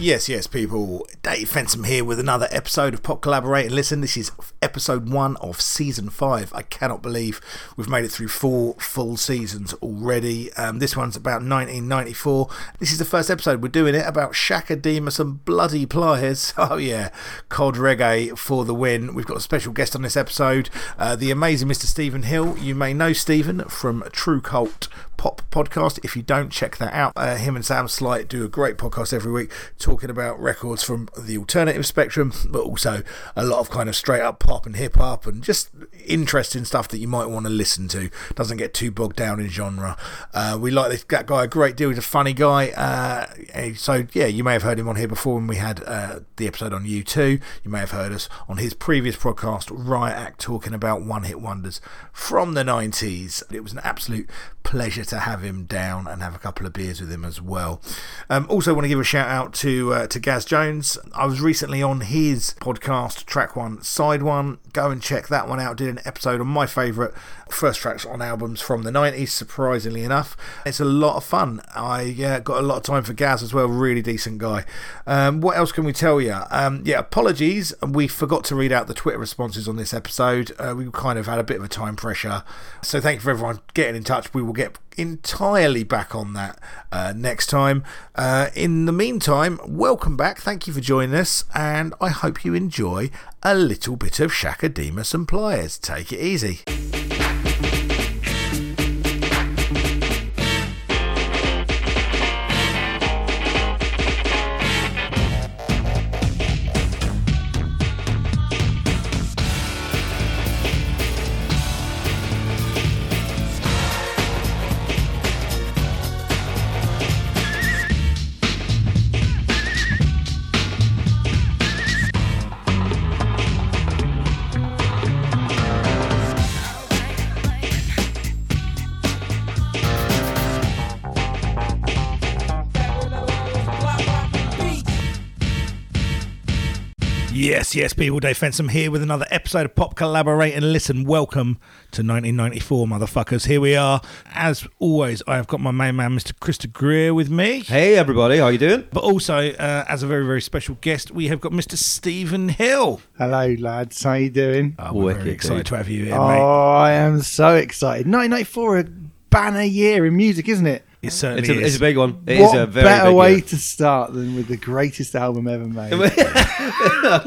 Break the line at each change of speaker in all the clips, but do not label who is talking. Yes, yes, people. Dave Fensom here with another episode of Pop Collaborate and Listen. This is episode one of season five. I cannot believe we've made it through four full seasons already. Um, this one's about 1994. This is the first episode we're doing it about Shaka Demus and Bloody Pliers. Oh, yeah. Cod Reggae for the win. We've got a special guest on this episode, uh, the amazing Mr. Stephen Hill. You may know Stephen from True Cult Pop Podcast. If you don't, check that out. Uh, him and Sam Slight do a great podcast every week talking about records from the alternative spectrum, but also a lot of kind of straight up pop and hip hop and just interesting stuff that you might want to listen to. Doesn't get too bogged down in genre. Uh, we like this that guy a great deal. He's a funny guy. Uh, and so, yeah, you may have heard him on here before when we had uh, the episode on U2. You may have heard us on his previous podcast, Riot Act, talking about one hit wonders from the 90s. It was an absolute pleasure to have him down and have a couple of beers with him as well. Um, also, want to give a shout out to uh, to Gaz Jones. I was recently on his podcast, Track One, Side One. Go and check that one out. Did an episode on my favourite first tracks on albums from the 90s, surprisingly enough. It's a lot of fun. I uh, got a lot of time for Gaz as well. Really decent guy. Um, what else can we tell you? Um, yeah, apologies. We forgot to read out the Twitter responses on this episode. Uh, we kind of had a bit of a time pressure. So thank you for everyone getting in touch. We will get entirely back on that uh, next time. Uh, in the meantime, welcome back. Thank you for joining us, and I hope you enjoy a little bit of Shaka Demus and Pliers. Take it easy. Yes, yes, people. Dave Fensom here with another episode of Pop Collaborate and Listen. Welcome to 1994, motherfuckers. Here we are. As always, I have got my main man, Mr. Krista Greer, with me.
Hey everybody, how you doing?
But also, uh, as a very, very special guest, we have got Mr. Stephen Hill.
Hello, lads. How you doing?
Oh, we're very
Wicked,
excited
dude.
to have you here,
Oh,
mate.
I am so excited. 1994, a banner year in music, isn't it?
It certainly
It's a,
is.
it's a big one. It is
what
a very
better
big
way
year.
to start than with the greatest album ever made?
Oh,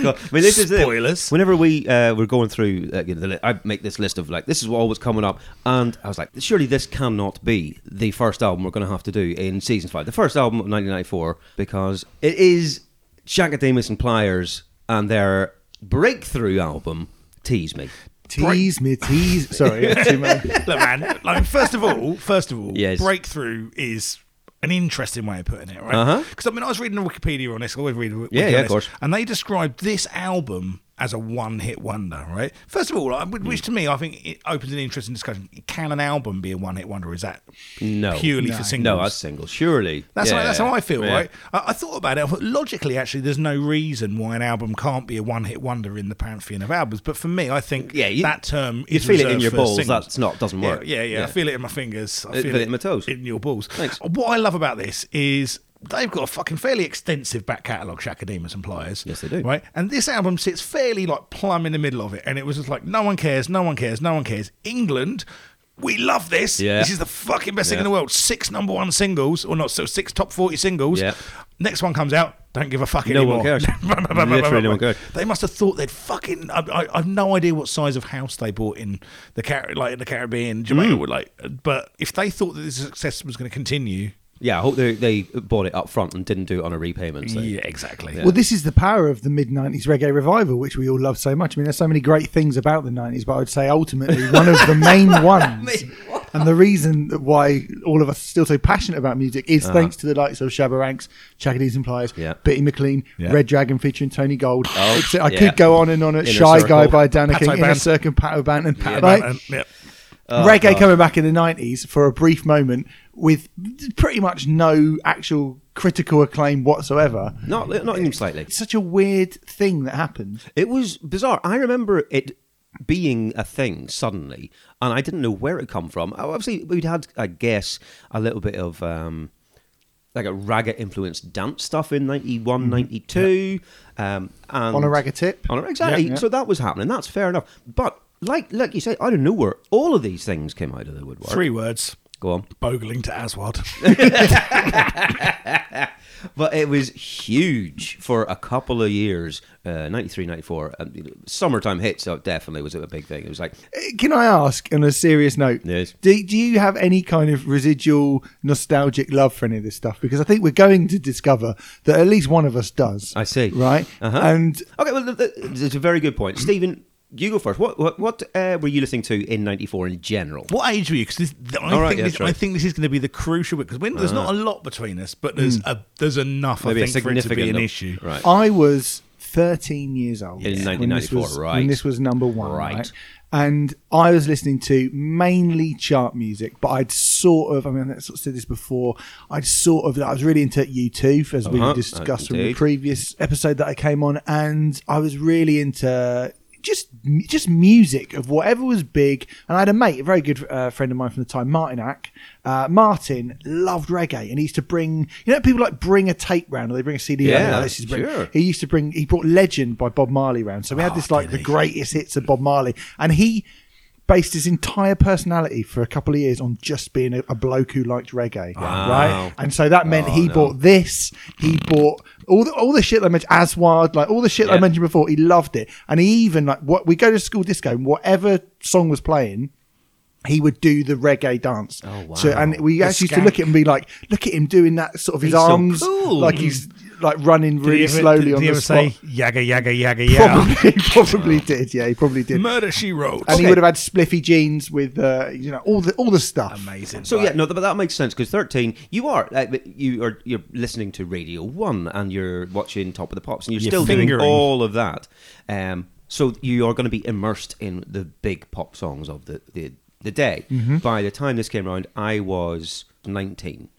God. I mean, this is it.
Spoilers.
Whenever we uh, were going through, uh, you know, the li- I make this list of like this is what was coming up, and I was like, surely this cannot be the first album we're going to have to do in season five, the first album of 1994, because it is Shakademus and Pliers and their breakthrough album, Tease Me.
tease me, tease. Sorry, that's too much.
Look, man. Like, first of all, first of all,
Yes.
breakthrough is an interesting way of putting it, right?
Uh-huh.
Because I mean, I was reading the Wikipedia on this. I always read. Wiki
Yeah,
on
yeah, of
this,
course.
And they described this album as a one-hit wonder, right? First of all, I-
Mm.
which to me, I think it opens an interesting discussion. Can an album be a one-hit wonder? Is that
No.
purely for singles?
No, that's single. Surely.
That's,
yeah.
how, that's how I feel,
Yeah.
right? I, I thought about it. I thought, logically, actually, there's no reason why an album can't be a one-hit wonder in the pantheon of albums. But for me, I think
Yeah, you-
that term
you
is
feel it in
reserved
your
for
balls.
singles.
That's not- doesn't
Yeah,
work.
Yeah, yeah, I
Yeah.
feel it in my fingers. I
It-
feel
feel it in my toes.
In your balls.
Thanks.
What I love about this is. They've got a fucking fairly extensive back catalogue, Shakademus and Pliers.
Yes, they do.
Right, and this album sits fairly like plumb in the middle of it, and it was just like no one cares, no one cares, no one cares. England, we love this.
Yeah.
This is the fucking best thing
Yeah.
in the world. Six number one singles, or not? So six top forty singles.
Yeah.
Next one comes out. Don't give a fuck
No
anymore.
one cares. Literally no one cares.
They must have thought they'd fucking. I, I, I've no idea what size of house they bought in the Car- like in the
Mm.
Caribbean, Jamaica, like. But if they thought that this success was going to continue,
Yeah, I hope they, they bought it up front and didn't do it on a repayment. So.
yeah, exactly.
Well, this is the power of the mid 90s reggae revival, which we all love so much. I mean, there's so many great things about the 90s, but I'd say ultimately one of the main ones. And the reason that why all of us are still so passionate about music is thanks to the likes of Shabba Ranks, Chakadees and Pliers,
Yeah.
Bitty McLean,
Yeah.
Red Dragon featuring Tony Gold. Except I
yeah.
could go on and on at
Inner
Shy Guy
Circle.
by Dana
Pat
King, Inner
O'Banton.
Circle, Pat O'Banton. Pat
Right?
right?
And, yeah.
reggae coming back in the 90s for a brief moment with pretty much no actual critical acclaim whatsoever.
Not not even slightly.
It's such a weird thing that happened.
It was bizarre. I remember it being a thing suddenly, and I didn't know where it come from. Oh, Obviously, we'd had, I guess, a little bit of um, like a ragga influenced dance stuff in 91, 92. Um, and
On a ragga tip.
On a, exactly.
Yeah, yeah.
So that was happening. That's fair enough. But like like you say, I don't know where all of these things came out of the woodwork.
Three words.
Go on.
Bogling to Aswad.
But it was huge for a couple of years, uh, 93, 94. Um, you know, summertime hits uh, definitely was a big thing. It was like,
Uh, Can I ask, on a serious note,
Yes.
do, do you have any kind of residual nostalgic love for any of this stuff? Because I think we're going to discover that at least one of us does.
I see.
Right?
Uh-huh.
And
okay, well, th- th- it's a very good point. Stephen, you go first. What what, what uh, were you listening to in 94 in general?
What age were you? Because I,
All right,
think
yeah,
this-
that's right.
I think this is going to be the crucial because when there's not a lot between us, but there's a there's enough.
Hmm. Maybe
I
a
think for it to be an
significant-
issue.
Right.
I was 13 years old
In
when this
1994,
was-
right.
When this was number one,
Right.
right. And I was listening to mainly chart music, but I'd sort of, I mean, I sort of said this before, I'd sort of, I was really into U2, as
Uh-huh,
we discussed from the
indeed.
previous episode that I came on, and I was really into just just music of whatever was big. And I had a mate, a very good uh, friend of mine from the time, Martin Ack. Uh, Martin loved reggae, and he used to bring you know people like bring a tape round or they bring a CD. round,
Yeah,
like, this is bring-
sure. Oh,
He used to bring he brought Legend by Bob Marley round, so we had this like the greatest hits of Bob Marley, and he. Based his entire personality for a couple of years on just being a, a bloke who liked reggae,
Wow.
right? And so that meant
Oh,
he
no.
bought this. He bought all the all the shit I mentioned, Aswad, like all the shit I
Yeah.
mentioned before. He loved it, and he even like what we go to school disco, and whatever song was playing. He would do the reggae dance.
Oh, wow.
So, and we
The
actually used to look at him and be like, "Look at him doing that sort of his
He's so
arms,
cool.
like he's like running
Did
really
he ever-
slowly
did,
on
did he
the
ever
spot."
say yaga yaga yaga yeah?
Probably, probably did. Yeah, he probably did.
Murder she wrote.
And he
Oh. Okay.
would have had spliffy jeans with, uh, you know, all the all the stuff.
Amazing.
So yeah, no, th- but that makes sense because thirteen, you are uh, you are you're listening to Radio One and you're watching Top of the Pops and you're,
You're
still
fingering.
doing all of that. Um, so you are going to be immersed in the big pop songs of the the, the day.
Mm-hmm.
By the time this came around, I was nineteen.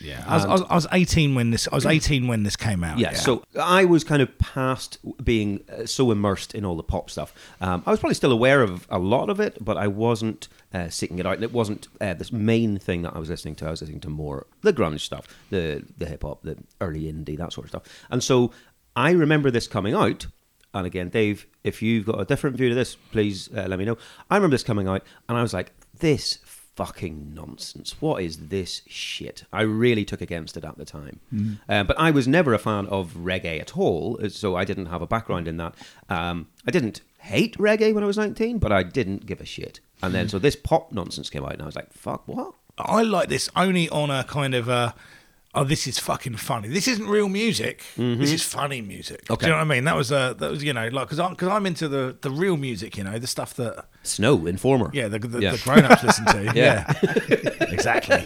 yeah. I was, I, was, I was 18 when this. I was 18 when this came out.
Yeah, so I was kind of past being uh, so immersed in all the pop stuff. Um, I was probably still aware of a lot of it, but I wasn't uh, seeking it out. And it wasn't uh, the main thing that I was listening to. I was listening to more the grunge stuff, the the hip hop, the early indie, that sort of stuff. And so I remember this coming out. And again, Dave, if you've got a different view to this, please uh, let me know. I remember this coming out, and I was like, this fucking nonsense. What is this shit? I really took against it at the time.
Mm-hmm.
Uh, but I was never a fan of reggae at all, uh, so I didn't have a background in that. Um, I didn't hate reggae when I was 19, but I didn't give a shit. And then, so this pop nonsense came out, and I was like, fuck, what?
I like this only on a kind of a. Oh, this is fucking funny. This isn't real music. This is funny music.
Mm-hmm. Okay.
Do you know what I mean? That was uh, that was you know like because I'm because I'm into the the real music. You know the stuff that
Snow, Informer.
yeah the the,
Yeah.
the grown ups listen to.
Yeah.
Yeah, exactly.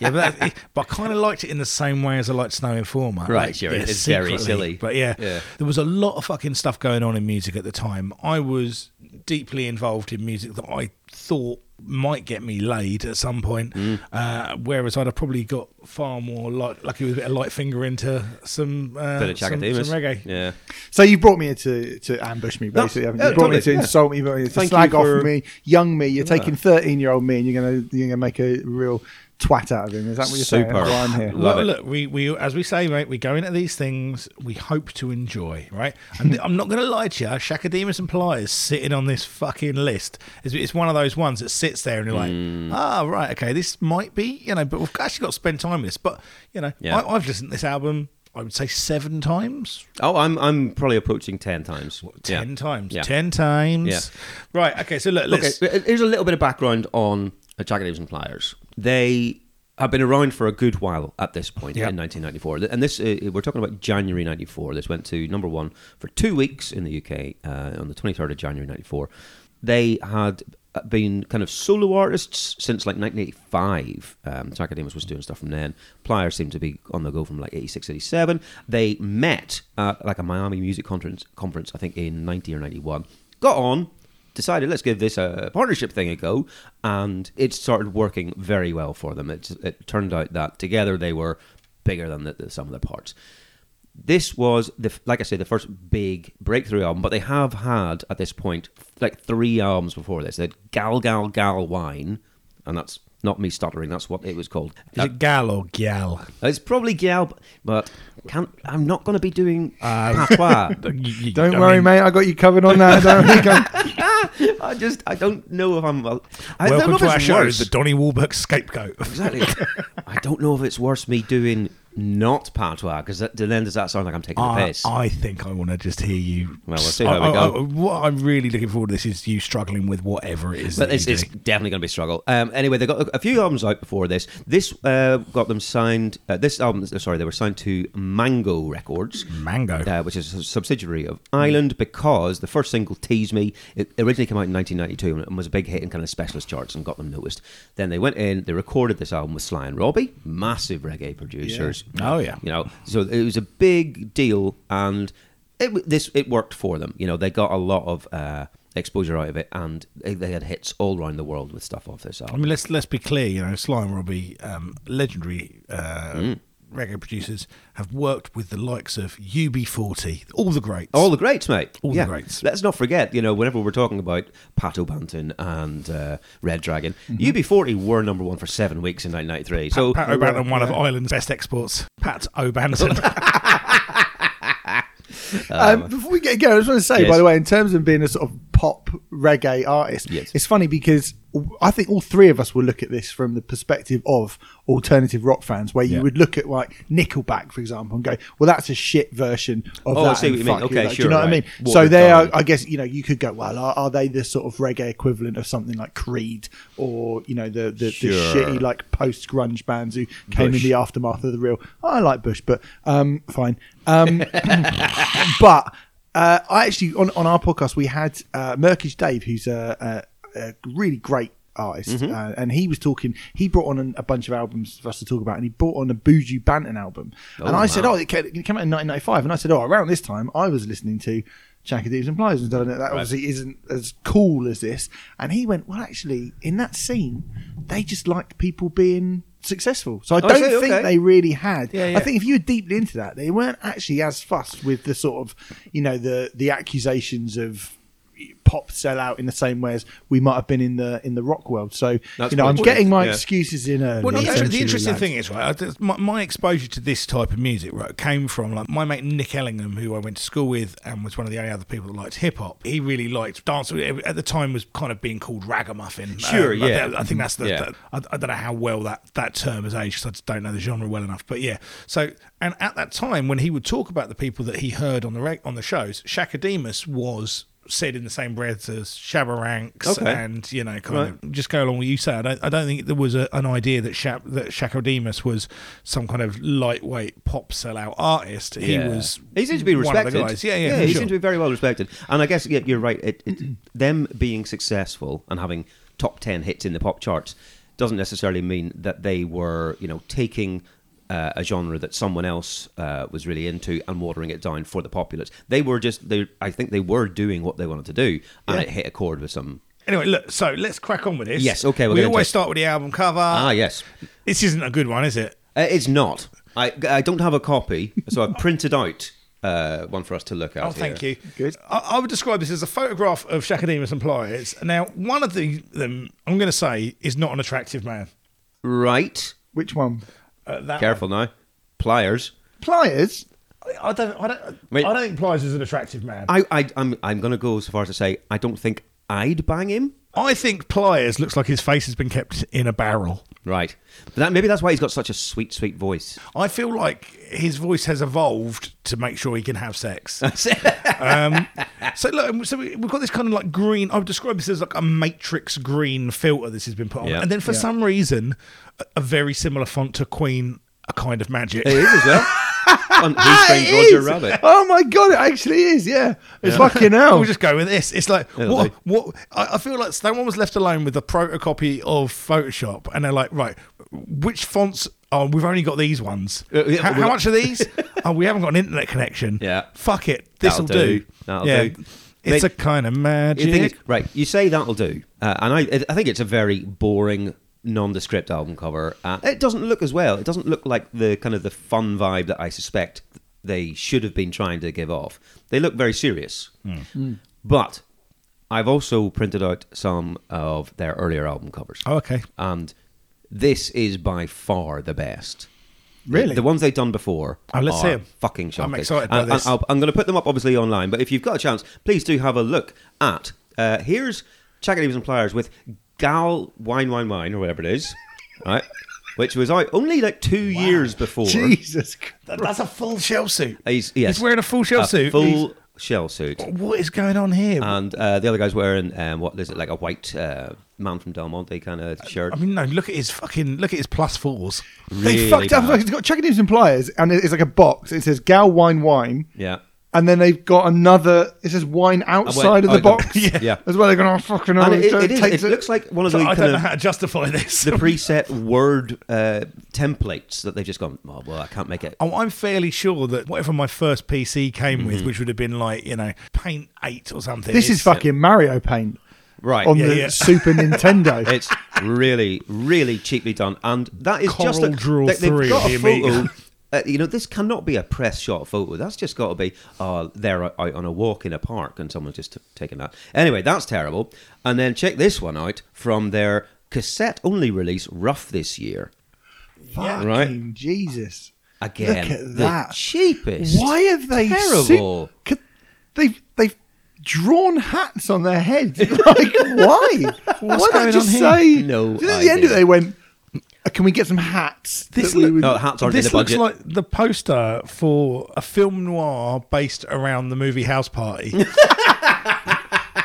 Yeah, but, that, but I kind of liked it in the same way as I liked Snow Informer.
Right,
Like,
sure.
yeah,
It's very
secretly.
silly.
But yeah,
Yeah.
there was a lot of fucking stuff going on in music at the time. I was deeply involved in music that I thought might get me laid at some point,
Mm.
uh, whereas I'd have probably got far more like lucky with a bit of light finger into some uh,
Bit of
some, some
Chakademus.
reggae.
Yeah.
So you brought me here to, to ambush me,
No,
basically. haven't
yeah,
you? you brought me to
totally.
insult me, you brought me to
Thank
slag
you
off
for-
me, young me. You're taking thirteen year old me, and you're gonna you're gonna make a real twat out of him. Is that what you're saying?
Super.
That's why I'm here.
Love
well,
it.
look, we, we as we say, mate, we go into these things we hope to enjoy, right? And I'm not going to lie to you, Shakademus and Pliers sitting on this fucking list is it's one of those ones that sits there and you're
Mm.
like, ah, right, okay, this might be, you know, but we've actually got to spend time with this. But you know,
Yeah.
I, I've listened to this album, I would say seven times,
Oh, I'm, I'm probably approaching 10 times.
ten
Yeah.
times,
Yeah.
ten times,
Yeah.
right? Okay, so look,
Okay,
let's
but uh, here's a little bit of background on uh, Jagged Edges and Pliers. They have been around for a good while at this point
Yeah.
in 1994, and this uh, we're talking about January '94. This went to number one for two weeks in the UK uh, on the 23rd of January '94. They had uh, been kind of solo artists since like 1985. Um, Sakademus was doing stuff from then. Pliers seemed to be on the go from like 86, 87. They met at like a Miami music conference, conference I think in 90 or 91. Got on, decided let's give this a partnership thing a go and it started working very well for them it, it turned out that together they were bigger than the, the sum of the parts. This was the f- like I say the first big breakthrough album, but they have had at this point like three albums before this. They had Gal Gal Gal Wine, and that's not me stuttering. That's what it was called. Uh,
Is it gal or gal?
It's probably Gal, but can't, I'm not going to be doing
Uh,
patois.
Don't worry, mate. I got you covered on that. Don't worry, go-
I just I don't know if I'm. I don't know
Welcome
if
to
it's
our show,
worse.
the Donny Wahlberg scapegoat.
exactly. I don't know if it's worse me doing not patois because then does that sound like I'm taking the
I,
piss?
I think I want to just hear you.
Well, we'll
s-
see how we
I- I-
go.
I- what I'm really looking forward to this is you struggling with whatever it is.
but
that
it's,
you
it's
do.
definitely going to be a struggle. Um, anyway, they got a, a few albums out before this. This uh, got them signed. Uh, this album, sorry, they were signed to Mango Records.
Mango.
uh, which is a subsidiary of Island, because the first single, Tease Me, it originally came out in 1992 and was a big hit in kind of specialist charts and got them noticed. Then they went in, they recorded this album with Sly and Robbie, massive reggae producers.
Oh, yeah.
You know, so it was a big deal and it, w- this it worked for them. You know, they got a lot of uh, exposure out of it and they, they had hits all around the world with stuff off this
I
album.
mean, let's let's be clear. You know, Sly and Robbie, um, legendary uh,
Mm.
reggae producers, have worked with the likes of UB40, all the greats.
All the greats, mate.
All the
yeah.
greats.
Let's not forget, you know, whenever we're talking about Pato Banton and uh, Red Dragon, UB40 were number one for seven weeks in 1993. So,
Mm-hmm. Pat O'Bannon, one of Ireland's best exports. Pat O'Bannon.
um, before we get going, I just want to say,
Yes.
by the way, in terms of being a sort of pop reggae artist,
Yes.
it's funny because I think all three of us will look at this from the perspective of alternative rock fans, where you would look at like Nickelback, for example, and go, "Well, that's a shit version of
Oh, I
that."
see
and
what you mean.
fuck
Okay,
that." Do
sure,
you know what I
right.
mean?
What
so
they've
they
done.
are, I guess, you know, you could go, "Well, are, are they the sort of reggae equivalent of something like Creed or you know the the,
Sure.
the shitty like post grunge bands who came
Bush.
in the aftermath of the real?" I like Bush, but um, fine. Um, but uh, I actually on, on our podcast we had uh, Murkish Dave, who's a, a, a really great artist,
Mm-hmm.
uh, and he was talking. He brought on an, a bunch of albums for us to talk about, and he brought on a Buju Banton album. and I said, "Oh, it came, it came out in 1995," and I said, "Oh, around this time I was listening to." Chackadees and Pliers and stuff, and that obviously isn't as cool as this. And he went, Well, actually, in that scene, they just liked people being successful. So I
I
don't
see,
think
okay.
they really had.
Yeah, yeah.
I think if you were deeply into that, they weren't actually as fussed with the sort of, you know, the the accusations of pop sellout in the same way as we might have been in the in the rock world. So
That's
you know, I'm
probably-
getting my
yeah.
excuses in early.
Well, no, the,
essentially,
the interesting
lads.
thing is, right, I just- my, my exposure to this type of music, right, came from like my mate Nick Ellingham, who I went to school with and was one of the only other people that liked hip hop. He really liked dance. it- At the time, was kind of being called ragamuffin. Um,
Sure,
I
yeah.
thi- I, think that's the.
Yeah.
the- I, I don't know how well that that term has aged. 'cause I just don't know the genre well enough. But yeah, so and at that time, when he would talk about the people that he heard on the reg- on the shows, Shakademus was. Said in the same breath as Shabaranks
Okay.
and you know kind
Right.
of just go along with what you say. I don't, I don't think there was a, an idea that Shap, that Shakodemus was some kind of lightweight pop sellout artist. He
Yeah.
was.
He seems to be
one of the
respected.
guys. Yeah, yeah, for
he
sure.
seems to be very well respected. And I guess yeah, you're right. It, it, them being successful and having top ten hits in the pop charts doesn't necessarily mean that they were, you know, taking. Uh, a genre that someone else uh, was really into and watering it down for the populace. They were just they. I think they were doing what they wanted to do, and it hit a chord with some.
Anyway, look. So let's crack on with this.
Yes, okay, we'll
We
get into
always
it.
start with the album cover.
Ah, yes,
This isn't a good one, is it?
Uh, It's not. I, I don't have a copy, so I've printed out uh, one for us to look at.
Oh, thank
here.
you. Good. I, I would describe this as a photograph of Shakademus and Pliers. Now, one of the, them I'm going to say is not an attractive man.
Right.
Which one?
Uh, that
Careful now. Pliers.
Pliers.
one. I don't. I don't.
Wait.
I don't think Pliers is an attractive man. I,
I, I, I'm, I'm going to go so far as to say I don't think I'd bang him.
think Pliers looks like his face has been kept in a barrel.
Right. But that, maybe that's why he's got such a sweet, sweet voice.
I feel like his voice has evolved to make sure he can have sex. um, so look, so we- we've got this kind of like green. I would describe this as like a matrix green filter. This has been put on,
Yeah.
and then for some reason, a, a very similar font to Queen, a kind of magic.
It is as well. On Who Framed
It
Roger
is!
Rabbit?
Oh my god, it actually is. Yeah, it's fucking hell.
We'll just go with this. It's like
It'll
what?
do.
What? I, I feel like someone was left alone with a protocopy of Photoshop, and they're like, right, which fonts? Oh, we've only got these ones.
Uh, yeah,
how,
we-
how much are these? oh, we haven't got an internet connection.
Yeah.
Fuck it. This will
That'll
do.
do. That'll
yeah.
do. Mate,
It's a kind of
The thing is,
magic.
right, you say that'll do, uh, and I, I think it's a very boring nondescript album cover. Uh, it doesn't look as well. It doesn't look like the kind of the fun vibe that I suspect they should have been trying to give off. They look very serious,
Hmm.
but I've also printed out some of their earlier album covers,
Oh, okay.
and this is by far the best.
Really?
The, the ones they've done before
Oh, let's
are
see 'em.
fucking shocking.
excited by
And- and
this.
I'll- I'm going to put them up obviously online, but if you've got a chance, please do have a look at. Uh, here's Chackadees and Pliers with Gal Wine Wine Wine or whatever it is, right? Which was out only like two years before.
Jesus.
That- that's a full shell suit.
He's, yes,
He's wearing a full shell suit.
Full shell suit.
He's- what is going on here?
And uh, the other guy's wearing um, what is it like a white uh, man from Del Monte kind of shirt.
I mean, no. Look at his fucking. Look at his plus fours.
Really
they fucked up.
bad.
It's got Chugging and Pliers, and it's like a box. It says Gal Wine Wine.
Yeah.
And then they've got another. It says wine outside of
out Oh,
the
the
box.
box. Yeah. Yeah.
As well, they're going, oh, fucking
And
hell,
it,
so
it, is,
takes
it looks like one of the
I
kind
don't know
of
how to justify this.
the preset word uh, templates that they've just gone. Oh, well, I can't make it.
Oh, I'm fairly sure that whatever my first PC came
Mm-hmm.
with, which would have been like you know Paint Eight or something. uh,
This is
it's-
fucking Mario Paint
Right.
on
Yeah,
the
yeah.
Super Nintendo.
it's really, really cheaply done, and that is just a,
Coral Draw
they, have
3
got a
of the
photo.
Amiga.
Uh, you know, this cannot be a press shot photo. That's just got to be uh, they're out out on a walk in a park and someone's just t- taken that. Anyway, that's terrible. And then check this one out from their cassette only release, Rough, this year.
Fucking
right.
Jesus.
Again,
Look at
the
that.
cheapest.
Why have they
terrible?
su- could- they've they've drawn hats on their heads. Like why? why not
going
just
on
say?
No
At the end
idea.
of it, they went. "Uh, Can we get some hats?
This
that we
look-
would-
No, Oh, hats aren't in
this
the budget.
looks like the poster for a film noir based around the movie House Party.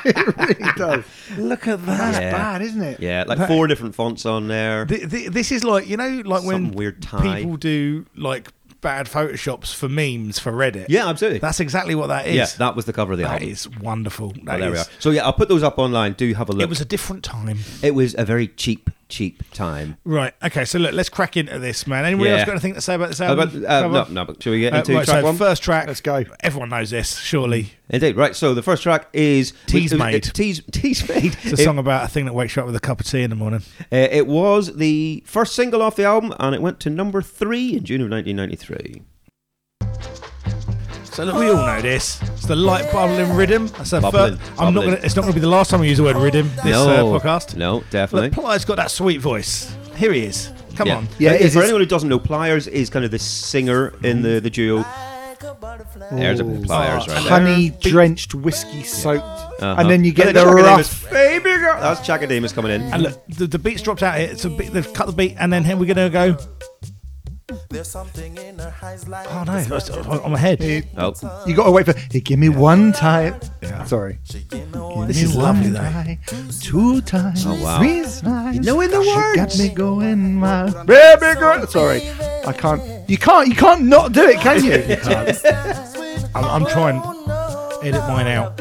it really does.
Look at
That's
that.
Yeah.
bad, isn't it?
yeah, like four different fonts on there.
Th- th- This is like you know, like
Some
when
weird tie.
people do like bad photoshops for memes for Reddit.
Yeah, absolutely.
That's exactly what that is.
yeah, that was the cover of the
That
album.
is wonderful. That
Oh, there we are.
is-
So yeah, I'll put those up online. Do have a look.
It was a different time.
It was a very cheap, cheap time.
Right. Okay. So look, let's crack into this, man. Anyone else
Yeah.
got anything to say about this
Uh,
album?
but, uh, no,
cover?
no. But shall we get
Um, Uh,
into
right,
track
so
one?
First track.
Let's go.
Everyone knows this, surely.
Indeed. Right. So the first track is
Tease
it was-
Made.
it- Tease, tease made.
It's a
It-
song about a thing that wakes you up with a cup of tea in the morning.
uh, it was the first single off the album, and it went to number three in June of 1993.
So look, we all know this. It's the light bubbling rhythm. That's the
Bubbling,
first. I'm not
bubbling.
gonna. It's not gonna be the last time we use the word rhythm this uh,
no
podcast.
No, definitely.
Look, Pliers got that sweet voice. Here he is. Come
yeah.
on.
Yeah,
Uh,
it is-
for anyone who doesn't know, Pliers is kind of the singer in the the duo. There's a Pliers
Oh,
right there.
Honey drenched, whiskey soaked, and then you
Uh-huh. And then
get the
Chakademus,
rough.
baby girl. That's Chakademus coming in.
And look, the, the beat's dropped out. Here. It's a bit, they've cut the beat, and then here we're gonna go.
There's something in her eyes like
Oh no, it's on on my head.
Oh,
You got to wait for. Hey, give me one time. Sorry.
This is lovely though.
Two times.
Oh, wow.
Three times.
knowing the
She
words.
got me going, my baby girl. Sorry, I can't. You can't. You can't not do it, can you?
I'm, I'm trying to edit mine out.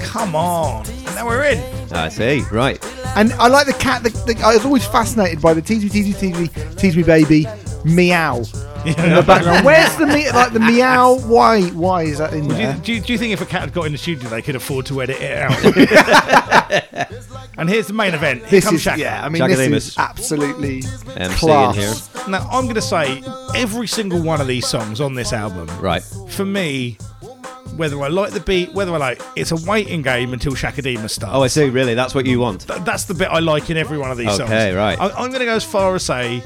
Come on. And now we're in.
I see. Right.
and I like the cat. The, the, I was always fascinated by the tease me, tease me, tease me, tease me, baby, meow in the background. Where's the me, like the meow? Why? Why is that in
Do you,
there?
do, you, do you think if a cat had got in the studio, they could afford to edit it out? and here's the main event. Here
This
comes
is
Shaka.
yeah. I mean,
Chakademus.
this is absolutely
in
class.
here.
Now, I'm going to say every single one of these songs on this album,
Right.
for me, whether I like the beat, whether I like it's a waiting game until Shakadema starts.
Oh, I see. Really, that's what you want.
Th- That's the bit I like in every one of these
Okay,
songs.
right.
I, I'm going to go as far as say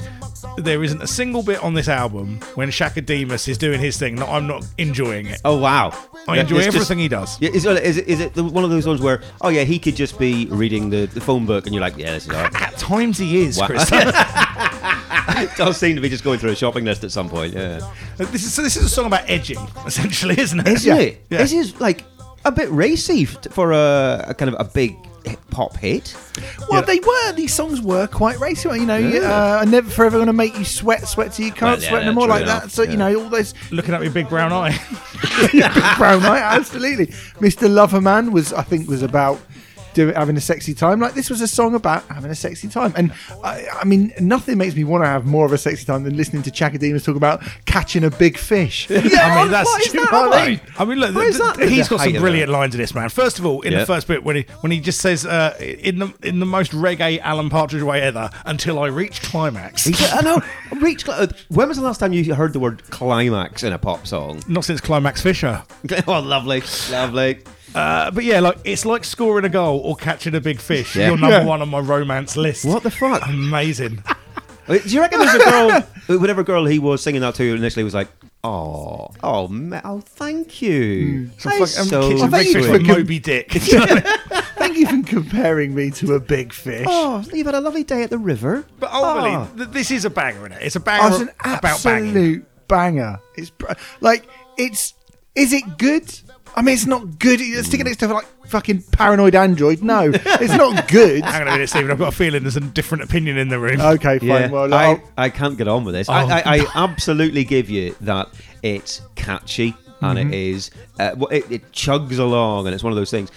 there isn't a single bit on this album when Shakademus is doing his thing that I'm not enjoying it.
Oh wow!
I
Yeah,
enjoy
it's just-
everything he does.
Yeah, is, it- is it, is it the, one of those ones where oh yeah he could just be reading the, the phone book and you're like yeah this is alright.
At times he is,
Wow.
Chris.
it does seem to be just going through a shopping list at some point. Yeah,
this is so this is a song about edging, essentially, isn't it?
isn't it?
Yeah.
This is like a bit racy f- for a, a kind of a big hip- pop hit.
Well,
Yeah.
they were. These songs were quite racy. You know,
Yeah.
uh, I'm never forever gonna make you sweat, sweat till you can't
Well, yeah,
sweat no
yeah,
more
true
like that.
enough,
So you
yeah.
know, all those
Looking at me big brown eye.
brown eye, absolutely. Mr. Loverman was, I think, was about do having a sexy time. Like this was a song about having a sexy time, and I, I mean, nothing makes me want to have more of a sexy time than listening to Chakademus talk about catching a big fish.
I mean, that's
is that about?
I mean, I mean, look,
What is
th-
that?
th- he's
The
got some
height of
brilliant lines in this man. First of all, in
Yeah.
the first bit when he when he just says uh, in the in the most reggae Alan Partridge way ever, until I reach climax.
He said- I know. Reach. cli- uh, When was the last time you heard the word climax in a pop song?
Not since climax Fisher.
oh, lovely, lovely.
Uh, but yeah, like it's like scoring a goal or catching a big fish.
Yeah.
You're number
Yeah.
one on my romance list.
What the fuck?
Amazing.
Wait, Do you reckon there's a girl, whatever girl he was singing that to initially was like, oh, oh, ma- oh thank you.
Hmm.
So
That is
fuck- um,
so
kitchen
thank you
sweet.
for-
breakfast with Moby Dick.
Thank you for comparing me to a big fish.
Oh, you've had a lovely day at the river.
But ultimately,
Ah.
th- this is a banger, isn't it? It's a
Oh,
banger
it's an
about banging.
absolute banger. It's br- like it's is it good? I mean, it's not good. It's sticking next to like fucking paranoid android. No, it's not good.
Hang on a minute, Stephen. I've got a feeling there's a different opinion in the room.
Oh,
Okay, fine.
Yeah,
well,
I,
I'll- Oh.
I can't get on with this. I, I, I absolutely give you that it's catchy and it
Mm-hmm.
is, uh, well, it, it chugs along and it's one of those things.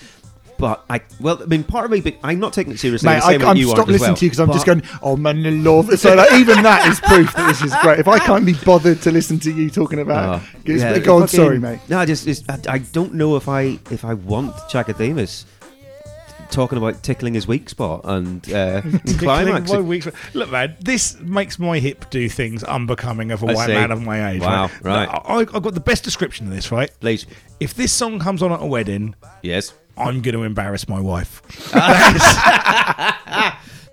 But I, well, I mean, part of me, but I'm not taking it seriously.
Mate,
the same
I,
way
I'm
you
stop
aren't as
listening
well.
to you because I'm just
But-
going, oh man, the love. So like, even that is proof that this is great. If I can't be bothered to listen to you talking
Uh,
about,
Oh,
it's,
yeah,
go on,
fucking-
sorry, mate.
No, I just, just I, I don't know if I if I want Chakademus talking about tickling his weak spot and, uh, and climax.
One week's- Look, man, this makes my hip do things unbecoming of a
I
white
see.
man of my age.
Wow, right.
I, I- I've got the best description of this, right?
Please,
If this song comes on at a wedding,
yes.
I'm going to embarrass my wife.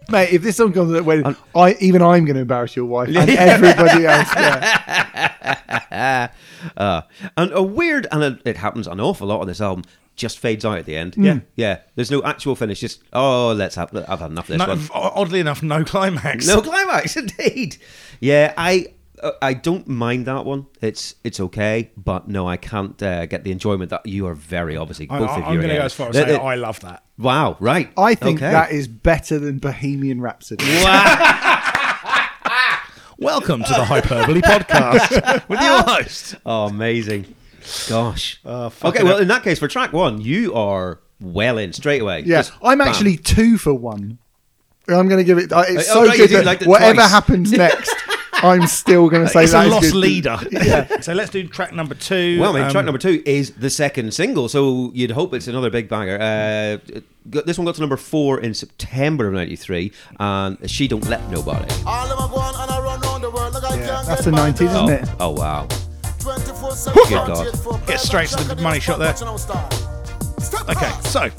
Mate, if this song comes that way, I even I'm going to embarrass your wife and everybody else. Yeah.
Uh, and a weird, and it- it happens an awful lot on this album. Just fades out at the
Hmm.
end.
Yeah.
yeah. There's no actual finish. Just oh, let's have. I've had enough of this
No,
one.
oddly enough, no climax.
No climax, indeed. Yeah, I uh, I don't mind that one. It's it's okay, but no, I can't uh, get the enjoyment that you are very obviously
I,
both of you.
am
are
going to go
getting.
as far as
The-
saying
the-
I love that.
Wow, right.
I think
Okay.
that is better than Bohemian Rhapsody.
Welcome to the Hyperbole Podcast with your host.
Oh, amazing. Gosh.
Uh,
okay, well, in that case, for track one, you are well in straight away.
Yes,
Just
I'm
bam.
actually two for one. I'm going to give it. I- It's
Oh,
so
right, you
good.
did
That
like it
whatever
twice.
happens next, I'm still going to say
It's
that
a
is
lost
good.
leader. So let's do track number two.
Well, I mean,
Um,
track number two is the second single, so you'd hope it's another big banger. Uh, it got- this one got to number four in September of '93, and "She Don't Let Nobody."
All of them go on and I run round the world like I
Yeah,
can't
that's
get
the
my
90s,
girl.
isn't it?
Oh, oh wow!
24/7,
Good God.
48,
Get straight to the money shot there.
Step
Okay,
back.
so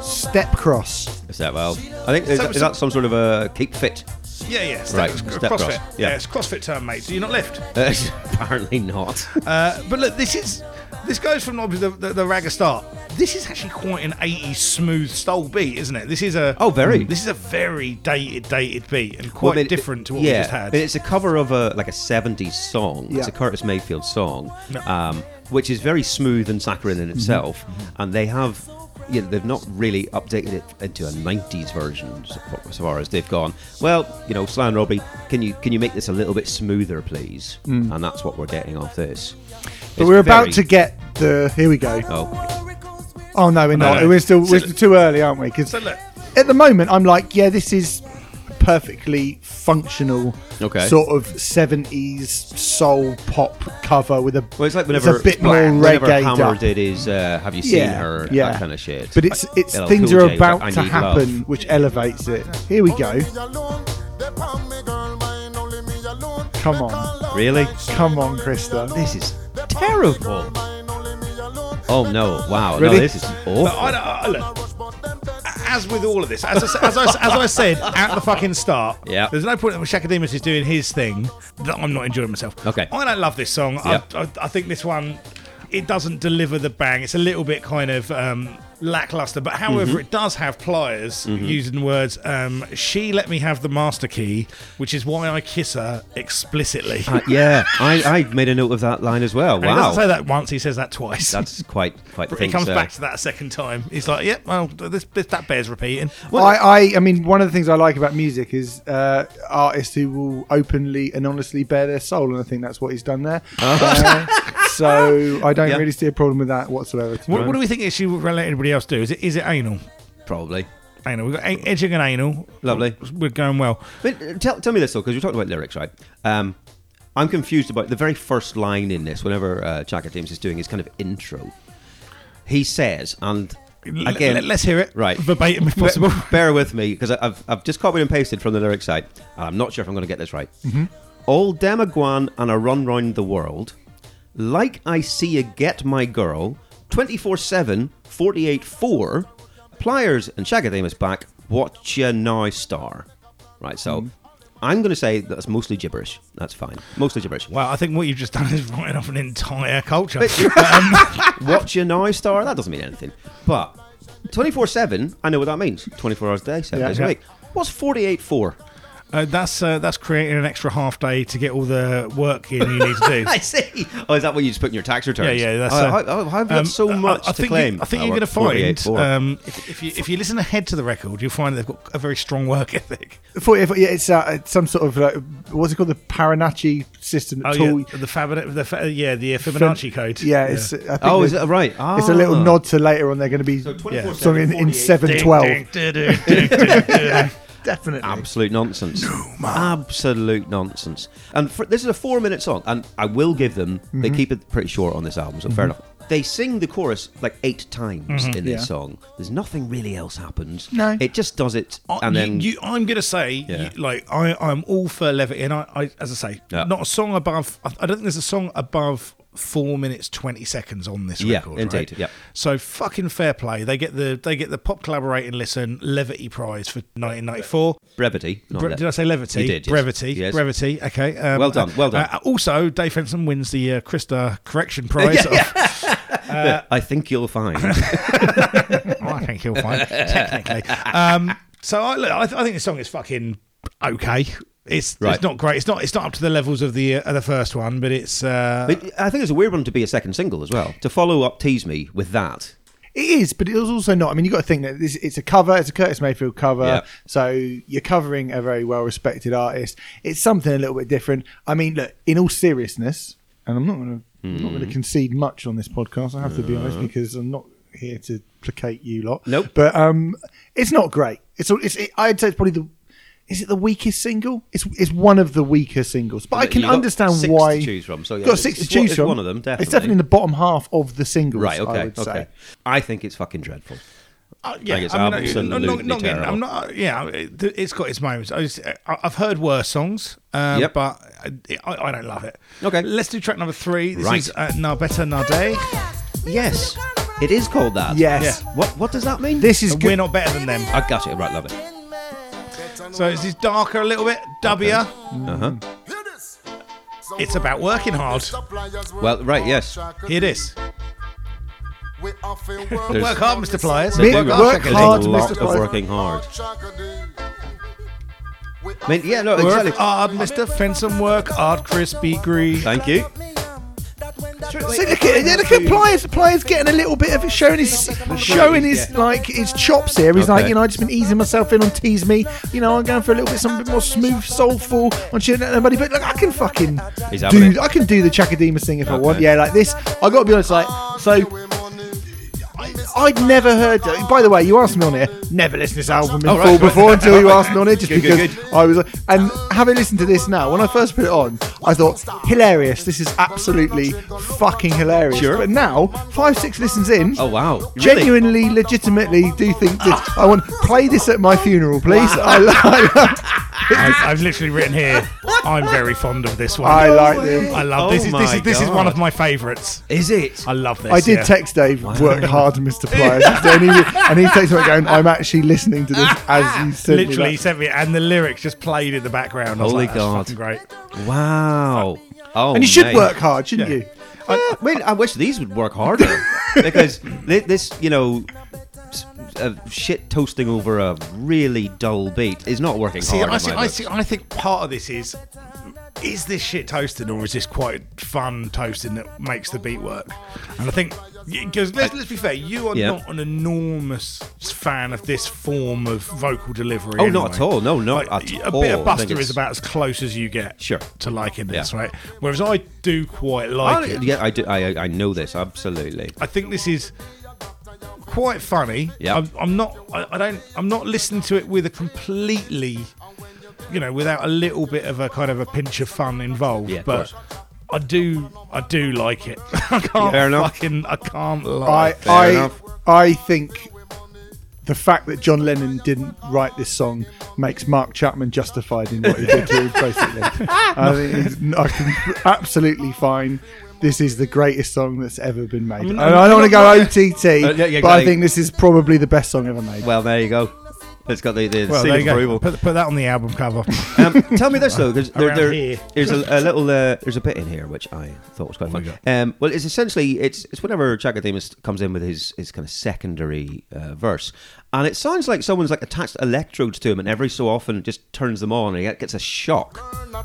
Step cross.
Is that well? I think is,
So-
is that some sort of a keep fit?
yeah, yeah, step,
Right,
it's
step
CrossFit.
cross, yeah.
Yeah. it's CrossFit term, mate. Do you not lift?
Uh, apparently not.
Uh, but look, this is this goes from obviously the, the, the ragga start. This is actually quite an 80s smooth stole beat, isn't it? This is a
Oh, very.
This is a very dated, dated beat and quite
Well, I mean,
different to what
yeah,
we just had.
I mean, it's a cover of a like a '70s song. It's
Yeah.
a Curtis Mayfield song, um, which is very smooth and saccharine
Mm-hmm.
in itself. And they have, you know, they've not really updated it into a '90s version so far- so far as they've gone. Well, you know, Sly and Robbie, can you can you make this a little bit smoother, please? And that's what we're getting off this.
Mm. But we're about to get the. Here we go.
Oh,
Oh no, we're not.
no.
We're still we're
So-
still too early, aren't we? Because
So look.
at the moment, I'm like, yeah, this is perfectly functional,
Okay.
sort of '70s soul pop cover with a.
well, it's like whenever
a bit more
whenever
reggae.
Hammer
up.
did his uh, "Have you seen
Yeah,
her?"
yeah.
that kind of shit.
But it's
Like,
it's
LL
things
Cool
are
J was
about
like, "I
to
need
happen,
love."
which elevates it. Here we go. Come on.
Really?
Come on, Krista.
This is terrible. Oh no! Wow!
Really?
No, this is awful.
But I, I, look, as with all of this, as I, as, I, as I said at the fucking start,
Yeah.
there's no point in Shakademus is doing his thing that I'm not enjoying myself.
Okay.
I don't love this song.
Yep.
I, I, I think this one, it doesn't deliver the bang. It's a little bit kind of um, lackluster, but however,
Mm-hmm.
it does have pliers using words. Um, she let me have the master key, which is why I kiss her explicitly.
Uh, yeah, I, I made a note of that line as well.
And He doesn't say
Wow,
that once, he says that twice.
that's quite quite.
he
thing,
comes
so-
back to that a second time. He's like, "Yep, well, this, this that bears repeating."
I, I, I mean, one of the things I like about music is uh, artists who will openly and honestly bare their soul, and I think that's what he's done there. Uh, so I don't
Uh-huh. Yeah.
really see a problem with that whatsoever. to be
What, what do
honest.
we think it should let anybody else do? Is it is it anal?
Probably.
Anal. We've got a- edging and anal.
Lovely.
We're going well.
But uh, tell, tell me this though, because you're talking about lyrics, right? Um, I'm confused about the very first line in this. Whenever uh, Chaka James is doing his kind of intro, he says, and
L-
again,
let- let's hear it.
Right,
Verbatim if
Be-
possible.
bear with me because I've I've just copied and pasted from the lyric side, and I'm not sure if I'm going to get this right.
Mm-hmm.
Old Demaguan and a run round the world, like I see you get my girl, 24/7, 48/4, pliers and Shagadame is back. What ya now, star? Right,
Mm-hmm.
so. I'm going to say that's mostly gibberish. That's fine. Mostly gibberish.
Well, I think what you've just done is writing off an entire culture.
Watch your now star. That doesn't mean anything. But 24 7, I know what that means. 24 hours a day, 7
Yeah,
days
yeah.
a week. What's 48 for?
Uh, that's uh, that's creating an extra half day to get all the work in you need to do.
I see. Oh, is that what you just put in your tax returns?
Yeah, yeah, that's,
Oh,
uh,
how, how, how have you got
um,
so
I-
much to
I, think
claim?
You, I think
Oh,
you're going to
well, 48
find
for.
um, if, if you if you listen ahead to the record, you'll find they've got a very strong work ethic.
For- if- yeah, it's uh, it's some sort of like, what's it called the Paranachi system?
Oh
that's all-
yeah, the, Fabina- the fa- yeah the uh, Fibonacci code.
Yeah, it's. I think
oh, is
there's-
it right? Ah.
It's a little nod to later on. They're going to be so
24/7,
in, in
48.
seven
Ding,
twelve.
ding, ding, ding, ding, ding, ding.
Definitely.
Absolute nonsense. Absolute nonsense. And for, this is a four minute song, and I will give them, they
Mm-hmm.
keep it pretty short on this album, so fair enough. They sing the chorus like eight times
Mm-hmm.
in this
Yeah.
song. There's nothing really else happens.
No.
It just does it,
I-
and
Oh, you,
then.
you, I'm going to say,
Yeah.
you- like, I, I'm all for levity, and I, I as I say,
Yeah.
not a song above. I, I don't think there's a song above four minutes twenty seconds on this
Yeah,
record.
indeed,
right?
yeah.
So fucking fair play. They get the they get the pop collaborate and listen levity prize for 1994.
brevity. not
Bre-
le-
did I say levity?
You did, yes.
Brevity.
Yes.
Brevity. Okay. um,
Well done, well done.
uh, also, Dave Fenson wins the uh, Krista Correction Prize. of-
I think you'll find.
Oh, I think he'll find technically. Um, so I, look, I, th- I think the song is fucking okay. It's
Right.
it's not great. It's not it's not up to the levels of the uh, of the first one, but it's uh,
but I think it's a weird one to be a second single as well. To follow up Tease Me with that.
It is, but it was also not. I mean, you got to think that this, it's a cover. It's a Curtis Mayfield cover,
Yeah.
so you're covering a very well-respected artist. It's something a little bit different. I mean, look, in all seriousness, and I'm not going to not going
Hmm.
to concede much on this podcast. I have to be honest because I'm not here to placate you lot.
Uh. Nope.
But um, it's not great. It's all. It's. It, I'd say it's probably the. Is it the weakest single? It's it's one of the weaker singles, but I
Look,
can
you've got
understand
six to
why.
choose from, so yeah,
got
it's-
six to
it's one-
choose
it's
from.
one of them,
It's definitely in the bottom half of the singles.
Right,
I
okay,
would
okay.
say.
I think it's fucking dreadful.
uh, yeah.
think it's
I
absolutely
I'm not, not getting,
terrible.
I'm not uh, yeah. It, it's got its moments. I just, uh, I, I've heard worse songs, um,
Yep.
but I, I, I don't love it.
Okay.
let's do track number three. This
Right.
is uh, Na Better Na Day.
Yes, it is called that.
Yes.
Yeah.
What What does that mean?
This is
We're
good.
not better than them.
I got it. Right, love it.
So this is darker a little bit, dubbier.
Uh huh.
It's about working hard.
Well, right, yes.
Here it is.
There's-
Work hard, Mr. Pliers.
Bit-
Work
work
hard,
There's
hard,
Shaker Lee.
a lot
Mr.
of
Price.
working hard. I mean, yeah, no,
Work
exactly.
hard, Mr. Fenson. Work hard, crispy green.
Thank you.
See, look at, yeah, look at players. Players getting a little bit of showing his showing his like his chops here. He's
Okay.
like, you know, I just been easing myself in on tease me. You know, I'm going for a little bit something a bit more smooth, soulful on shit that nobody. But like, I can fucking
He's having it.
do. I can do the Chakadema thing if I want.
Okay.
Yeah, like this. I got to be honest. Like, so I'd never heard. uh, By the way, you asked me on here. Never listened to this album in
Oh, right,
full
right.
before until you asked me on it, just
Good, good,
because I was. And having listened to this now, when I first put it on, I thought hilarious. This is absolutely fucking hilarious.
Sure.
But now, five six listens in.
Oh wow. Really?
Genuinely, legitimately, do think this. I want play this at my funeral, please. I, li- I, li-
Ah!
I, I've literally written here. I'm very fond of this one.
I like this.
I love
Oh
this. Is, this
my
is this is one
God.
of my favourites.
Is it?
I love this.
I did
yeah.
text Dave, work hard, Mr. Pliers. It's the only re- and he texted me going, I'm actually listening to this as you said.
Literally he sent me, and the lyrics just played in the background. I was
Holy
like, That's
God.
fucking great.
Wow. Oh.
And you should
mate.
work hard, shouldn't
Yeah.
you?
I, I mean, I wish these would work harder because thi- this, you know, s- uh, shit toasting over a really dull beat is not working
See,
hard.
I,
in
see,
my
I,
books.
see, I think part of this is is this shit toasting or is this quite fun toasting that makes the beat work? And I think Because let's, let's be fair, you are
Yeah.
not an enormous fan of this form of vocal delivery.
Oh, not
anyway.
at all. No, not at
Like, a
all.
bit of
I think
Buster
it's-
is about as close as you get
Sure.
to liking this,
Yeah.
right? Whereas I do quite
I,
like it.
yeah, I do. I, I know this absolutely.
I think this is quite funny.
Yeah.
I'm, I'm not. I, I don't. I'm not listening to it with a completely, you know, without a little bit of a kind of a pinch of fun involved.
Yeah, of
but I do. I do like it. I can't
Fair enough.
fucking. I can't
I
lie.
Fair
I
enough.
I think the fact that John Lennon didn't write this song makes Mark Chapman justified in what he did to him, basically. I think it's I can, absolutely fine. This is the greatest song that's ever been made. And I don't want to go OTT,
Uh, yeah, yeah,
but I
exactly.
think this is probably the best song ever made.
Well, there you go. It's got the, the
well,
seal
there
of
you go.
approval.
Put, put that on the album cover.
Um, tell me this though, because there,
Around
there-
here.
there's a, a little uh, there's a bit in here which I thought was quite
What
fun.
we
Um, well, it's essentially it's it's whenever Jack Demus comes in with his his kind of secondary uh, verse, and it sounds like someone's like attached electrodes to him, and every so often it just turns them on, and he gets a shock.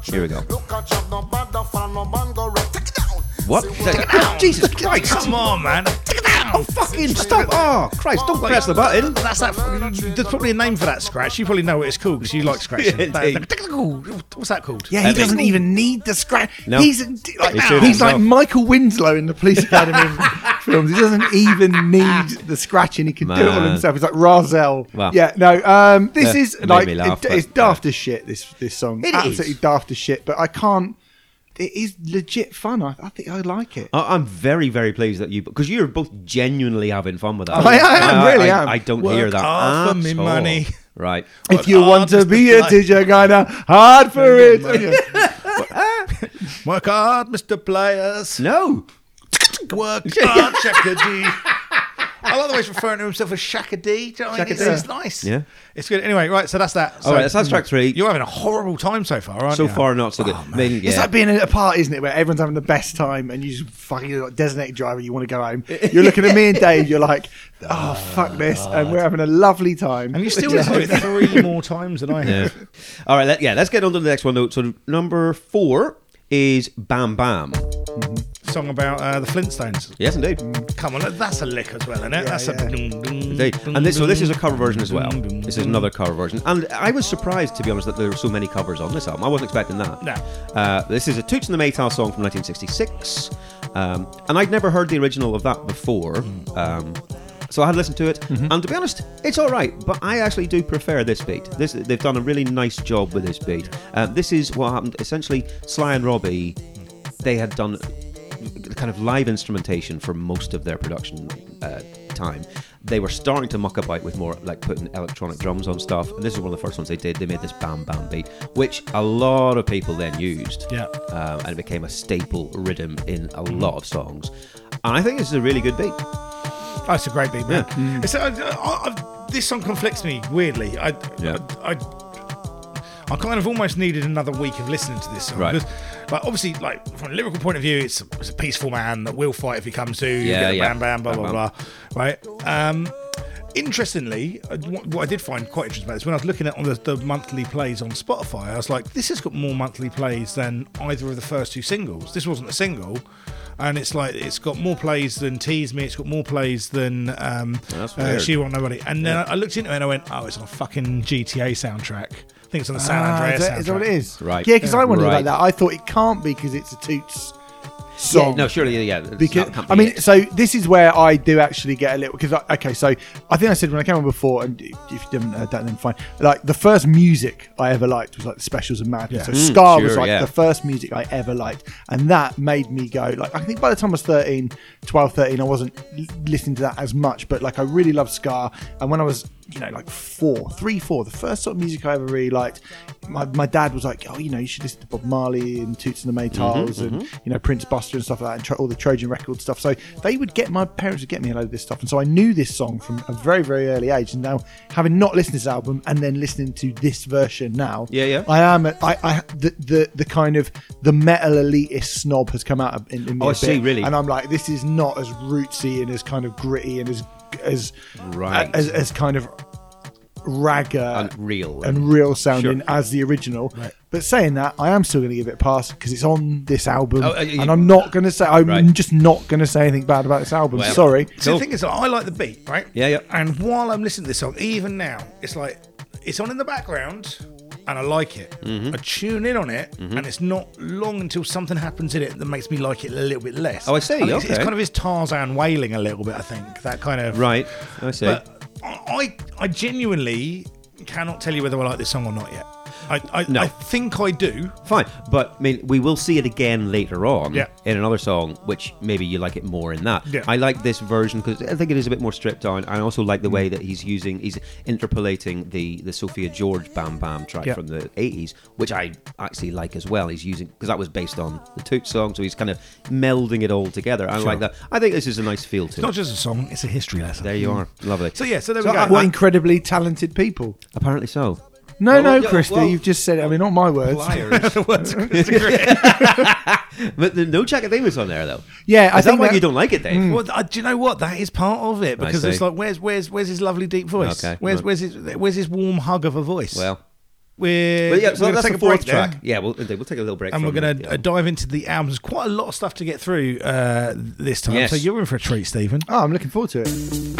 Here we go.
Look at Jack, no bad, no fan, no man go right. Take it down.
What? oh,
See
Jesus Christ!
Come on, man. Take it down.
Oh fucking stop! Oh Christ! Don't press the button.
That's that. fucking- There's probably a name for that scratch. You probably know what it's called because you like scratching.
Yeah, indeed.
That- What's that called?
Yeah, he
I mean-
doesn't even need the scratch.
No.
He's like,
He should
he's like
himself.
Michael Winslow in the Police Academy films. He doesn't even need the scratching. He can do it all
Man.
himself. He's like Razel.
Wow.
Yeah, no. Um, this
Yeah,
is
it made
like
me laugh,
it- it's
but,
daft as shit. This this song,
It is.
absolutely daft as shit. But I can't. It is legit fun. I, I think I like it.
I- I'm very, very pleased that you because you're both genuinely having fun with that.
I am, really
I,
am.
I don't
Work
hear that.
hard for
at
me
all.
money.
Right.
if you
oh,
want to
artist
be a
like-
teacher, kinda hard for it.
Work hard, Mr. Players.
No.
Work hard, Shaka D. I like the way he's referring to himself as Shaka D. Do you know what I mean?
Shaka
It's,
D.
it's nice.
Yeah.
It's good. Anyway, right, so that's that. So,
All right, so that's track three.
You're having a horrible time so far, aren't
So
you?
far, not so
Oh,
good. I mean,
It's
yeah.
like being at a party, isn't it, where everyone's having the best time and you just fucking like designated driver, you want to go home. You're looking at me and Dave, you're like, oh, fuck this. And we're having a lovely time.
And you still listen to it three more times than I
Yeah.
have.
All right. Let, yeah. Let's get on to the next one. Though. So number four is Bam Bam.
Song about uh, the Flintstones.
Yes, indeed.
Come on, that's a lick as well, isn't it? that's
yeah.
a. dun, dun,
Indeed.
dun,
And this, so this is a
dun.
cover version as well. This is another cover version. And I was surprised, to be honest, that there were so many covers on this album. I wasn't expecting that.
No.
Uh, this is a Toots and the Maytals song from 1966. Um, and I'd never heard the original of that before. Um, so I had listened to it, and to be honest, it's all right. But I actually do prefer this beat. This they've done a really nice job with this beat. Um, this is what happened. Essentially, Sly and Robbie, they had done kind of live instrumentation for most of their production uh, time. They were starting to muck about with more like putting electronic drums on stuff, and this is one of the first ones they did. They made this bam bam beat, which a lot of people then used,
Yeah.
um, and it became a staple rhythm in a lot of songs. And I think this is a really good beat.
Oh, it's a great beat, man.
Mm.
It's, I, I, I, this song conflicts me weirdly. I,
Yeah.
I, I, I kind of almost needed another week of listening to this song
Right.
because, like, obviously, like from a lyrical point of view, it's, it's a peaceful man that will fight if he comes to. you
Yeah,
get the
yeah.
Bam, bam, blah,
Bam,
blah, blah, Right. Um, interestingly, uh, what, what I did find quite interesting about this when I was looking at on the, the monthly plays on Spotify, I was like, this has got more monthly plays than either of the first two singles. This wasn't a single. And it's like it's got more plays than Tease Me. It's got more plays than um,
Oh,
That's
uh,
weird.
She Want Nobody. And then I looked into it and I went, oh, it's on a fucking GTA soundtrack. I think it's on the San
Ah,
Andreas
is,
soundtrack.
that- is that what it is?
Right.
Yeah, because I wondered
Right.
about that. I thought it can't be because it's a Toots song.
Yeah, no, surely, yeah. it's-
because
that can't
I
be
mean,
it.
so this is where I do actually get a little because okay, so I think I said when I came on before, and if you didn't heard that, then fine. Like the first music I ever liked was like the Specials and Madness. So Scar was
sure,
like
yeah.
the first music I ever liked, and that made me go like I think by the time I was 13, 12, 13, I wasn't l- listening to that as much, but like I really loved Scar, and when I was you know like four, three, four, the first sort of music I ever really liked. My, my dad was like, oh, you know, you should listen to Bob Marley and Toots and the Maytals
Mm-hmm,
and you know Prince Buster and stuff like that, and tro- all the Trojan record stuff. So they would get my parents would get me a load of this stuff, and so I knew this song from a very very early age. And now, having not listened to this album and then listening to this version now,
Yeah, yeah.
I am. A, I, I the, the the kind of the metal elitist snob has come out in, in me.
Oh, I
a
see,
bit,
really.
And I'm like, this is not as rootsy and as kind of gritty and as as
Right.
as, as kind of ragga
And real.
and real sounding
Sure.
as the original. But saying that, I am still going to give it a pass because it's on this album,
Oh, uh, you-
and I'm not going to say I'm
Right.
just not going to say anything bad about this album.
Well-
Sorry,
So
Cool.
the thing is, I like the beat, right?
Yeah, yeah.
And while I'm listening to this song, even now, it's like it's on in the background, and I like it.
Mm-hmm.
I tune in on it, and it's not long until something happens in it that makes me like it a little bit less.
Oh, I see,
think It's, it's
okay.
kind of his Tarzan wailing a little bit. I think that kind of
Right. I see.
But I, I I genuinely cannot tell you whether I like this song or not yet. I, I,
No.
I think I do.
Fine, but I mean, we will see it again later on
Yeah.
in another song, which maybe you like it more in that.
Yeah.
I like this version because I think it is a bit more stripped down. I also like the way that he's using, he's interpolating the the Sophia George Bam Bam track
Yeah.
from the '80s, which I actually like as well. He's using because that was based on the Toot song, so he's kind of melding it all together. I like that. I think this is a nice feel to
It's not
it.
just a song; it's a history lesson.
There you are, lovely.
So yeah, so there
So,
we go.
what incredibly talented people.
Apparently so.
No,
Well,
no,
yeah,
Christy,
well-
you've just said it. I mean, not my words.
Liars. but the no jacket thing was on there though.
Yeah, I
Is that
think
why
that- Mm.
you don't like it, Dave?
Well, th- do you know what? That is part of it because
Hmm. see.
it's like, where's where's where's his lovely deep voice?
Okay,
Where's
right.
where's his where's his warm hug of a voice?
Well.
we're,
But yeah, so
we're gonna
that's
take
the
a break
fourth
there,
track. Yeah, we'll indeed, we'll take a little break.
and we're
from uh, um,
going
it,
to
yeah.
dive into the albums. There's quite a lot of stuff to get through uh, this time,
Yes.
so you're in for a treat, Stephen.
Oh, I'm looking forward to it.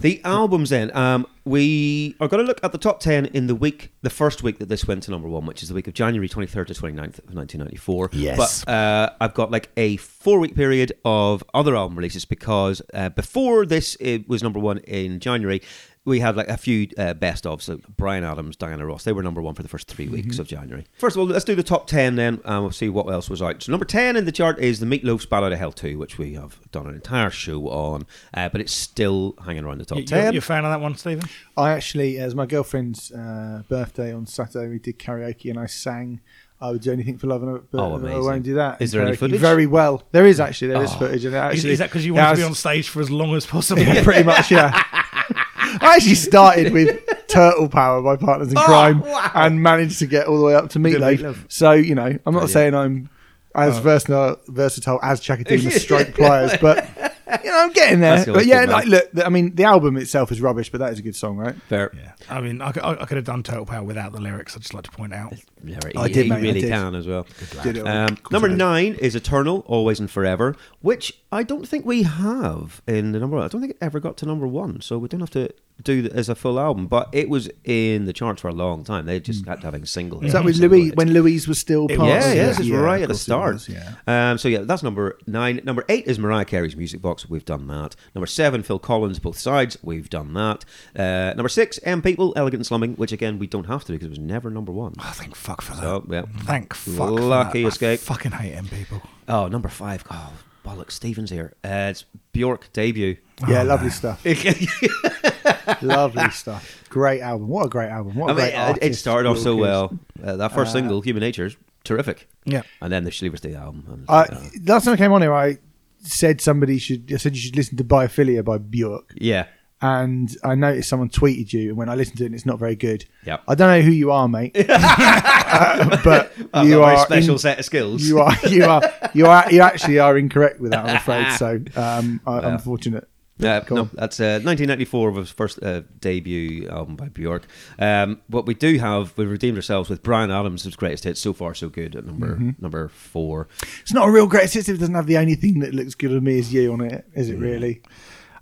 the albums. Then um, we are going to look at the top ten in the week, the first week that this went to number one, which is the week of January twenty third to 29th of nineteen ninety four.
Yes.
but uh, I've got like a four week period of other album releases because uh, before this it was number one in January. We had like a few uh, best of, so Brian Adams, Diana Ross, they were number one for the first three weeks of January. First of all, let's do the top 10 then, and we'll see what else was out. So, number 10 in the chart is The Meatloaf's Ballad of Hell 2, which we have done an entire show on, uh, but it's still hanging around the top
You,
10.
are a fan of that one, Stephen?
I actually, as my girlfriend's uh, birthday on Saturday, we did karaoke and I sang. I would do anything for love, and I, but
Oh,
I
amazing.
won't do that.
Is
in
there any
karaoke.
footage?
Very well. There is actually there is
Oh.
footage, and it
Is,
actually
is that because you
yeah, I
want to be
was-
on stage for as long as possible?
Yeah, pretty much, yeah. I actually started with Turtle Power by Partners
Oh,
in Crime and managed to get all the way up to
Meatloaf. Oh.
Meatloaf. So, you know, I'm not saying I'm as versatile, versatile as Chakatina with stroke pliers, but, you know, I'm getting there.
That's always
But yeah,
good, man.
like, look, th- I mean, the album itself is rubbish, but that is a good song, right?
Fair.
I mean, I, could- I, I could have done Total Power without the lyrics. I'd just like to point out.
Yeah,
Oh, I
he,
did,
he
mate, I
really
did.
can as well.
Did it all.
Um,
Course
number
I did.
nine is Eternal, Always and Forever, which I don't think we have in the number. I don't think it ever got to number one, so we don't have to do it as a full album. But it was in the charts for a long time. They just kept having single.
Mm. Is that with Louis, when Louise was still part
yeah,
of
yeah,
it?
this is right
of
at the
course it
start.
was, yeah.
Um, so yeah, that's number nine. Number eight is Mariah Carey's Music Box. We've done that. Number seven, Phil Collins, Both Sides. We've done that. Uh, number six, M People, Elegant and Slumming, which again we don't have to do because it was never number one.
Oh, thank fuck for that.
So yeah.
Thank fuck. for
Lucky
that.
escape.
I fucking hate them people.
Oh, number five. Oh, bollocks, Stevens here. Uh, it's Bjork debut.
Yeah, lovely stuff. lovely stuff. Great album. What a great album. What a
I mean,
great
it- it
artist,
started off so
Wilkins.
well. Uh, that first single, Human Nature, is terrific.
Yeah.
And then the Shilivers Day album. and,
I,
uh,
last time I came on here, I said somebody should. I said you should listen to Biophilia by Björk,
yeah.
and I noticed someone tweeted you, and when I listened to it, it's not very good.
Yep.
I don't know who you are, mate, Uh, but
I've
you
got a
are
very special
in-
set of skills.
You are, you are, you are, you actually are incorrect with that. I'm afraid. So, um, I, I'm fortunate.
Yeah,
Go
no,
on.
that's uh, 1994 was first uh, debut album by Bjork. Um, what we do have, we've redeemed ourselves with Brian Adams' greatest hits so far, so good at number
Mm-hmm.
number four.
It's not a real great system. It doesn't have the only thing that looks good on me is you on it. Is it really?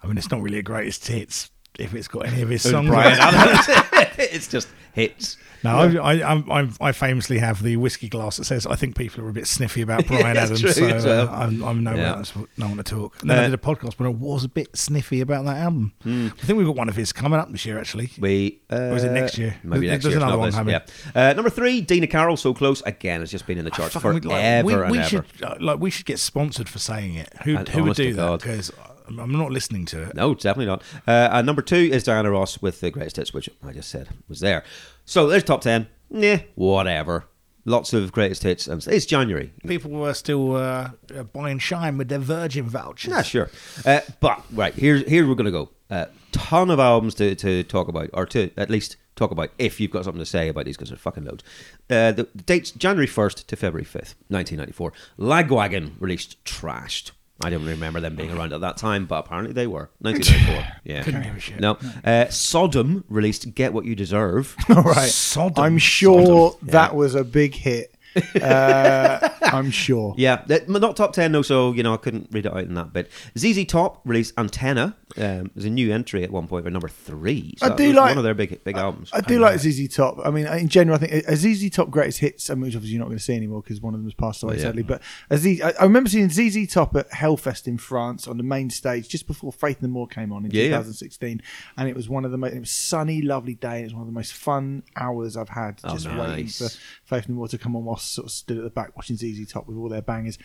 I mean, it's not really a greatest hits if it's got any of his songs. on
Brian
it.
Adams, it's just hits.
No, I, I, I'm, I'm, I famously have the whiskey glass that says I think people are a bit sniffy about Brian
that's
Adams,
true
so
as well.
uh, I'm, I'm no,
Yeah.
one, that's, no one to talk. And then
Uh, Hmm.
I did a podcast, but I was a bit sniffy about that album. I think we've got one of his coming up this year, actually.
We uh,
is it next year?
Maybe
There-
next
there's
year.
another
Another
one
one
coming.
yeah. uh, number three, Dina Carroll, so close. Again, it's just been in the charts
Fucking,
forever
we'd like- we,
and
we
ever.
should uh, like we should get sponsored for saying it. Who,
And
who would
honest to
do that?
God.
Because I'm not listening to it.
No, definitely not. Uh, and number two is Diana Ross with the greatest hits, which I just said was there. So there's top ten. Nah, whatever. Lots of greatest hits, and it's January.
People were still uh, uh, buying Shine with their Virgin vouchers.
Yeah, sure. Uh, but right here, here we're gonna go. Uh, ton of albums to, to talk about, or to at least talk about if you've got something to say about these because they're fucking loads. Uh, the dates: January first to February fifth, nineteen ninety four. Lagwagon released "Trashed." I don't remember them being around at that time, but apparently they were. 1994. Yeah. Couldn't give a shit. No. Uh, Sodom released Get What You Deserve.
All right.
Sodom.
I'm sure
Sodom, yeah.
that was a big hit. Uh, I'm sure.
yeah. that- not top 10, though, so, you know, I couldn't read it out in that bit. ZZ Top released Antenna. Um, it was a new entry at one point, or number three. So
I
that
do
was
like-
One of their big, big albums.
I do like ZZ Top. I mean, in general, I think a ZZ Top greatest hits, I mean, which obviously you're not going to see anymore because one of them has passed away
Yeah.
sadly. But a Z, I, I remember seeing ZZ Top at Hellfest in France on the main stage just before Faith No More came on in
Yeah, yeah.
2016, and it was one of the most. It was sunny, lovely day. And it was one of the most fun hours I've had
Oh,
just waiting
nice.
for Faith No More to come on while I sort of stood at the back watching ZZ Top with all their bangers.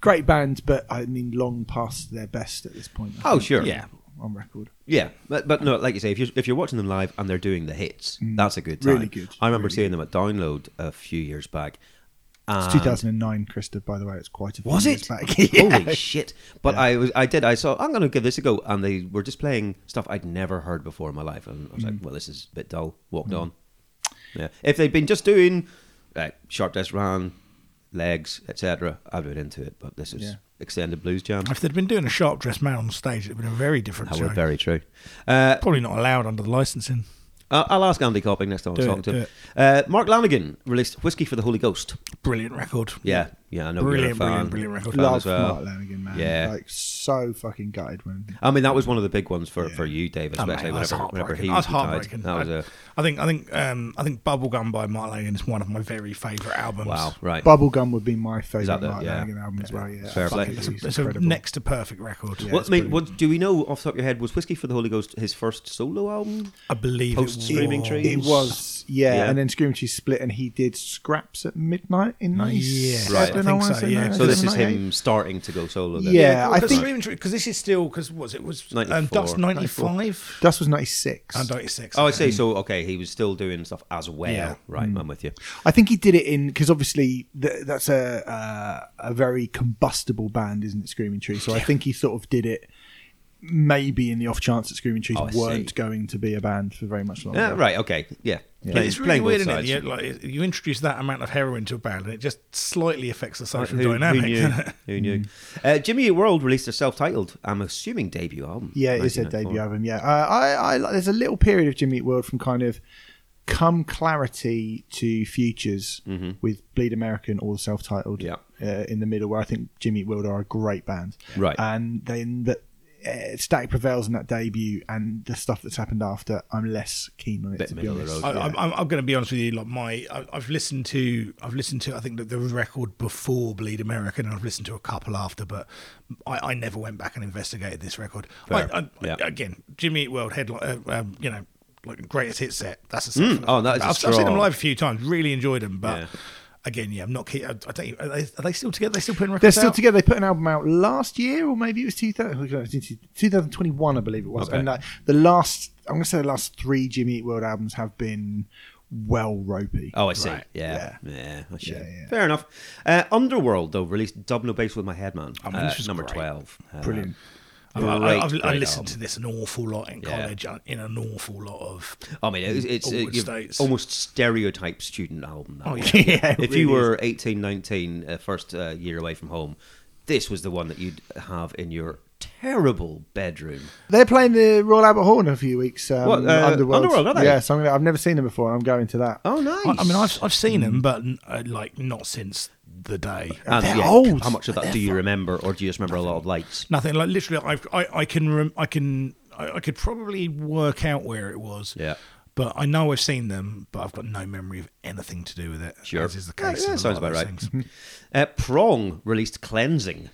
Great band, but I mean, long past their best at this point. I
Oh,
think,
sure.
yeah, on record.
Yeah, but, but no, like you say, if you're if you're watching them live and they're doing the hits, that's a good time.
Mm. Really good,
I remember seeing them at Download a few years back.
It's
and-
2009, Krista. By the way, it's quite a few
Uh, Was
years
it?
back.
Holy shit! But I was, I did, I saw. I'm going to give this a go, and they were just playing stuff I'd never heard before in my life, and I was
Mm.
like, well, this is a bit dull. Walked on. Yeah, if they'd been just doing like sharp desk run, legs, etc., I'd been into it. But this is
Yeah.
extended blues jam.
If they'd been doing a sharp dressed man on stage, it'd been a very different
That
show.
were very true. Uh,
Probably not allowed under the licensing.
I'll I'll ask Andy Copping next time
Do
I'm
it,
talking to
do
him. Uh, Mark Lanigan released Whiskey for the Holy Ghost.
Brilliant record.
Yeah, yeah, I know.
Brilliant,
you're a fan,
brilliant, brilliant record.
fan
Love
as well.
Mark Lanigan, man.
Yeah.
Like, so fucking gutted when.
I mean, that was one of the big ones for, for you, Dave,
Oh, mate,
especially
that's
whenever, whenever
heartbreaking.
he,
That's
he died.
heartbreaking.
That was a
I, I think I think um, I think Bubblegum by Mark Lanigan is one of my very favourite albums.
wow, right?
Bubblegum would be my favourite
that the-
Mark
yeah.
Lanigan album as well. Yeah.
Fair
I fucking
play.
think he's
It's a
incredible.
next to perfect record.
Yeah.
what,
it's
I mean, what do we know off the top of your head? Was Whiskey for the Holy Ghost his first solo album?
I believe
Post
it
Screaming
was.
Trees?
It was, yeah,
Yeah.
and then Screaming Trees split, and he did Scraps at Midnight in
Yes,
'97.
Right. I
I,
think
wanna
so,
say
yeah.
no,
So this is
98.
him starting to go solo. Then.
Yeah, I
because
think-
Screaming Trees because this is still because was it was um,
94.
Dust ninety five
Dust was '96.
and ninety six.
Oh, I see. So okay, he was still doing stuff as well.
Yeah. Mm. Oh,
Right, I'm with you.
I think he did it in because obviously th- that's a uh, a very combustible band, isn't it? Screaming Trees. So I think he sort of did it maybe in the off chance that Screaming Trees
Oh, I see.
weren't going to be a band for very much longer.
Yeah, right. Okay. Yeah.
Yeah,
Playing-
it's really
playing both
weird, isn't it?
sides.
You, like, you introduce that amount of heroin to a band, and it just slightly affects the social
Who-
dynamic.
Who knew? who knew? Uh, Jimmy Eat World released their self-titled, I'm assuming, debut album.
Yeah, it is their debut
1994.
album. Yeah, uh, I, I like- there's a little period of Jimmy Eat World from kind of come clarity to futures with Bleed American or self-titled.
Mm-hmm. Yeah.
uh, in the middle where I think Jimmy Eat World are a great band.
Right.
and then the. Uh, Static prevails in that debut, and the stuff that's happened after. I'm less keen on it
Bit
to be
middle of the
honest.
road.
I, I'm, I'm going to be honest with you. Like my, I, I've listened to, I've listened to, I think that the record before Bleed American, and I've listened to a couple after, but I, I never went back and investigated this record. I,
Fair.
I,
Yeah.
Again, Jimmy Eat World headline, uh, um, you know, like greatest hit set. That's a set. for
oh, that is a
I've, I've seen them
strong-
live a few times. Really enjoyed them, but
Yeah.
again, yeah, I'm not. Keen, I, I don't, are, they, are they still together? They still putting records
They're still
out?
together. They put an album out last year, or maybe it was oh, 2000, 2021, I believe it was.
Okay.
And like the last, I'm going to say the last three Jimmy Eat World albums have been well ropey.
Oh, I see.
Right.
Yeah. Yeah. I see.
Yeah, yeah.
Fair enough. Uh, Underworld, though, released Dubno Bass with My Headman.
I mean,
uh,
Oh, this was
number
great.
12. Uh,
Brilliant.
I, I,
great,
I've, I
great
listened
album.
to this an awful lot in
Yeah.
college, uh, in an awful lot of.
I mean, it's, it's uh,
Upward
you've
States.
almost stereotype student album. That
Oh,
one.
yeah,
if you were 18, 19, uh, first uh, year away from home, this was the one that you'd have in your terrible bedroom.
They're playing the Royal Albert Hall in a few weeks. Um,
What, uh,
Underworld.
Underworld, are they?
Yeah, so I'm gonna, I've never seen them before, and I'm going to that.
Oh, nice. Mm-hmm.
I, I mean, I've I've seen them, but uh, like not since the day.
And,
They're
Uh, Um, yeah,
old.
How much of that do you remember, or do you just remember a lot of lights?
Nothing like literally. I've, I I can rem- I can I, I could probably work out where it was.
Yeah.
But I know I've seen them, but I've got no memory of anything to do with it.
Sure.
as is the
Yeah,
case.
yeah,
of a
sounds
lot of
about right.
those things.
Uh, Prong released Cleansing.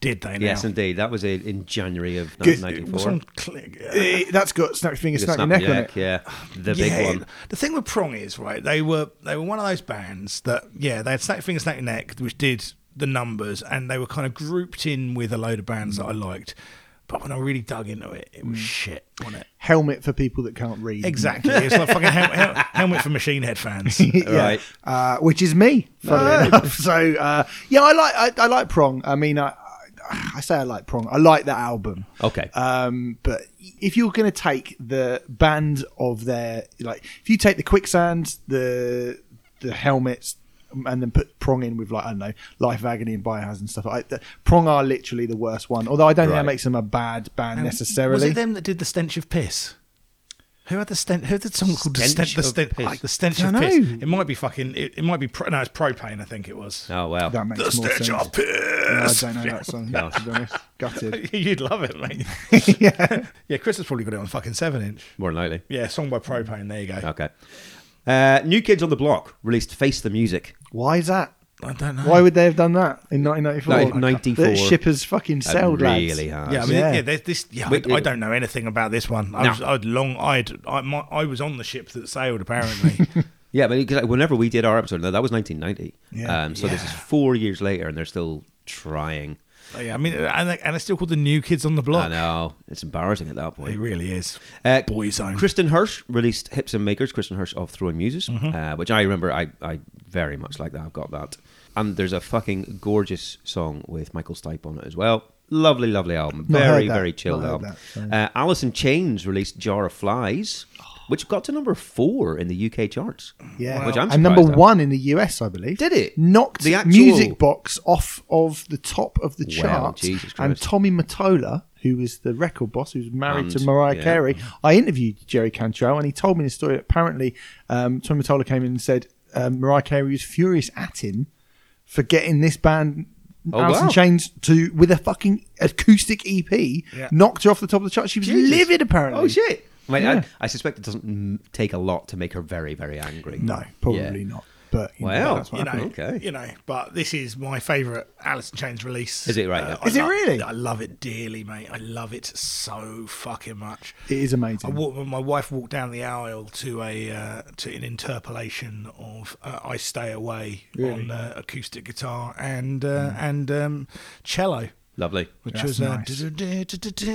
Did they? Now?
Yes, indeed. That was in, in January of
Good.
What's on
1994.
Click?
Eh, that's got Snap Your Finger,
The
Snap Your
Snap
Neck
Your
on
Neck,
it.
Yeah, the
Yeah,
big one.
The thing with Prong is right. They were they were one of those bands that yeah they had Snake Finger Snake Neck, which did the numbers, and they were kind of grouped in with a load of bands that I liked. But when I really dug into it, it was shit, wasn't it?
Helmet for people that can't read.
Exactly. It's like fucking hel- hel- helmet for machine head fans. Um,
yeah.
Right. Ah.
Uh, which is me, funnily enough. So uh, yeah, I like I, I like Prong. I mean, I, I I say I like Prong. I like that album.
Okay.
Um, but if you're going to take the band of their like, if you take the quicksand, the the helmets, and then put Prong in with like I don't know Life of Agony and Biohazard and stuff. I, the, Prong are literally the worst one. Although I don't think
Right.
that makes them a bad band
Was
necessarily.
it them that did the stench of piss? Who had the stench? Who had the song called the
Stench
stench? The
of
stench,
Piss.
the stench
I
of
don't
piss.
know.
It might be fucking. It, it might be. Pro, no, it's propane. I think it was.
Oh wow.
that makes
The
more
stench
sense.
of
I
piss.
don't know that song. To be honest, gutted.
You'd love it, mate.
yeah.
yeah, Chris has probably got it on fucking seven inch.
More than likely.
Yeah, song by Propane. There you go.
Okay. Uh, New Kids on the Block released "Face the Music."
Why is that?
I don't know.
Why would they have done that in 1994?
Like, 94.
The ship has fucking
That
sailed, lads.
really hard.
Yeah, I mean, yeah,
Yeah.
there's this. Yeah,
Wait,
I, I
it-
don't know anything about this one. I
No.
was, I'd long, I'd, I, my, I was on the ship that sailed. Apparently,
Yeah, but because like, whenever we did our episode, that was 1990.
Yeah.
Um, so this is
Yeah.
four years later, and they're still trying.
But yeah, I mean, and, they- and it's still called the New Kids on the Block.
I know it's embarrassing at that
It
point.
really is.
Uh,
Boyzone.
Kristen Hirsch released Hips and Makers. Kristen Hirsch of Throwing Muses,
Mm-hmm.
uh, which I remember. I, I very much like that. I've got that. And there's a fucking gorgeous song with Michael Stipe on it as well. Lovely, lovely album.
Not
very,
heard that.
very chilled
Not heard
album.
that, sorry. Oh.
Uh, Alice in Chains released Jar of Flies, which got to number four in the UK charts.
Yeah,
which I'm
and number
surprised at.
one in the US, I believe.
Did it?
knocked
The
the
actual-
music box off of the top of the
Wow,
chart?
Jesus
and
Christ.
Tommy Mottola, who was the record boss, who was married to
And-
Mariah
yeah.
Carey, I interviewed Jerry Cantrell, and he told me the story. Apparently, um, Tommy Mottola came in and said um, Mariah Carey was furious at him for getting this band.
Oh,
Alice in
wow.
Chains to with a fucking acoustic EP knocked her off the top of the chart. She was
Jesus.
livid, apparently.
Oh shit! I, mean, I, I suspect it doesn't mm, take a lot to make her very, very angry.
No, probably
Yeah.
not. But you know,
Wow.
that's what
you know,
happened.
Okay.
you know, but this is my favourite Alice in Chains release.
Is it right?
Uh,
Is
I
it
lo-
really?
I love it dearly, mate. I love it so fucking much.
It is amazing.
I walked, my wife walked down the aisle to a uh, to an interpolation of uh, "I Stay Away" on uh, acoustic guitar and uh, and um, cello,
Lovely.
which
Hmm. That's
was uh,
nice.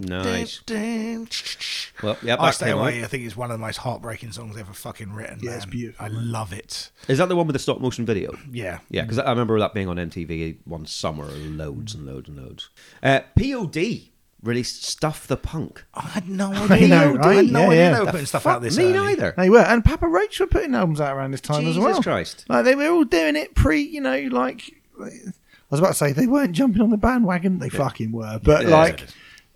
Nice. Well, yeah,
"I
back
Stay
came on.
Away" I think is one of the most heartbreaking songs ever fucking written.
Yeah, it's
man.
beautiful,
I love it.
Is that the one with the stop motion video?
Yeah.
Yeah, because I remember that being on MTV one summer, loads and loads and loads. Uh, POD released Stuff the Punk.
I had no idea.
know,
I had
right?
no
Yeah,
idea
yeah.
they were
The
putting stuff
Fuck
out this
me
early.
neither.
They were, and Papa Roach were putting albums out around this time
Jesus
as well.
Christ.
Like they were all doing it pre, you know, like I was about to say they weren't jumping on the bandwagon. They fucking were, but
Yeah.
like,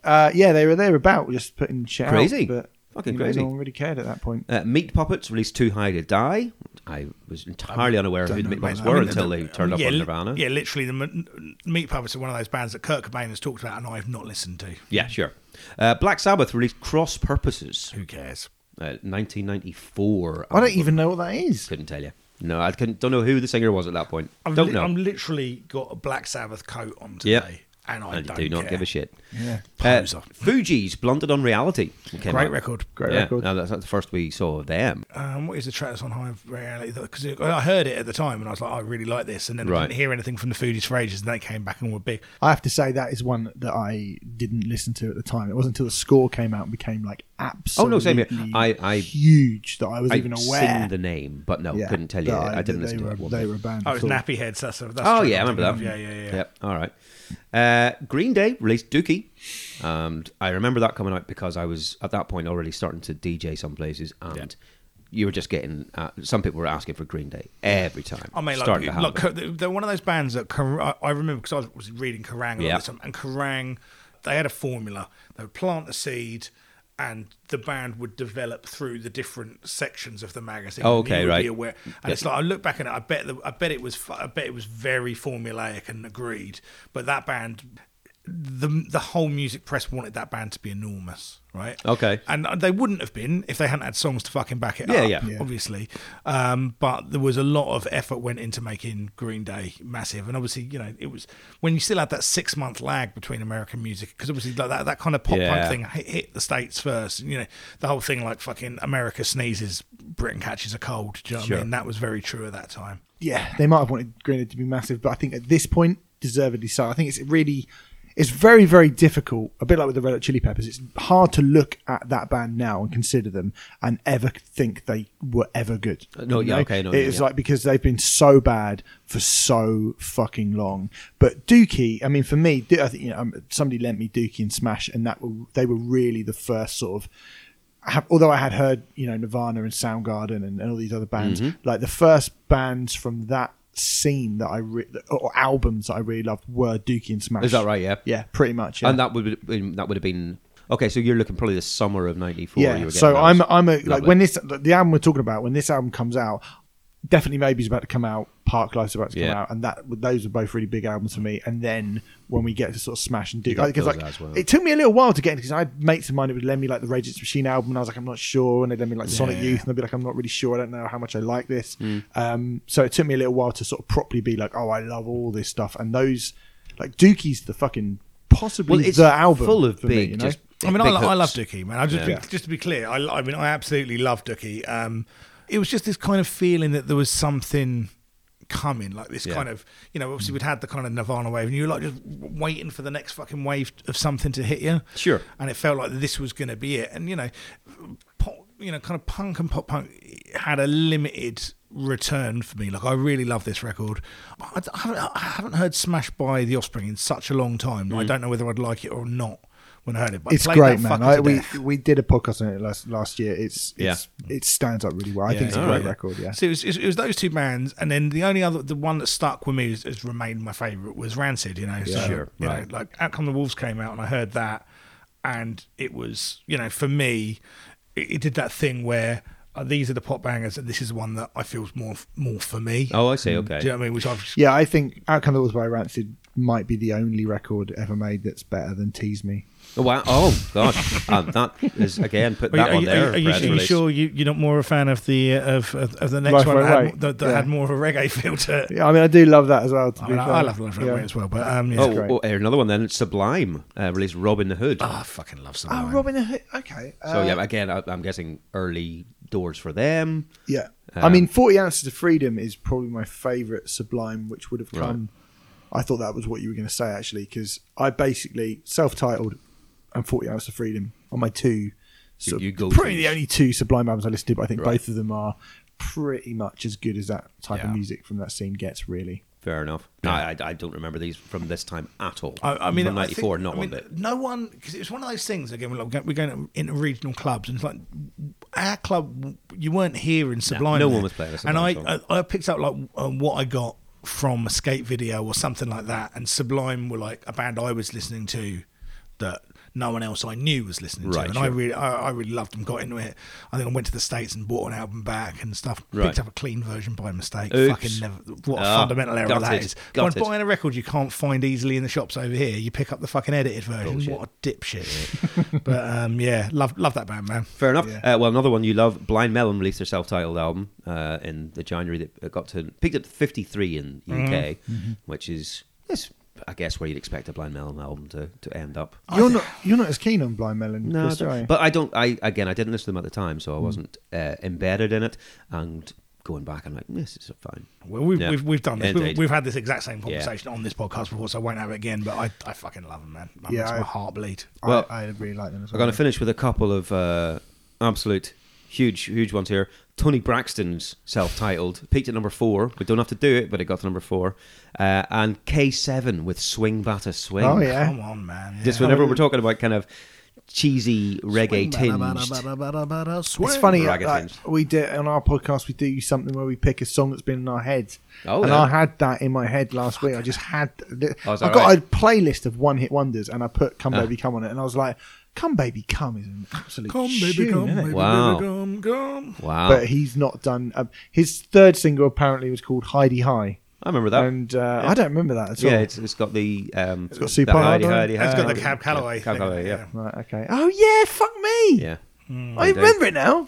uh, yeah, they were there about just putting shit out,
Crazy.
but
Fucking
you know,
crazy.
No one really cared at that point.
Uh, Meat Puppets released Too High to Die. I was entirely
Um,
unaware of who the Meat Puppets were until they turned up
yeah,
on
li-
Nirvana.
Yeah, literally, the M- Meat Puppets are one of those bands that Kurt Cobain has talked about and I've not listened to.
Yeah, sure. Uh, Black Sabbath released Cross Purposes,
Who cares?
uh, 1994.
I don't
album.
even know what that is.
Couldn't tell you. No, I couldn't, don't know who the singer was at that point.
I've
don't
li-
know.
I'm literally got a Black Sabbath coat on today,
Yep.
and I
I
don't
do not
care.
give a shit.
Yeah.
Uh,
Poser.
Fuji's Blunted on Reality. came
Great
out.
record.
Great
yeah,
record.
No, that's, that's the first we saw of them.
Um, what is the track that's on High Reality? Because I heard it at the time and I was like, "Oh, I really like this, and then I
Right.
didn't hear anything from the Foodies for ages, and they came back and were big.
I have to say that is one that I didn't listen to at the time. It wasn't until the score came out and became like
Oh,
absolutely
no, same here. I- I-
huge that I was
I've
even
seen
aware.
the name, but no,
Yeah,
couldn't tell you.
that
I,
that
didn't listen
they
to
were,
it. one
They
bit.
were a band.
Oh, it's
at all.
Nappy Heads. That's, that's
Oh
true,
yeah, I
was
remember that.
thinking of- Yeah, yeah, yeah.
Yep. All right. Uh, Green Day released Dookie, and I remember that coming out because I was at that point already starting to DJ some places, and you were just getting. Uh, some people were asking for Green Day every time.
I mean,
Starting to
like,
happen.
like Ka- they're one of those bands that Kar- I I remember because I was- was reading Kerrang a
Yeah.
lot of time, and Kerrang, they had a formula. They would plant a seed, and the band would develop through the different sections of the magazine.
Oh,
and you
okay,
would
right.
Be aware. And it's like I look back at it. I bet the, I bet it was fu- I bet it was very formulaic and agreed. But that band, the the whole music press wanted that band to be enormous, right?
Okay.
and uh, they wouldn't have been if they hadn't had songs to fucking back it
Yeah,
up.
yeah. Yeah.
Obviously, um, but there was a lot of effort went into making Green Day massive, and obviously, you know, it was when you still had that six month lag between American music because obviously like that that kind of pop
Yeah.
punk thing hit, hit the states first. You know, the whole thing like fucking America sneezes, Britain catches a cold. Do you know what
Sure.
I mean? That was very true at that time.
yeah, they might have wanted Greenwood to be massive, but I think at this point, deservedly so. I think it's really, it's very, very difficult. A bit like with the Red Hot Chili Peppers, it's hard to look at that band now and consider them and ever think they were ever good.
no,
You
yeah,
know?
okay, no, yeah,
it's
yeah.
like because they've been so bad for so fucking long. But Dookie, I mean, for me, Do- I think you know um, somebody lent me Dookie and Smash, and that were, they were really the first sort of I have, although I had heard, you know, Nirvana and Soundgarden and, and all these other bands,
Mm-hmm.
like the first bands from that scene that I re- or albums that I really loved were Dookie and Smash.
Is that right? Yeah.
Yeah, pretty much. Yeah.
And that would have been, that would have been okay. So you're looking probably the summer of '94. You
yeah.
were
So
getting
I'm
those.
I'm a, like
Lovely.
when this the album we're talking about when this album comes out, definitely maybe is about to come out. Park Life's about to come
Yeah.
out, and that those are both really big albums for me. And then when we get to sort of Smash and Dookie,
got
because
those
like
as well.
it took me a little while to get into because I had mates of mine who would lend me like the Rage Against the Machine album, and I was like, I'm not sure, and they'd lend me like Sonic Youth, and they'd be like, I'm not really sure, I don't know how much I like this.
Mm.
Um, so it took me a little while to sort of properly be like, oh, I love all this stuff, and those like Dookie's the fucking possibly
well, it's
the album
full of
for
big.
me, you know?
just
I mean,
big
I, lo- I
hooks.
love Dookie, man. I just,
Yeah.
just to be clear, I, I mean, I absolutely love Dookie. Um, it was just this kind of feeling that there was something coming, like this
Yeah.
kind of, you know, obviously we'd had the kind of Nirvana wave, and you were like just waiting for the next fucking wave of something to hit you.
Sure.
And it felt like this was going to be it. And you know, pop, you know, kind of punk and pop punk had a limited return for me. Like I really love this record. I, I haven't, I haven't heard Smash by The Offspring in such a long time.
Mm.
I don't know whether I'd like it or not. When I heard it, but I
it's
played
great,
that
man.
fucker
I,
to
we
death.
we did a podcast on it last last year. It's, it's it stands up really well. I think it's a
all
great
right.
record. Yeah,
So it was, it was those two bands, and then the only other, the one that stuck with me is, has remained my favourite was Rancid. You know, so,
Sure,
you know,
right.
like Out Come the Wolves came out, and I heard that, and it was, you know, for me, it, it did that thing where uh, these are the pop bangers, and this is the one that I feel is more more for me.
Oh, I see. Okay.
Do you know what I mean? Which I've
yeah. I think Outcome the Wars by Rancid might be the only record ever made that's better than Tease Me.
Oh, wow. Oh, gosh. um, that is again put
Are you-
that
are
on
you,
there.
Are you, are
press
you
release.
sure you, you're not more a fan of the uh, of, of, of the next
Life
one
Won't
that, had,
Wait.
mo- that, that
Yeah.
had more of a reggae feel to it?
Yeah, I mean, I do love that as well. To
I,
be
mean, I,
fair.
I love Life Won't
Yeah.
Wait as well, but um, yeah.
Oh,
great.
oh, here, another one then. It's Sublime uh, released Robin the Hood.
Ah, I fucking love
Oh,
Sublime.
Robin the Hood. Okay. Uh,
so yeah, again, I, I'm guessing early doors for them.
yeah. I
Um,
mean, Forty Ounces of Freedom is probably my favorite Sublime, which would have come. I thought that was what you were going to say actually, because I basically self-titled and Forty Ounces of Freedom are my two.
You, you go
probably
to-
the only two Sublime albums I listened to, but I think
Right.
both of them are pretty much as good as that type
Yeah.
of music from that scene gets. Really,
Fair enough. No, I, I don't remember these from this time at all.
I, I mean,
from
I
'94,
think-
not
I
one
mean,
bit.
No one, because it's one of those things. Again, we're, like, go- we're going into regional clubs, and it's like our club. You weren't here in Sublime.
no
there.
one was playing a
And
Sublime
I, I, I picked up like uh, what I got from a skate video or something like that, and Sublime were like a band I was listening to that no one else I knew was listening
Right,
to, and I
sure.
really, I, I really loved them. Got into it. I think I went to the states and bought an album back and stuff.
Right.
Picked up a clean version by mistake.
Oops.
Fucking never. What a
Ah,
fundamental error that
gutted,
is. When
gutted.
buying a record you can't find easily in the shops over here. You pick up the fucking edited version.
Bullshit.
What a dipshit. but um, yeah, love love that band, man.
Fair enough. Uh, well, another one you love, Blind Melon released their self-titled album uh, in the January that it got to peaked at 53 in the UK,
Mm-hmm.
which is that's I guess where you'd expect a Blind Melon album to, to end up.
you're not you're not as keen on Blind Melon,
No,
Chris,
I don't-
are you?
but I don't. I again, I didn't listen to them at the time, so I wasn't uh, embedded in it. And going back, I'm like, this is fine.
Well, we've,
Yeah,
we've, we've done this. We've,
indeed.
we've had this exact same conversation on this podcast before, so I won't have it again. But I, I fucking love them, man. That
Yeah,
makes
I-
my heart bleed.
well,
I, I really like them as
I'm
well.
going to finish with a couple of uh, absolute huge, huge ones here. Tony Braxton's self-titled peaked at number four. We don't have to do it, but it got to number four. Uh, and K7 with Swing Batter Swing.
Oh, yeah.
Come on, man. Yeah.
Just whenever we're talking about kind of cheesy reggae tinged.
It's funny.
Ragged
like,
Things.
we do on our podcast. We do something where we pick a song that's been in our heads.
Oh,
and
yeah.
I had that in my head last week. I just had.
Oh, is that
I got
right? Uh.
a playlist of one hit wonders, and I put "Come Baby Come" on it, and I was like, "Come Baby Come" is an absolute
Come,
tune,
baby, come,
isn't it?
baby,
Wow.
baby, come, come.
Wow.
But he's not done. Um, his third single apparently was called "Heidi High."
I remember that.
and uh, I don't remember that at all.
yeah, it's, it's got the. Um, it's
got Super Hard on it.
That's got the Cab Calloway.
Cab
thing.
Calloway, yeah.
Right, okay. Oh yeah, fuck me.
Yeah.
Mm,
I
Indeed.
remember it now.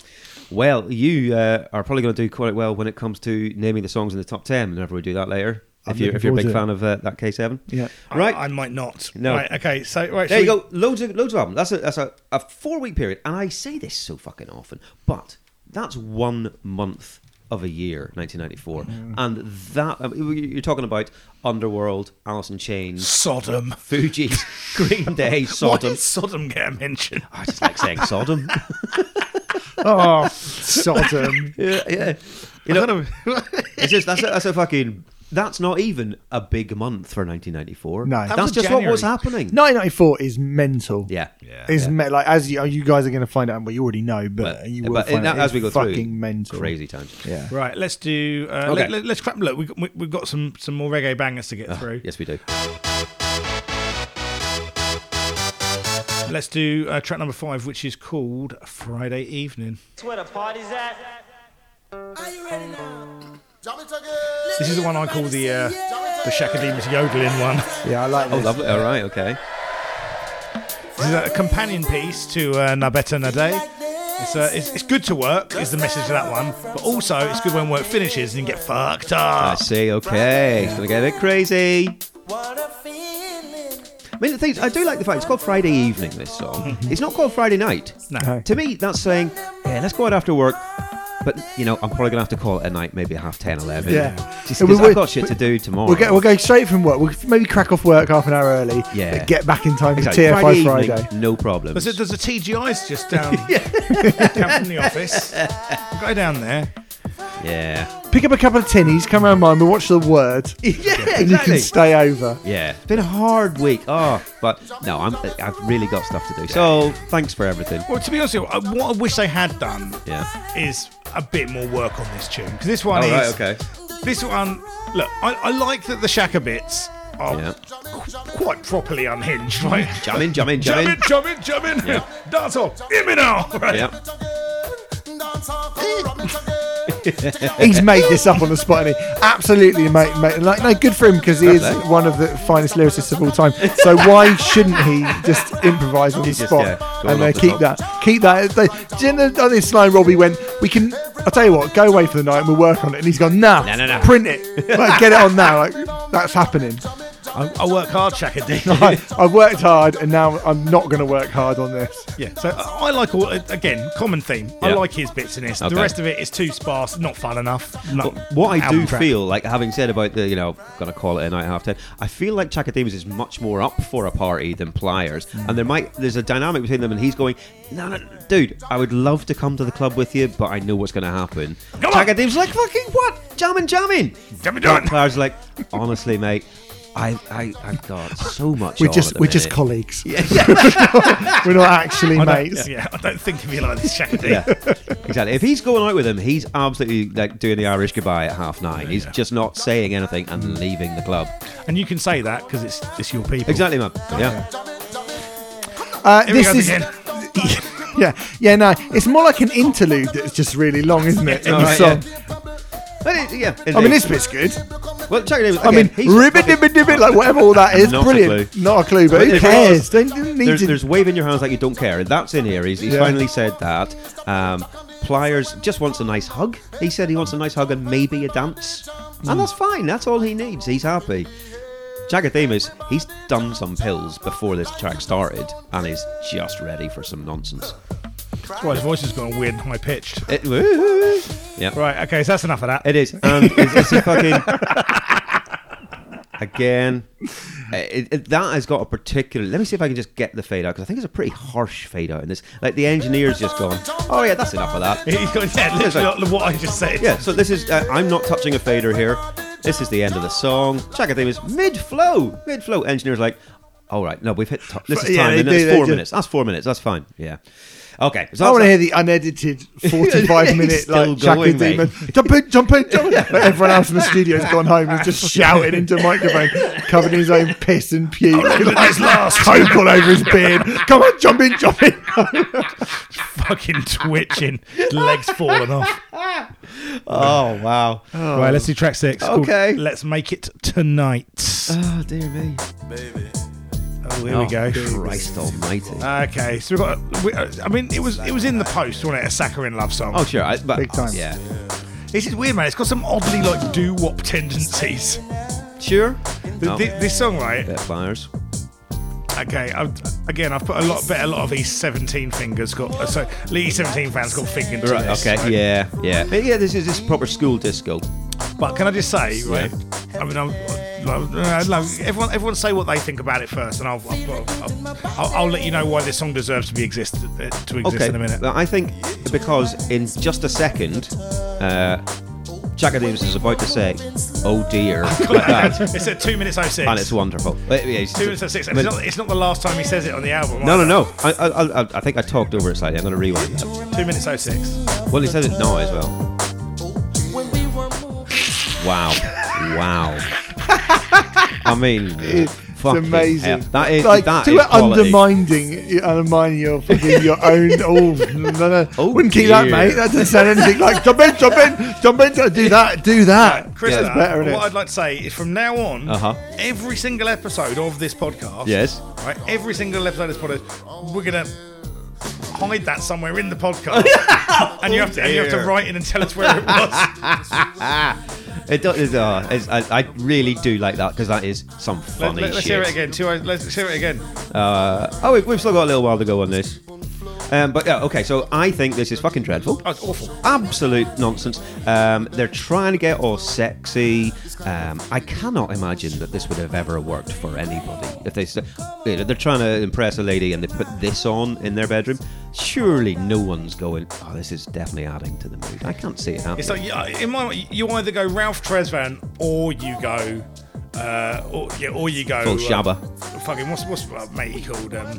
Well, you uh, are probably going to do quite well when it comes to naming the songs in the top ten. Whenever we do that later,
I'm
if you're
looking
if you're a big
forward to it.
fan of uh, that K seven,
Yeah.
right.
I, I might not.
No.
Right, okay, so right,
there
shall
you go.
we-
Loads of loads of albums. That's a that's a, a four week period, and I say this so fucking often, but that's one month of a year, 1994,
Mm.
and that I mean, you- you're talking about Underworld, Alice in Chains,
Sodom.
Fugees, Green Day,
Why
Sodom.
did Sodom get mentioned?
I just like saying Sodom.
Oh, Sodom.
yeah, yeah. You know, it's just that's a, that's a fucking that's not even a big month for 1994.
No. That
that's
was
just what
January.
was happening.
1994 is mental.
Yeah.
Yeah.
Is me- like as you, you guys are going to find out, but you already know, but,
But-
you will
but
find
in-
out.
as
It's
we go
fucking
through,
mental,
crazy times.
Yeah,
Right, let's do. Uh,
Okay. Ah,
let, us crack. Look, we, we, we've got some some more reggae bangers to get through.
Yes, we do.
Let's do uh, track number five, which is called Friday Evening.
where the party's at.
Jam it again.
This is the one I call the uh, the Shakademus yodeling one.
yeah. I like
Oh,
this.
lovely. All right. Okay.
This is a companion piece to uh, Na Better Na Day. It's, uh, it's, it's good to work, is the message of that one. But also, it's good when work finishes and you get fucked
I
Ah.
up.
see. Okay. It's gonna get a bit crazy. I mean, the thing is, I do like the fact it's called Friday evening. This song. it's not called Friday night.
No.
To me, that's saying, yeah, let's go out after work. But you know, I'm probably gonna have to call it a night, maybe half 10, 11.
Yeah.
Just
And we
because
would-
I've got shit to do tomorrow.
We'll, go, we'll go straight from work. We'll maybe crack off work half an hour early.
Yeah.
But get back in time for
Exactly.
TFI
Friday,
Friday.
evening, no problem.
There's a, there's a TGI's just down, down from the office. Go down there.
Yeah.
Pick up a couple of tinnies, come round mine, we'll watch The Word,
Yeah.
and you can stay over.
Yeah, it's been a hard week. Oh, but no, I'm, I've really got stuff to do. So thanks for everything.
Well, to be honest, with you, uh, what I wish they had done
Yeah.
is a bit more work on this tune because this one
All
is
Oh, right, okay.
This one, look, I, I like that the Shaka bits are
Yeah.
quite properly unhinged, right?
Jamming, jamming, jamming.
Jamming, jamming, jamming.
Yeah.
Dance off. Hit me now. Right.
Yeah.
Dance off, rum it again.
He's made this up on the spot, and he absolutely mate, mate. Like, no, good for him because he is
Fair play.
one of the finest lyricists of all time. So why shouldn't he just improvise on the
He's just,
spot
yeah, going
and uh,
off the
keep
top.
that, keep that? They, do you know, on this line, Robbie went, "We can." I'll tell you what, go away for the night and we'll work on it. And he's gone, nah,
No, no, no.
print it. Like, get it on now. Like, that's happening.
I, I work hard, Shaka D.
I, I've worked hard and now I'm not going to work hard on this.
yeah. So I, I like all. Again, common theme. I
Yeah.
like his bits in this.
Okay.
The rest of it is too sparse, not fun enough. Not
But what I do
album track.
feel like, having said about the, you know, gonna call it a night half ten, I feel like Chakademus is much more up for a party than Pliers, and there might there's a dynamic between them, and he's going, no, no, no, dude, I would love to come to the club with you, but I know what's gonna happen.
Come on.
Chakademus like fucking what, jamming, jamming,
Jamming, jamming.
Pliers is like, honestly, mate, I, I, I've got so much.
We're
on at
just
the
we're just
minute."
colleagues. we're not actually
I don't-
mates.
Yeah, I don't think of you like this, Shaka D.
yeah, exactly. If he's going out with him, he's absolutely like doing the Irish goodbye at half nine. He's just not saying anything and leaving the club.
And you can say that because it's it's your people.
Exactly, man. Yeah.
Uh,
Here we
this
go
is
again.
yeah yeah no. It's more like an interlude that's just really long, isn't it? in the
Alright,
song.
Well, it- yeah.
I mean,
indeed.
this bit's good.
Well, check it out.
I mean,
Again, he's
ribbit
fucking-
dibbit dibbit, like whatever all that is,
Not a
brilliant.
clue.
Not a clue, but
But if it
who
was-
cares? Don't, don't need
There's,
to.
there's waving your hands like you don't care. That's in here. He's, he's
Yeah.
finally said that. Um, Pliers just wants a nice hug. He said he wants a nice hug and maybe a dance,
Hmm.
and that's fine. That's all he needs. He's happy. Jagademus, he's done some pills before this track started, and is just ready for some nonsense.
That's why his voice has gone weird and high pitched.
It, woo- yeah,
Right. Okay. So that's enough of that.
it is. And Um, it's, it's a fucking again. It, it- that has got a particular. Let me see if I can just get the fade out because I think it's a pretty harsh fade out in this. Like the engineer's just gone. Oh yeah, that's enough of that.
He's got yeah, literally what I just said.
Yeah. So this is. Uh, I'm not touching a fader here. This is the end of the song. Jagademus mid flow, mid flow. Engineer's like, all right, no, we've hit. T- this is
Yeah,
time.
they
and that's
do, they
four
do.
minutes. That's four minutes. That's fine. Yeah. Okay. So
I want to
that's-
hear the unedited 45 minute
He's
like
still
Chaka
going, mate.
Demon. Jump in, jump in, jump in. But everyone else in the studio's gone home and just shouting into a microphone, covered in his own piss and puke.
Oh,
at this last.
coke all over his beard. Come on, jump in, jump in.
fucking twitching, legs falling off.
Oh wow.
Right, let's do track six. called
Okay.
let's make it tonight.
Oh dear me.
oh, here
oh,
we go.
Christ Almighty.
Okay, so we've got. We, uh, I mean, it was it was in the post, wasn't it? A saccharine love song.
Oh sure, I, but
Big time.
yeah,
This is weird, man. It's got some oddly like doo wop tendencies.
sure.
Th-
No.
thi- this song, right?
Bit of fires.
Okay, I've, again, I've put a lot bet a lot of East Seventeen fingers got. Uh, so East Seventeen fans got thinking to
Right.
this,
Okay.
right?
Yeah. Yeah. But yeah. This is this is proper school disco.
But can I just say, right? I mean, I'm, I'm, no, everyone, everyone say what they think about it first, and I'll, I'll, I'll, I'll, I'll let you know why this song deserves to be exist uh, to exist
Okay.
in a minute.
Well, I think because in just a second, uh, Jack Davis is about to say, "Oh dear," like that,
It's at two minutes oh six.
and it's wonderful. But, yeah, it's-
two minutes oh six.
I
It's
mean-
not, it's not the last time he says it on the album.
no, no,
either.
no. I, I, I, I think I talked over it slightly. I'm going to rewind. that.
Two minutes oh six.
Well, he says it now as well. Wow, wow. I mean, it's
It's amazing.
That is
like
that
to
is
it
quality.
undermining, undermining your fucking your own. Oh, no, no.
Oh,
wouldn't keep that,
dear.
mate. That doesn't sound anything like jump in, jump in, jump in. Do that, do that.
Chris,
That's
better,
what
innit?
I'd like to say is from now on,
Uh-huh.
every single episode of this podcast,
Yes.
right, every single episode of this podcast, we're gonna hide that somewhere in the podcast, and you have to and you have to
dear.
write in and tell us where it was.
It does. It's, uh, it's, I, I really do like that because that is some funny
Let, us
shit.
hear it again. Two, let's hear it again.
Uh, oh, we've, we've still got a little while to go on this. Um, but yeah, okay. So I think this is fucking dreadful.
Oh, it's awful.
Absolute nonsense. Um, they're trying to get all sexy. Um, I cannot imagine that this would have ever worked for anybody. If they, said- you know, they're trying to impress a lady and they put this on in their bedroom, surely no one's going. Oh, this is definitely adding to the mood. I can't see it happening.
It's like yeah, in my you either go Ralph Tresvan or you go. Uh, or, yeah, or you go.
Full
uh,
Oh, shabba.
fucking, what's, what's uh, mate he called? Um,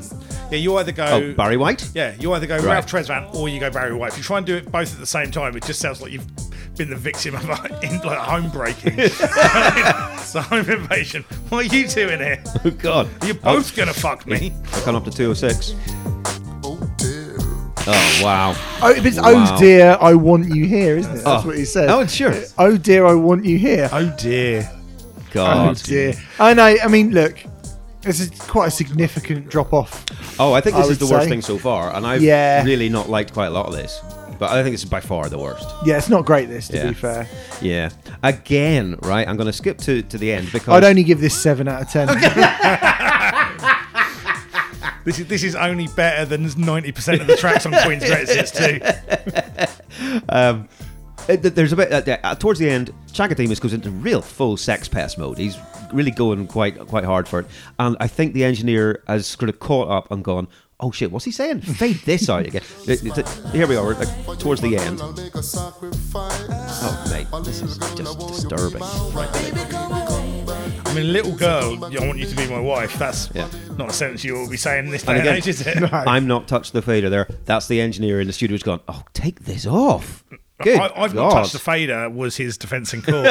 yeah, you either go.
Oh, Barry White.
Yeah, you either go
Right.
Ralph Tresvant or you go Barry White. If you try and do it both at the same time, it just sounds like you've been the victim of a, in, like home breaking. so home invasion. What are you doing here?
Oh God.
You're
Oh,
both gonna fuck me.
I've gone up to 206. Oh, wow.
Oh, if it's
Wow.
oh dear, I want you here, isn't it? That's
Oh.
what he said.
Oh, sure.
Oh dear, I want you here.
Oh dear.
Oh
God.
dear. I know. I mean, look, this is quite a significant drop off.
Oh, I think this
I
is the
would
worst
say.
thing so far, and I've
Yeah.
really not liked quite a lot of this. But I think it's by far the worst.
Yeah, it's not great. This, to
Yeah.
be fair,
Yeah. Again, right? I'm going to skip to, to the end because
I'd only give this seven out of ten.
This is this is only better than ninety percent of the tracks on Queen's Greatest Hits too.
it- th- there's a bit uh, uh, towards the end. Chakademus goes into real full sex pest mode. He's really going quite quite hard for it, and I think the engineer has sort of caught up and gone. Oh shit! What's he saying? Fade this out again. It- it- here we are. We're like, towards the end. Oh mate, this is just disturbing.
I mean, little girl, I want you to be my wife. That's
Yeah.
not a sentence you will be saying in this
And
day and
again-
age, is it?
I'm not touched the fader there. That's the engineer in the studio who's gone, oh, take this off. Good
I, I've
God.
not touched the fader was his defence in court.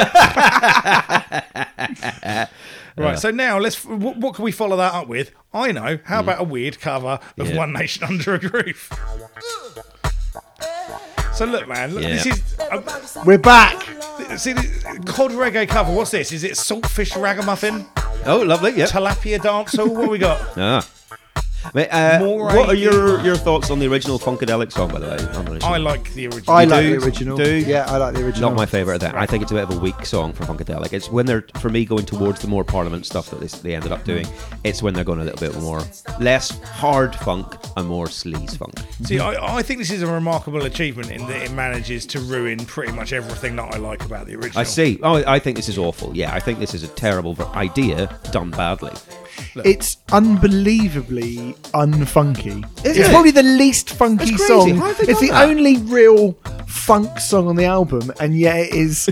right, so now let's. What, what can we follow that up with? I know. How about a weird cover
Hmm.
of
Yeah.
One Nation Under a Roof? So look, man. Look,
Yeah.
This is uh,
We're back.
see this, cod reggae cover. What's this? Is it saltfish ragamuffin,
oh, lovely, yeah.
tilapia dancehall? What we got?
ah. Mate, uh,
More
what are
idea.
your, your thoughts on the original Funkadelic song, by the way? I'm not sure.
I like the original.
I like
do?
the original.
Do?
Yeah, I like the original.
not my favourite of that. I think it's a bit of a weak song for Funkadelic. It's when they're, for me, going towards the more Parliament stuff that they, s- they ended up doing. It's when they're going a little bit more, less hard funk and more sleaze funk.
See, I, I think this is a remarkable achievement in that it manages to ruin pretty much everything that I like about the original.
I see. Oh, I think this is awful. Yeah, I think this is a terrible v- idea done badly.
It's unbelievably unfunky.
Is
it's
it?
probably the least funky
That's crazy.
song.
How have they
It's
done
the
that?
only real funk song on the album, and yet it is.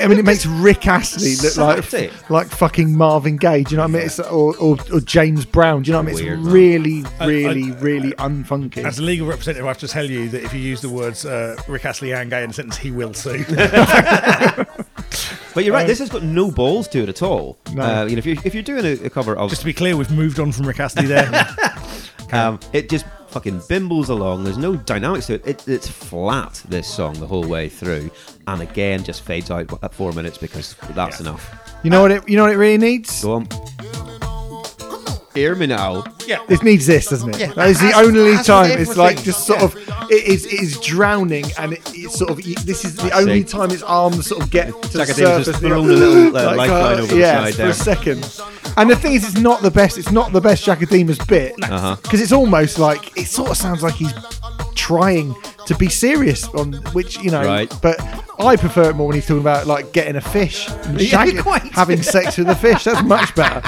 I mean, it makes Rick Astley look
Psychotic.
like like fucking Marvin Gaye. Do you know what I mean? It's, or, or or James Brown. Do you know what I mean?
Weird,
it's
man.
really, really,
I-
really unfunky.
As a legal representative, I have to tell you that if you use the words uh, Rick Astley and gay in a sentence, he will sue.
But you're right. this has got no balls to it at all. Uh, you know, if you're if you're doing a, a cover of
Just to be clear, we've moved on from Rick Astley there.
um, it, just fucking bimbles along. There's no dynamics to it. it. It's flat. This song the whole way through, and again just fades out at four minutes because that's
Yeah.
enough.
you know what? It, you know what it really needs.
Go on. Hear me now.
yeah.
It needs this, doesn't it?
Yeah.
That is the
That's-
only
that's
time
with
it's like
everything.
just sort of it is it is drowning, and it, it's sort of this is the only
see.
time its arms sort of get to the
Jack Davis
surface.
has
They're
thrown
like,
a little, uh,
like,
lifeline
uh,
over the
yeah,
side
for
there.
a second. And the thing is, it's not the best. It's not the best Jacodemus bit because
Uh-huh.
it's almost like it sort of sounds like he's trying to be serious on which you know.
Right.
But I prefer it more when he's talking about like getting a fish, and
Yeah,
shag-
quite.
having sex with a fish. That's much better.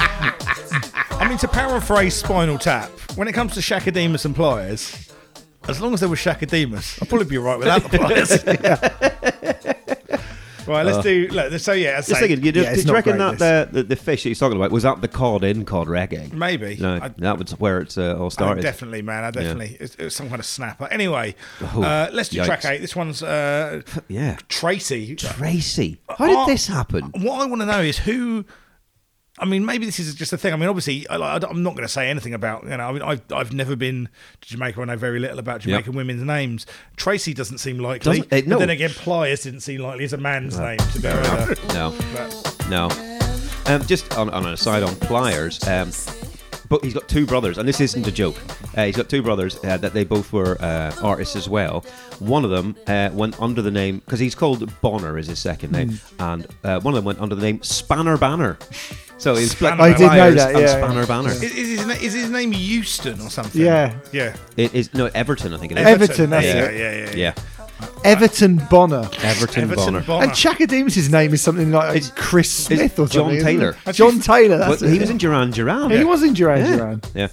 I mean, to paraphrase Spinal Tap, when it comes to Shakademus and Pliers, as long as there was Shakademus, I'd probably be all right without the Pliers. Right, let's do. Look, so yeah, I'd
Uh, Just
say-
thinking, you, do
Yeah,
do
it's
you
not
reckon
great,
that the, the the fish that he's talking about was that the cod in cod reggae?
Maybe.
No,
I-
that was where it's uh, all
Oh,
started.
definitely, man. I definitely. It's, it's some kind of snapper. Anyway,
Oh,
uh, let's do track
yikes.
eight. This one's uh,
yeah,
Tracy.
Tracy. How did
Are-
this happen?
What I want to know is who. I mean, maybe this is just a thing. I mean, obviously, I, I, am not going to say anything about you know. I mean, I've, I've never been to Jamaica. I know very little about Jamaican women's names. Tracy doesn't seem likely.
Doesn't- eh, no. Uh,
But then again, Pliers didn't seem likely. It's a man's name. To be
No, no. Um, just on, on an aside on pliers, um, but he's got two brothers, and this isn't a joke. Uh, he's got two brothers uh, that they both were uh, artists as well. One of them uh, went under the name because he's called Bonner is his second name,
Hmm.
and uh, one of them went under the name Spanner Banner. So he's
Spanner I did know
Pliers
that,
and
yeah.
Spanner Banner.
is, is, his, na- is his name Houston or something?
Yeah.
Yeah.
It is no Everton, I think it is.
Everton,
There
that's
you
it.
go. yeah, yeah, yeah.
yeah,
Everton Bonner.
Everton,
Everton
Bonner.
Bonner.
And Chaka Demus's name is something like
It's-
Chris Smith or
John
something. isn't it?
Taylor.
John Taylor.
But
That's
he
it.
was in Duran Duran.
Yeah, He was in Duran Duran.
Yeah.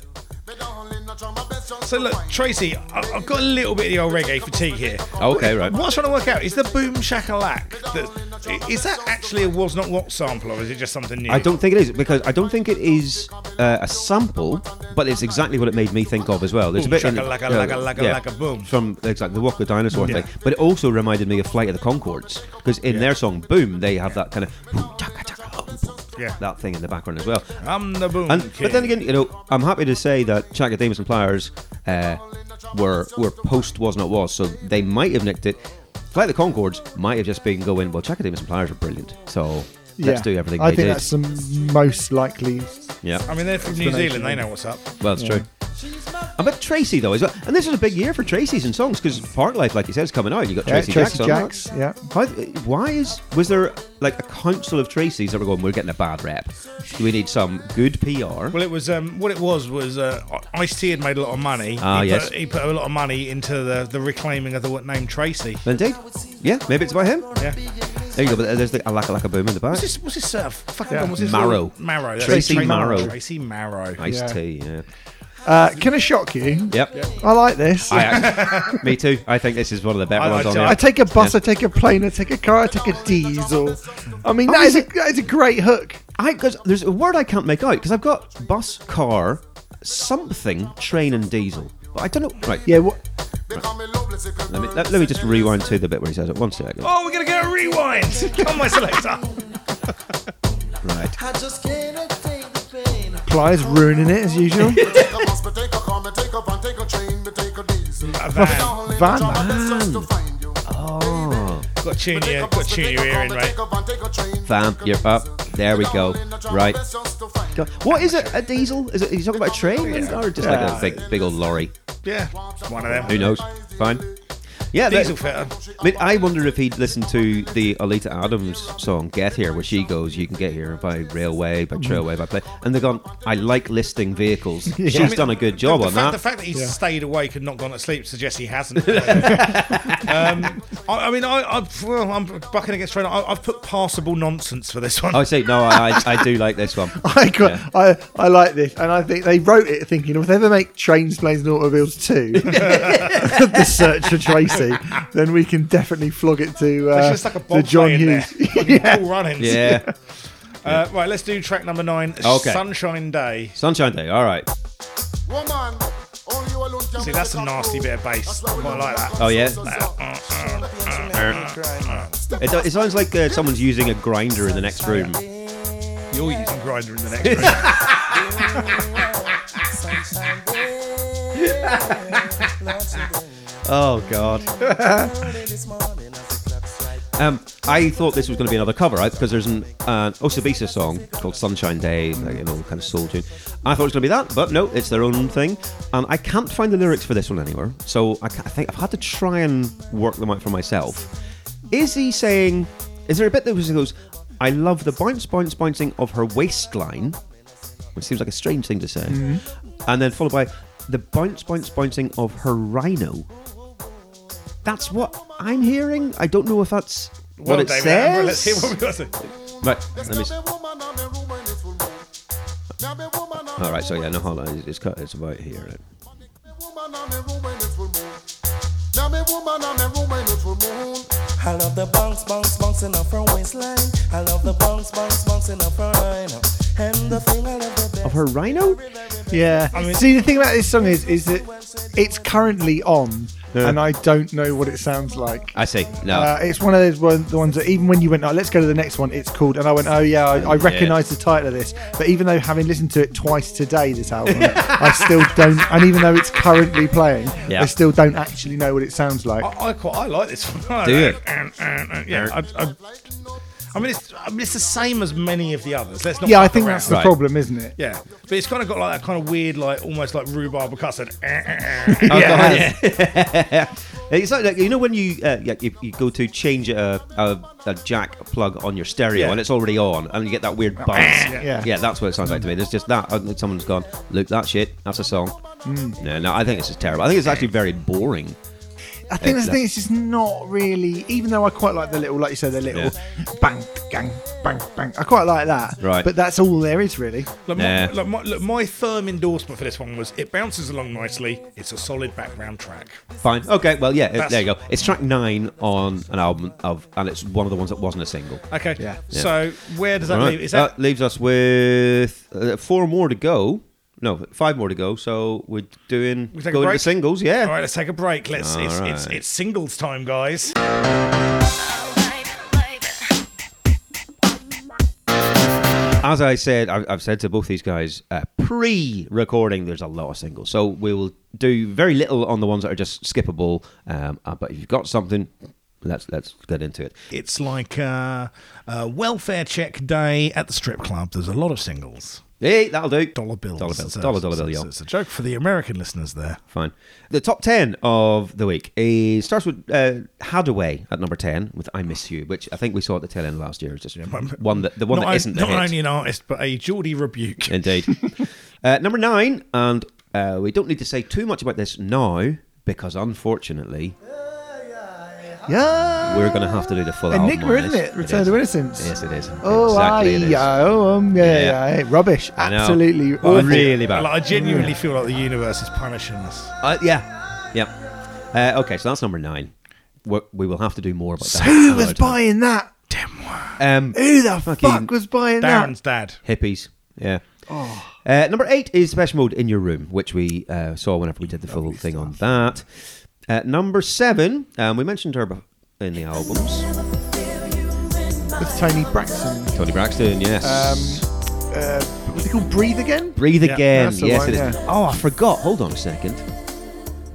So look, Tracy, I- I've got a little bit of the old reggae fatigue here.
Oh, Okay, right.
What I'm trying to work out is the boom shakalak. that- i- Is that actually a was not what sample, or is it just something new?
I don't think it is because I don't think it is uh, a sample, but it's exactly what it made me think of as well. There's
Boom,
a bit in-
shakalaka,
uh,
laka, laka, laka, boom.
from exactly the Walk the Dinosaur
Yeah.
thing, but it also reminded me of Flight of the Concords because in
Yeah.
their song Boom they have that kind of boom, chaka, chaka, boom, boom,
Yeah.
that thing in the background as well.
I'm the boom.
And
kid.
but then again, you know, I'm happy to say that Chaka Damus and Pliers uh, were were post was not was, so they might have nicked it. Flight of the Concords might have just been going. Well, Chaka Damus and Pliers are brilliant, so. Let's do everything
I
they
think
did.
that's the most likely.
yeah.
I mean, they're from New
Explanation.
Zealand. They know what's up.
Well, that's true. I bet Tracy though as well, and this is a big year for Tracy's and songs because Park Life, like you said, is coming out. You got
Yeah,
Tracy,
Tracy
Jackson.
Jacks. Yeah.
How, why is was there like a council of Tracys that were going? We're getting a bad rep. We need some good PR.
Well, it was um, what it was was uh, Ice T had made a lot of money.
Ah,
he
yes.
Put, he put a lot of money into the, the reclaiming of the name Tracy.
Indeed. Yeah, maybe it's about him.
Yeah.
There you go. But there's like a laka laka boom in the back.
What's this? What's this? Uh, fucking
Yeah.
what's this
Marrow.
Marrow. that's
Tracy
it,
Marrow.
Tracy Marrow.
Ice
Yeah.
tea. Yeah.
Uh, can I shock you?
Yep.
I like this.
I
I,
actually, me too. I think this is one of the better
I- I
ones on
do-
there.
I
take a bus,
Yeah.
I take a plane, I take a car, I take a diesel. I mean, that is a, that is a great hook.
I because there's a word I can't make out because I've got bus, car, something, train, and diesel. But I don't know. Right.
Yeah, what,
Let me, let, let me just rewind to the bit where he says it. One second.
Oh, we're gonna get a rewind. Come on, selector.
Right.
I just can't take the pain.
Pliers ruining it as usual.
Take a bus, but take a car, but take a van, take a train, but take a diesel.
A van.
Van.
Oh.
Got to tune your, got to tune your ear in, mate.
Fam, you're up. There we go. Right. Go- What is it? A diesel? Is it? He's talking about a train or just like a big, big old lorry?
Yeah, it's one of them.
Who knows? Fine. Yeah. that-
Diesel fitter.
I mean, I wonder if he'd listened to the Alita Adams song "Get Here," where she goes, "You can get here by railway, by trailway, by plane," and they've gone. I like listing vehicles. She's
I mean,
done a good job
the, the
on
fact,
that.
The fact that he's stayed awake and not gone to sleep suggests he hasn't. um, I, I mean, I, I've, well, I'm bucking against train. I, I've put passable nonsense for this one.
Oh, I say no. I, I, I do like this one.
I got,
Yeah.
I, I like this, and I think they wrote it thinking if they ever make trains, planes, and automobiles too, the search for Tracy, then we can definitely flog it to uh,
It's just like a
to
bomb
John
in there.
Hughes.
Fucking Paul Runnings.
Yeah.
Uh, right, let's do track number nine.
Okay.
Sunshine Day.
Sunshine Day. All right.
See, that's a nasty bit of bass. I might like uh, that.
Oh yeah. It, it sounds like uh, someone's using a grinder in the next room.
You're using grinder in the next room.
Oh God. um, I thought this was going to be another cover, right? Because there's an, an Osibisa song called "Sunshine Day," like an old kind of soul tune. I thought it was going to be that, but no, it's their own thing. And I can't find the lyrics for this one anywhere, so I, ca- I think I've had to try and work them out for myself. Is he saying? Is there a bit that was- goes? I love the bounce, bounce, bouncing of her waistline, which seems like a strange thing to say,
Mm-hmm.
and then followed by the bounce, bounce, bouncing of her rhino. That's what I'm hearing. I don't know if that's
Well,
what it
David Attenborough,
says.
let's hear what we got to.
Right, let me. s- All right, so yeah, no, hold on. It's, it's, cut- it's about here.
Now me woman and me room in it full moon.
I love the bounce, bounce, bouncing off her waistline. I love the bounce, bounce, bouncing off her rhino. And the thing I love the best.
Of her rhino?
Yeah.
mean-
See, the thing about this song is, is that it's currently on, and I don't know what it sounds like.
I see. No.
Uh, it's one of those one, the ones that even when you went, oh, let's go to the next one, it's called, and I went, oh yeah, I, I recognise the title of this, but even though having listened to it twice today, this album, I still don't, and even though it's currently playing,
Yeah.
I still don't actually know what it sounds like.
I, I quite I like this one. I
Do you?
like- and- and- and- yeah. I, I, I mean, it's I mean, it's the same as many of the others. Let's not.
yeah, I
fuck
think
around.
that's the
Right.
problem, isn't it?
Yeah, but it's kind of got like that kind of weird, like almost like rhubarb percussion.
Oh,
yeah.
God, yeah. it's like, like, you know when you uh, yeah, you, you go to change a, a, a jack plug on your stereo
Yeah. Ah,
and it's already on and you get that weird buzz.
Yeah.
that's what it sounds like to me. There's just that. and Someone's gone, look, that shit. That's a song.
Hmm.
No, no, I think this is terrible. I think it's actually very boring.
I think that's the
Exactly.
thing. It's just not really. Even though I quite like the little, like you said, the little bang, gang, bang, bang. I quite like that.
Right.
But that's all there is really.
Look, my,
Nah.
look, my, look, my firm endorsement for this one was it bounces along nicely. It's a solid background track.
Fine. Okay. Well, yeah.
That's-
there you go. It's track nine on an album of, and it's one of the ones that wasn't a single.
Okay.
Yeah.
So where does that
All right. Uh,
leave? Is that,
leaves us with uh, four more to go. No, five more to go. So we're doing
We take a
going to
break?
singles. Yeah.
all right? Let's take a break. Let's.
All
It's, it's
right.
it's singles time, guys.
As I said, I've, I've said to both these guys uh, pre-recording, there's a lot of singles, so we will do very little on the ones that are just skippable. Um, uh, but if you've got something, let's let's get into it.
It's like uh, a welfare check day at the strip club. There's a lot of singles.
Hey, that'll do.
Dollar bills.
dollar bill,
It's a-
dollar dollar bill,
it's,
yo.
it's a joke for the American listeners there.
Fine. The top 10 of the week is, starts with uh, Hadaway at number 10 with I Miss You, which I think we saw at the tail end last year. It's just one that, the one
not
that
on-
isn't the
not
hit.
only an artist, but a Geordie rebuke.
Indeed. uh, number 9, and uh, we don't need to say too much about this now because unfortunately
Yeah.
we're going to have to do the full album
Enigma,
on
isn't
this.
it? Return
is.
to Innocence.
Yes, it is.
Oh,
exactly
aye,
it is.
yeah, oh, um, yeah,
Yeah.
yeah, yeah, rubbish,
I know.
absolutely
Well,
awful.
really bad. Mm.
Like, I genuinely feel like the universe is punishing us.
Uh, yeah, yeah. Uh, okay, so that's number 9. We're, we will have to do more about that.
Who
another
was
time.
buying that?
Um,
Who the
Fucking
fuck was buying
Darren's dad.
hippies. Yeah.
Oh.
Uh, number eight is Special Mode in Your Room, which we uh, saw whenever we did the full thing on that. Uh, number seven, um, we mentioned her bef- in the albums.
that? With Tony Braxton.
Tony Braxton, yes.
Um, uh, what's it called? Breathe again.
Breathe
yeah,
Again,
that's the
yes
one,
it is.
yeah.
Oh, I forgot. Hold on a second.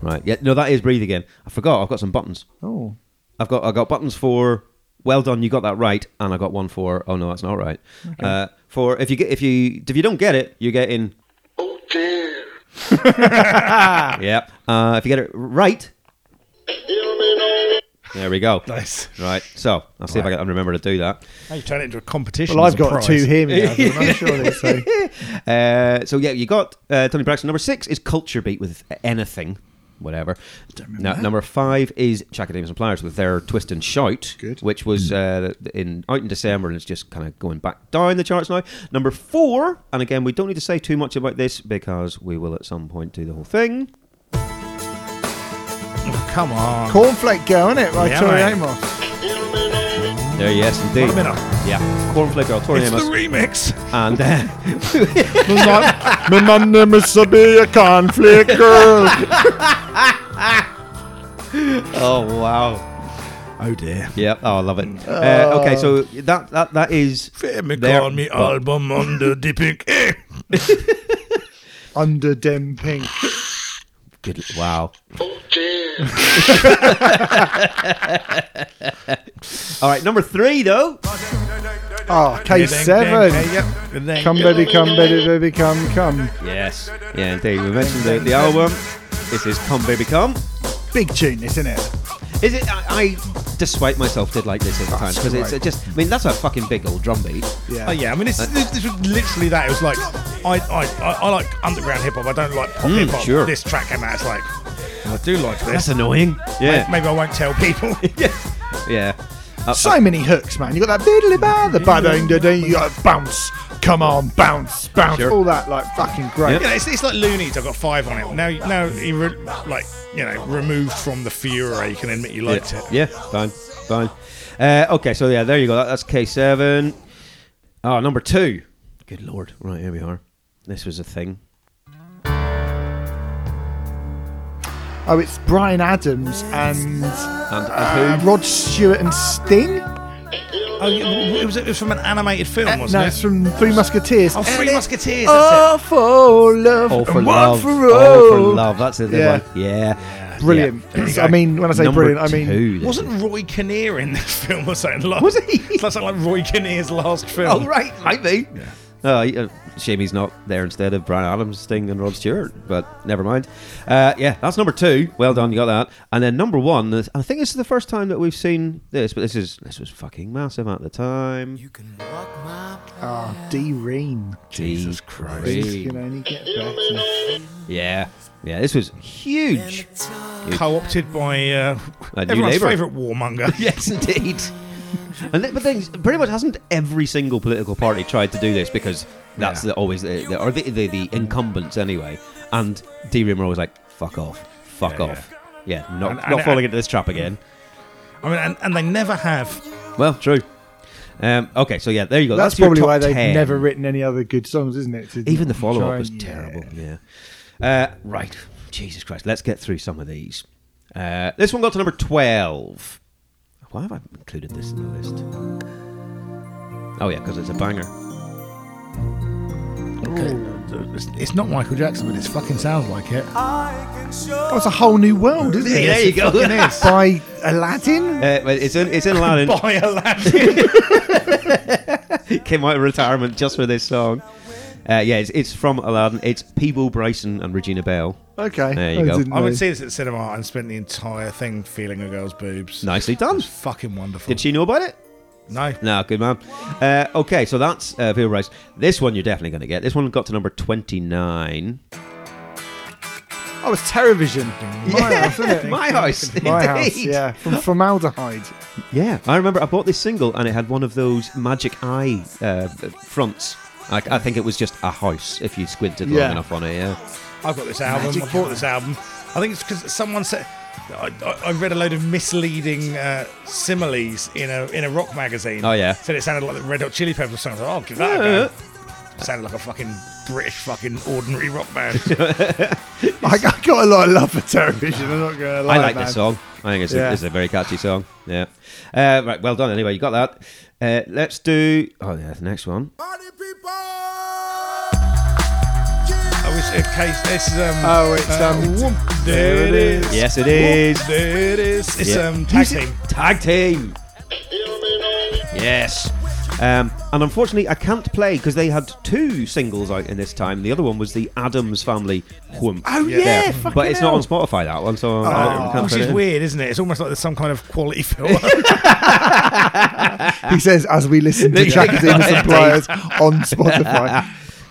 Right, yeah, no, that is Breathe Again. I forgot. I've got some buttons.
Oh,
I've got I got buttons for well done, you got that right, and I got one for oh no, that's not right. Uh, for if you get if you if you don't get it, you're getting
Oh dear.
Ah.
yeah. Uh, if you get it right,
Hear me now.
there we go.
Nice.
Right. So I'll see if I can remember to do that.
Now you turn it into a competition.
well,
as
I've
a
got
prize.
two here. Me, Adam, I'm sure they say.
Uh, so yeah, you got uh, Tony Braxton. Number six is Culture Beat with anything, whatever. Now, number five is Chaka Davis and Pliers with their Twist and Shout,
Good.
which
Hmm.
was uh, in out in December and it's just kind of going back down the charts now. Number four, and again, we don't need to say too much about this because we will at some point do the whole thing.
Oh, Come on.
Cornflake Girl, isn't it? By
Yeah,
Tori
mate.
Amos.
Hear me now.
There, yes, indeed.
What a minute.
Yeah, Cornflake Girl, Tori
It's the
Amos,
remix.
and uh,
My name is a Cornflake Girl.
oh wow.
Oh dear.
Yep. Oh, I love it.
Mm.
Uh, okay, so that that that is
Me
their-
call me album under the pink. Eh.
Under Dem Pink.
Good. Wow.
Oh dear.
All right, number three though.
Ah, K7.
Dang, dang.
Come, baby, come, baby, baby, come, come.
Yes. Yeah, indeed. We mentioned the, the album. This is Come Baby Come.
Big tune, this, isn't it?
Is it? I, I despite myself, did like this at the time because it's uh, just. I mean, that's a fucking big old drum beat.
Yeah.
Oh yeah, I mean it's, this, this was literally that. It was like I I, I, I like underground hip hop. I don't like pop
Mm,
hip hop.
sure.
This track came out. It's like well, I do like this.
annoying. Yeah.
Maybe I won't tell people.
Yeah. Uh,
So many hooks, man. You got that biddly ba, the ba ding da ding, you got bounce, come on, bounce, bounce,
Sure.
all that, like fucking great.
Yep.
You know, it's, it's like Looney's. I've got five on it. Now, now, you re- like you know, removed from the Fuhrer, you can admit you liked
yeah.
it.
Yeah, fine, fine. Uh, okay, so yeah, there you go. That, that's K7. Oh, number two. Good lord. Right, here we are. This was a thing.
Oh, it's Brian Adams and
And, and
uh,
who?
Rod Stewart and Sting.
Oh, yeah, w- w- it was it was from an animated film, wasn't
Uh, No,
it?
it's from Oh. Three Musketeers.
oh, Three Musketeers.
All for love,
All for
and
love.
one for all.
all for love. That's it.
Yeah.
Yeah. yeah.
Brilliant.
Yeah.
I mean, when I say
Number
brilliant, I mean
two,
That's it.
this is.
Wasn't Roy Kinnear in this film or something? Like, was he? That's like Roy Kinnear's last film.
Oh, right, might be. Uh, he- uh, shame he's not there instead of Brian Adams, Sting, and Rod Stewart, but never mind. Uh, yeah, that's number two. Well done, you got that. And then number one, this- I think this is the first time that we've seen this, but this is this was fucking massive at the time.
Ah, D. Reen.
Jesus
You can only get better.
Yeah, yeah, this was huge.
Co-opted by uh,
A new
everyone's
neighbour.
favourite warmonger.
Yes, indeed. And th- but things pretty much hasn't every single political party tried to do this because that's the, always the, the or the, the, the incumbents anyway. And D Room are always like, "Fuck off, fuck
Yeah,
off." Yeah, not
And-
not
and-
falling into this trap again.
I mean, and, and they never have.
Well, true. Um, okay, so yeah, there you go.
That's,
That's, your
probably
top
why they've
10.
never written any other good songs, isn't it? to
Even the
try
follow up
and-
was
yeah.
terrible. Yeah. Uh, right. Jesus Christ. Let's get through some of these. Uh, this one got to number 12. Why have I included this in the list? Oh, yeah, because it's a banger.
It's, it's not Michael Jackson, but it fucking sounds like it.
Oh, it's a whole new world, isn't it?
There you go.
It is. By Aladdin?
Uh, well, it's in, it's in Aladdin.
By Aladdin.
Came out of retirement just for this song. Uh, yeah, it's, it's from Aladdin. It's Peeble Bryson and Regina Bell.
Okay.
There you
I
go.
didn't
I
know.
would see this at the cinema and spent the entire thing feeling a girl's boobs.
Nicely
It
done.
was fucking wonderful.
Did she know about it?
No.
No, good man. Uh, okay, so that's uh, Peeble Bryson. This one you're definitely going to get. This one got to number 29.
Oh, it's Terrorvision. My house, isn't it?
My house.
My house,
indeed.
yeah. From formaldehyde.
Yeah, I remember I bought this single and it had one of those magic eye uh, fronts. I, I think it was just a house if you squinted long
Yeah.
enough on it. Yeah,
I've got this album. I bought this album. I think it's because someone said I, I- I read a load of misleading uh, similes in a in a rock magazine.
Oh, yeah.
said it sounded like the Red Hot Chili Peppers song. I was like, oh, I'll give that a
Uh.
go. Sounded like a fucking British fucking ordinary rock band.
I, I got a lot of love for Terrorvision. I'm not going to lie.
I like
man.
this song. I think it's,
Yeah.
a, it's a very catchy song. Yeah, uh, right. Well done. Anyway, you got that. Uh, let's do. Oh yeah, the next one.
I wish in case this is um.
Oh, it's, um,
whoop, there it is.
Yes, it is.
Whoop, there it is. It's
Yeah.
um tag team.
Tag team.
Hear me now.
Yes. Um, and unfortunately, I can't play because they had two singles out in this time. The other one was the Adams Family Whomp.
Oh, yeah.
There.
fucking
but it's
hell.
not on Spotify that one, so I can't
Oh, Which
put it
is
in.
weird, isn't it? It's almost like there's some kind of quality film.
He says, as we listen to
There you
Jack
go.
Dean Suppliers on Spotify.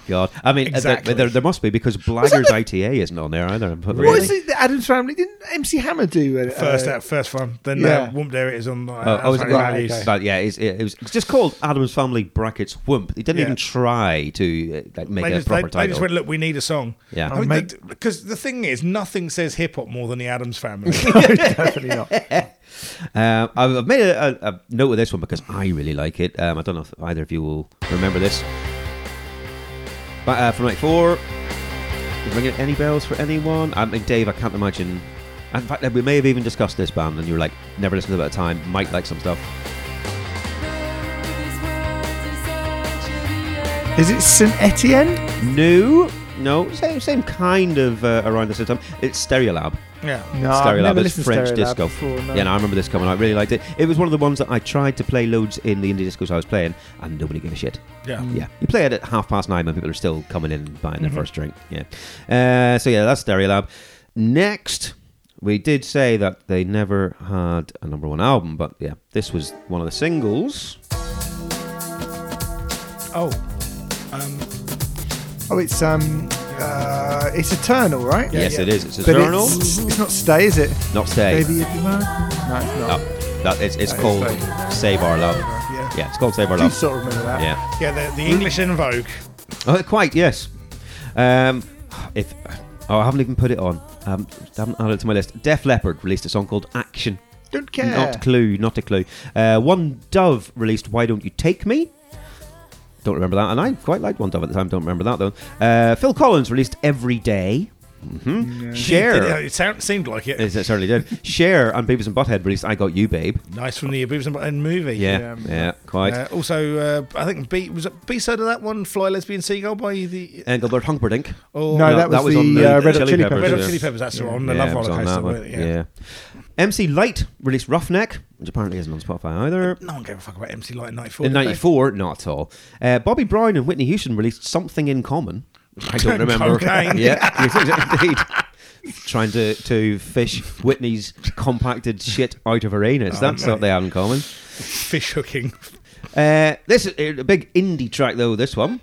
God, I mean, uh, there-
Exactly.
there, there must be because Blaggers ITA isn't on there either. I'm putting-
What is it? The Adams Family? Didn't MC Hammer do uh, it?
first that first one, then
yeah.
uh, whoop, there it is on. Uh,
Oh, oh, is it
Outstanding
right?
Values.
okay.
But yeah, it's, it, it was it's just called Adam's Family brackets Whoomp. They didn't
Yeah.
even try to uh, like make
They
a
just, they,
proper
they just
title.
went, look, we need a song.
Yeah.
I
Oh,
mean,
mate.
because the thing is, nothing says hip hop more than the Adams Family.
Definitely not.
Um, I've I've made a, a, a note of this one because I really like it. Um, I don't know if either of you will remember this. But uh, from night four, is ringing any bells for anyone? I mean, Dave, I can't imagine. In fact, we may have even discussed this band, and you were like, never listened to it at a time. Might like some stuff.
Is it St. Etienne?
No, no, same, same kind of uh, around the same time. It's Stereolab.
yeah.
Stereolab
No, Ah, I've never
is
listened to
French
Stereolab
disco.
before, no.
Yeah, no, I remember this coming out. I really liked it. It was one of the ones that I tried to play loads in the indie discos I was playing, and nobody gave a shit.
Yeah.
Yeah, you play it at half past nine when people are still coming in and buying their first drink. Yeah. Uh, so yeah, that's Stereolab. Next, we did say that they never had a number one album, but yeah, this was one of the singles.
Oh. Um,
Oh, it's um, uh, it's Eternal, right?
yes, it is. It's
But
Eternal,
It's, it's not Stay, is it?
not Oh, Stay.
Baby, if you want. No, it's not.
No, that it's, it's called Save Our Love. Yeah. Yeah, it's called Save Our
I do
Love.
sort of remember that.
Yeah.
Yeah, the, the English in Vogue.
Oh, quite, yes. Um, if oh, I haven't even put it on. Um, I haven't added it to my list. Def Leppard released a song called Action.
Don't care.
Not Clue, not a clue. Uh, One Dove released Why Don't You Take Me? Don't remember that. And I quite liked One Dove at the time, don't remember that though. Uh, Phil Collins released Every Day. Mm-hmm.
It,
Share.
it sound, seemed like it.
It certainly did. Share and Beavis and Butthead released I Got You, Babe.
nice from the Abuse and Button movie.
Yeah,
Um,
yeah, quite.
Uh, also, uh, I think B was it B side of that one, "Fly Lesbian Seagull" by the
Engelbert Humperdinck.
or
No, that was the, uh, Red Hot Chili Peppers.
Red Hot
yeah.
Chili Peppers. That's the one. The
Yeah,
Love
it was
Roller
on
Coaster.
that one.
wasn't it?
Yeah. MC Light released Roughneck, which apparently isn't on Spotify either.
No one gave a fuck about MC Light in '94.
In
did they?
'94, not at all. Uh, Bobby Brown and Whitney Houston released something in common. I don't remember.
Cocaine.
Yeah, yes, indeed. Trying to, to fish Whitney's compacted shit out of her anus.
Oh,
That's what they have in common.
Fish hooking.
Uh, this is a big indie track, though. This one.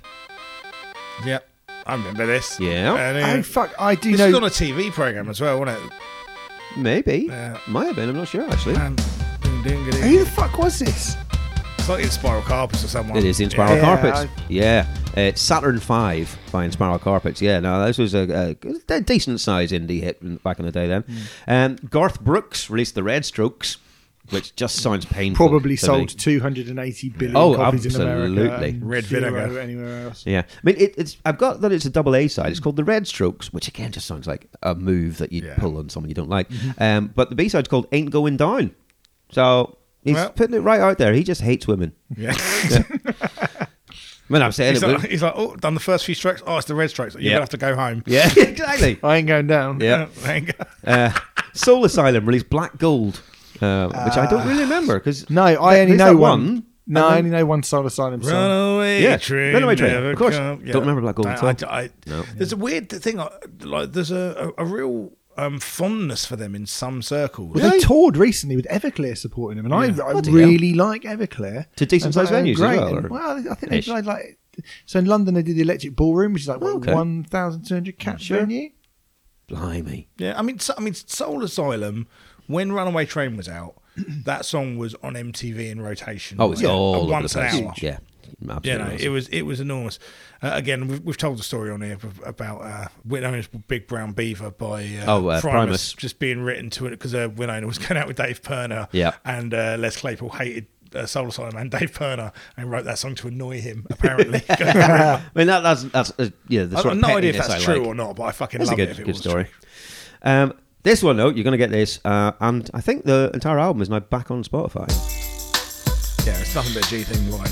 yeah, I remember this.
Yeah.
And, uh,
Oh fuck! I do
this
know.
was on a TV program as well, wasn't it?
Maybe.
Yeah.
Might have been. I'm not sure, actually.
Um, ding, ding, ding.
Who the fuck was this?
It's like in Spiral Carpus or someone.
It is in Spiral
Yeah,
Carpets.
I-
Yeah, Uh, it's Saturn Five by In Spiral Carpets. Yeah, no, this was a, a, a decent size indie hit in- back in the day. Then, um, Garth Brooks released the Red Strokes, which just sounds painful.
Probably
to
sold
me.
280 billion
Oh,
copies in America.
absolutely.
and
Red
zero
vinegar.
Anywhere else?
Yeah, I mean, it, it's I've got that it's a double A side. It's called the Red Strokes, which again just sounds like a move that you
Yeah.
would pull on someone you don't like. Um, but the B side's called "Ain't Going Down," so he's
Well-
putting it right out there. He just hates women.
Yeah.
I mean, I'm saying
he's,
it.
like,
but-
he's like, oh, done the first few strokes. Oh, it's the red strokes. You're
Yeah.
gonna have to go home.
yeah, exactly.
I ain't going down.
Yeah.
There you go.
uh, Soul Asylum released Black Gold, uh, which I don't really remember because
No, I only
there's
know
that
one.
one, and
No, I
then-
only know one Soul Asylum song.
Runaway
Yeah,
train,
Runaway Train,
never
of course.
come-
Don't remember Black Gold
I-
at all.
I- I-
No.
There's a weird thing. uh, Like there's a a, a real um, fondness for them in some circles.
Well, they toured recently with Everclear supporting them, and I, I
Bloody
really like Everclear.
To decent-sized
And, uh,
venues as
great,
well,
and-
or-
well, I think they
Ish.
played like so in London they did the Electric Ballroom, which is like what,
Okay.
1,200 cap venue.
blimey,
Yeah, I mean, so, I mean, Soul Asylum. When Runaway Train was out, that song was on MTV in rotation.
oh, it's
like,
all
uh,
over
once
the place.
an hour.
Yeah, absolutely.
You know, it was it was enormous. Uh, again, we've, we've told the story on here b- about uh, Winona's Big Brown Beaver by uh,
Oh, uh, Primus.
just being written to it because uh, Winona was going out with Dave Perner.
Yeah.
and uh, Les Claypool hated. Uh, Soul Asylum and Dave Perner and wrote that song to annoy him. Apparently, I've
I mean, that, that's that's uh, yeah. The sort
got
of
no idea if
pettiness
that's
I
true
like.
or not, but I fucking
That's a
love
good,
it. If it
good
was
story. Um, this one though, you're going to get this, uh, and I think the entire album is now back on Spotify.
true. yeah, it's nothing but a G thing like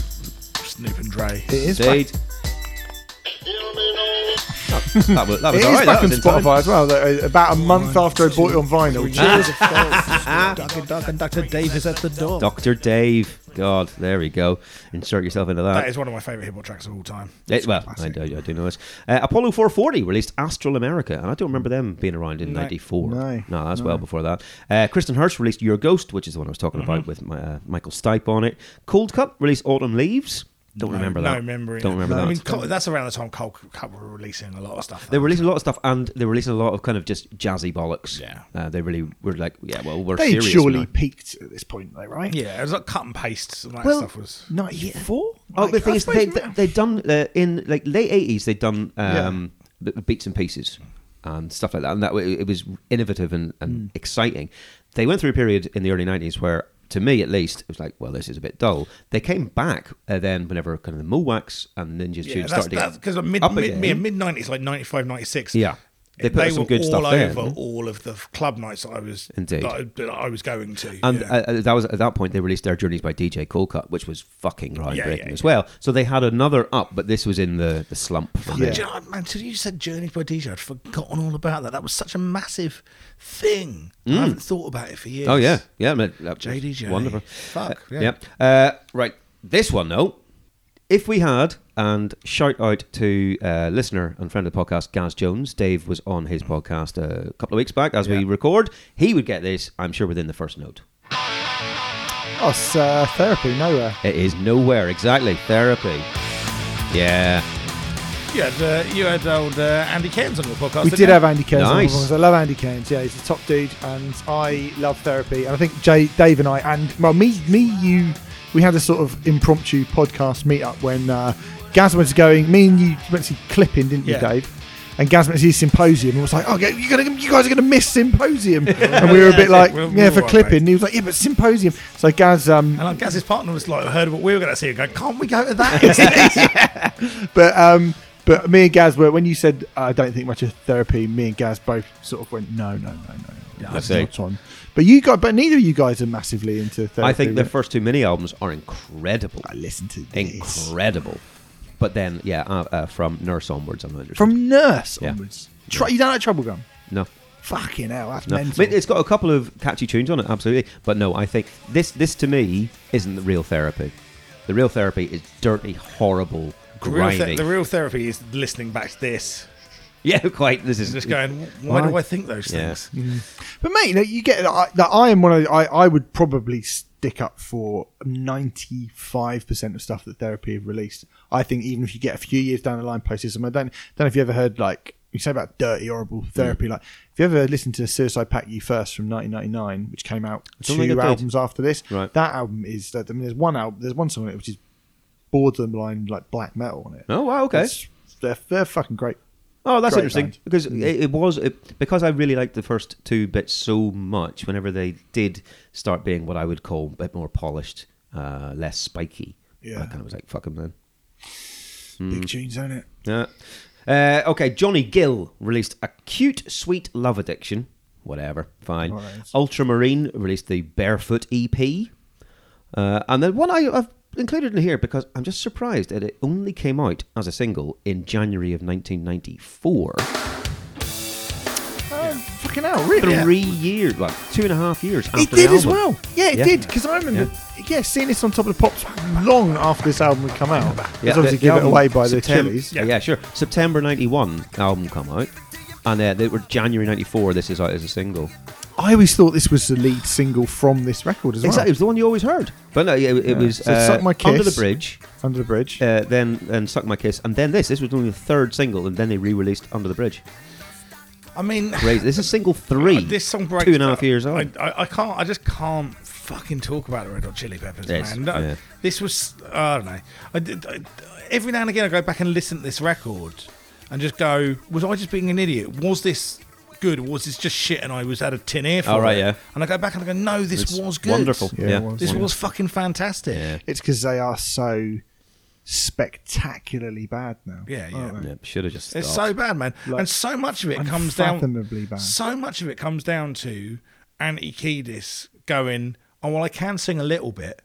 Snoop and Dre.
It is
Indeed, Oh,
hear me now.
that was, that
It
was
is
all right.
back
that
on
was in time.
Spotify as well. though, uh, About a
Oh
month after I bought it on vinyl.
Ah.
Dr. Doug and Dr. Dave is at the door.
Dr. Dave. God, there we go. Insert yourself into
That is one of my favourite hip hop tracks of all time.
uh, It, Eh, well, I, do- I do know this. Uh, Apollo 440 released Astral America, and I don't remember them being around in '94.
No,
that's well before that. Uh, Kristen Hirsch released Your Ghost, which is the one I was talking
Mm-hmm.
about with my, uh, Michael Stipe on it. Cold Cut released Autumn Leaves. Don't remember
no
that.
memory.
Don't remember
I
that.
mean, Col- that's around the time Cole Cup were releasing a lot of stuff.
they were releasing a lot of stuff, and they were releasing a lot of kind of just jazzy bollocks.
Yeah.
uh, they really were like, yeah, well, we're
They
serious.
surely
now.
peaked at this point, though, right?
yeah, it was like cut and paste. And that
Well,
stuff was.
94?
Oh, the
Like,
thing
I
is, they,
suppose-
they, they'd done uh, in like late eighties. They'd done um, the the beats and pieces and stuff like that, and that wa- it was innovative and,
Hmm.
and exciting. They went through a period in the early nineties where, to me at least, it was like, well, this is a bit dull. They came back uh, then whenever kind of the Wax and Ninja
Yeah,
Tune
that's
started to get
because mid
up
mid
again.
mid mid nineties, like 95, 96.
Yeah. They put out some
were
good
all
stuff
over
then.
all of the f- club nights that I was
Indeed.
that I, that I was going to.
And
yeah.
uh, uh, that was at that point they released their journeys by DJ Colcut, which was fucking groundbreaking
yeah,
as
yeah.
well. So they had another up, but this was in the, the slump. for them.
Do you know, man, until you said Journey by DJ, I'd forgotten all about that. That was such a massive thing. I haven't thought about it for years.
Mm. Oh yeah, yeah, man, that-
JDJ.
wonderful.
Fuck,
Uh,
yeah.
yeah. Uh, right, this one though, if we had, and shout out to uh, listener and friend of the podcast, Gaz Jones. Dave was on his podcast uh, a couple of weeks back. As we record, he would get this, I'm sure, within the first note.
Oh, it's, uh, therapy, nowhere.
It is nowhere exactly therapy. Yeah,
You had, uh, you had old uh, Andy Cairns on your podcast.
We
didn't
did
you?
have Andy Cairns. on
Nice.
the ones. I love Andy Cairns. Yeah, he's a top dude, and I love therapy. And I think Jay, Dave, and I, and well, me, me, you, we had a sort of impromptu podcast meetup when uh, Gaz was going. Me and you went to see Clipping, didn't
Yeah.
you, Dave? And Gaz went to see Symposium and was like, "Oh, you gonna, you guys are going to miss Symposium." and we were a bit like,
We'll-
"Yeah,
we'll
for
work,
Clipping."
mate.
And he was like, "Yeah, but Symposium." So Gaz, um,
And I guess his partner was like, heard what we were going to see. Going, can't we go to that?
but um, but me and Gaz were when you said I don't think much of therapy. Me and Gaz both sort of went, "No, no, no, no." That's
Okay.
not on. But you got, but neither of you guys are massively into therapy.
I think their
right?
first two mini albums are incredible.
I listen to this.
Incredible. But then, yeah, uh, uh, from Nurse onwards, I'm not interested.
from Nurse
Yeah.
onwards. Tru- you don't like Trouble Gum?
no.
Fucking hell, that's
No, I
mental.
mean, it's got a couple of catchy tunes on it, absolutely. But no, I think this this to me isn't the real therapy. The real therapy is dirty, horrible,
The real
grinding.
the real therapy is listening back to this.
yeah, quite. This is
And just going, why, do
Why?
I think those
Yeah.
things?
but mate, no, you get I, like, I am one of I, I would probably stick up for ninety five percent of stuff that therapy have released. I think even if you get a few years down the line post this, I don't don't know if you ever heard like you say about dirty, horrible
Mm.
therapy. Like if you ever listened to Suicide Pack You First from nineteen ninety nine, which came out
don't think I
two
did.
albums after this,
Right.
that album is. I mean, there's one album, there's one song on it which is borderline like black metal on it.
Oh, wow, okay.
It's- they're they're fucking great.
Oh, that's
Great
interesting
band.
because it, it was it, because I really liked the first two bits so much. Whenever they did start being what I would call a bit more polished, uh, less spiky,
Yeah.
I kind of was like, "Fuck them then." Mm.
Big tunes on it.
Yeah. Uh, okay, Johnny Gill released Acute Sweet Love Addiction. Whatever, fine.
Alright.
Ultramarine released the Barefoot EP. Uh, and then one I, I've included in here because I'm just surprised that it only came out as a single in January of 1994.
Fucking hell, really?
Three years, well, two and a half years after
It
the
did as
album.
well. Yeah, it
Yeah.
did. Because I remember, yeah. seeing this on top of the pops long after this album had come out.
Yeah,
It's obviously
the- the
given
album,
away by the
Septem-
Chili's.
Yeah. sure. September 91 album come out. And uh, they were January 94, this is out as a single.
I always thought this was the lead single from this record as well.
Exactly, it was the one you always heard. But no, yeah, it, it
Yeah.
was
So
uh,
Suck My
Under the
Kiss.
Bridge,
Under the Bridge.
uh, then then Suck My Kiss, and then this. This was only the third single, and then they re-released Under the Bridge.
I mean, uh,
Crazy. This is single three.
this song breaks
two and a
me
half
up.
years
I,
old.
I, I can't. I just can't fucking talk about the Red Hot Chili Peppers,
Yes,
man. No,
yeah.
This was. I don't know. I did- I- every now and again, I go back and listen to this record, and just go, "Was I just being an idiot? Was this good? Was this just shit?" And I was had a tin ear for
Oh, right,
it.
yeah.
And I go back and I go, "No, this
It's
was good.
Wonderful.
Yeah,
Yeah.
it was.
This was fucking fantastic."
Yeah.
It's because they are so spectacularly bad now.
Yeah, yeah.
aren't they?
Should have just.
It's
stopped.
so bad, man.
Like,
and so much of it comes down.
unfathomably bad.
So much of it comes down to Anti Kiedis going, "Oh well, I can sing a little bit."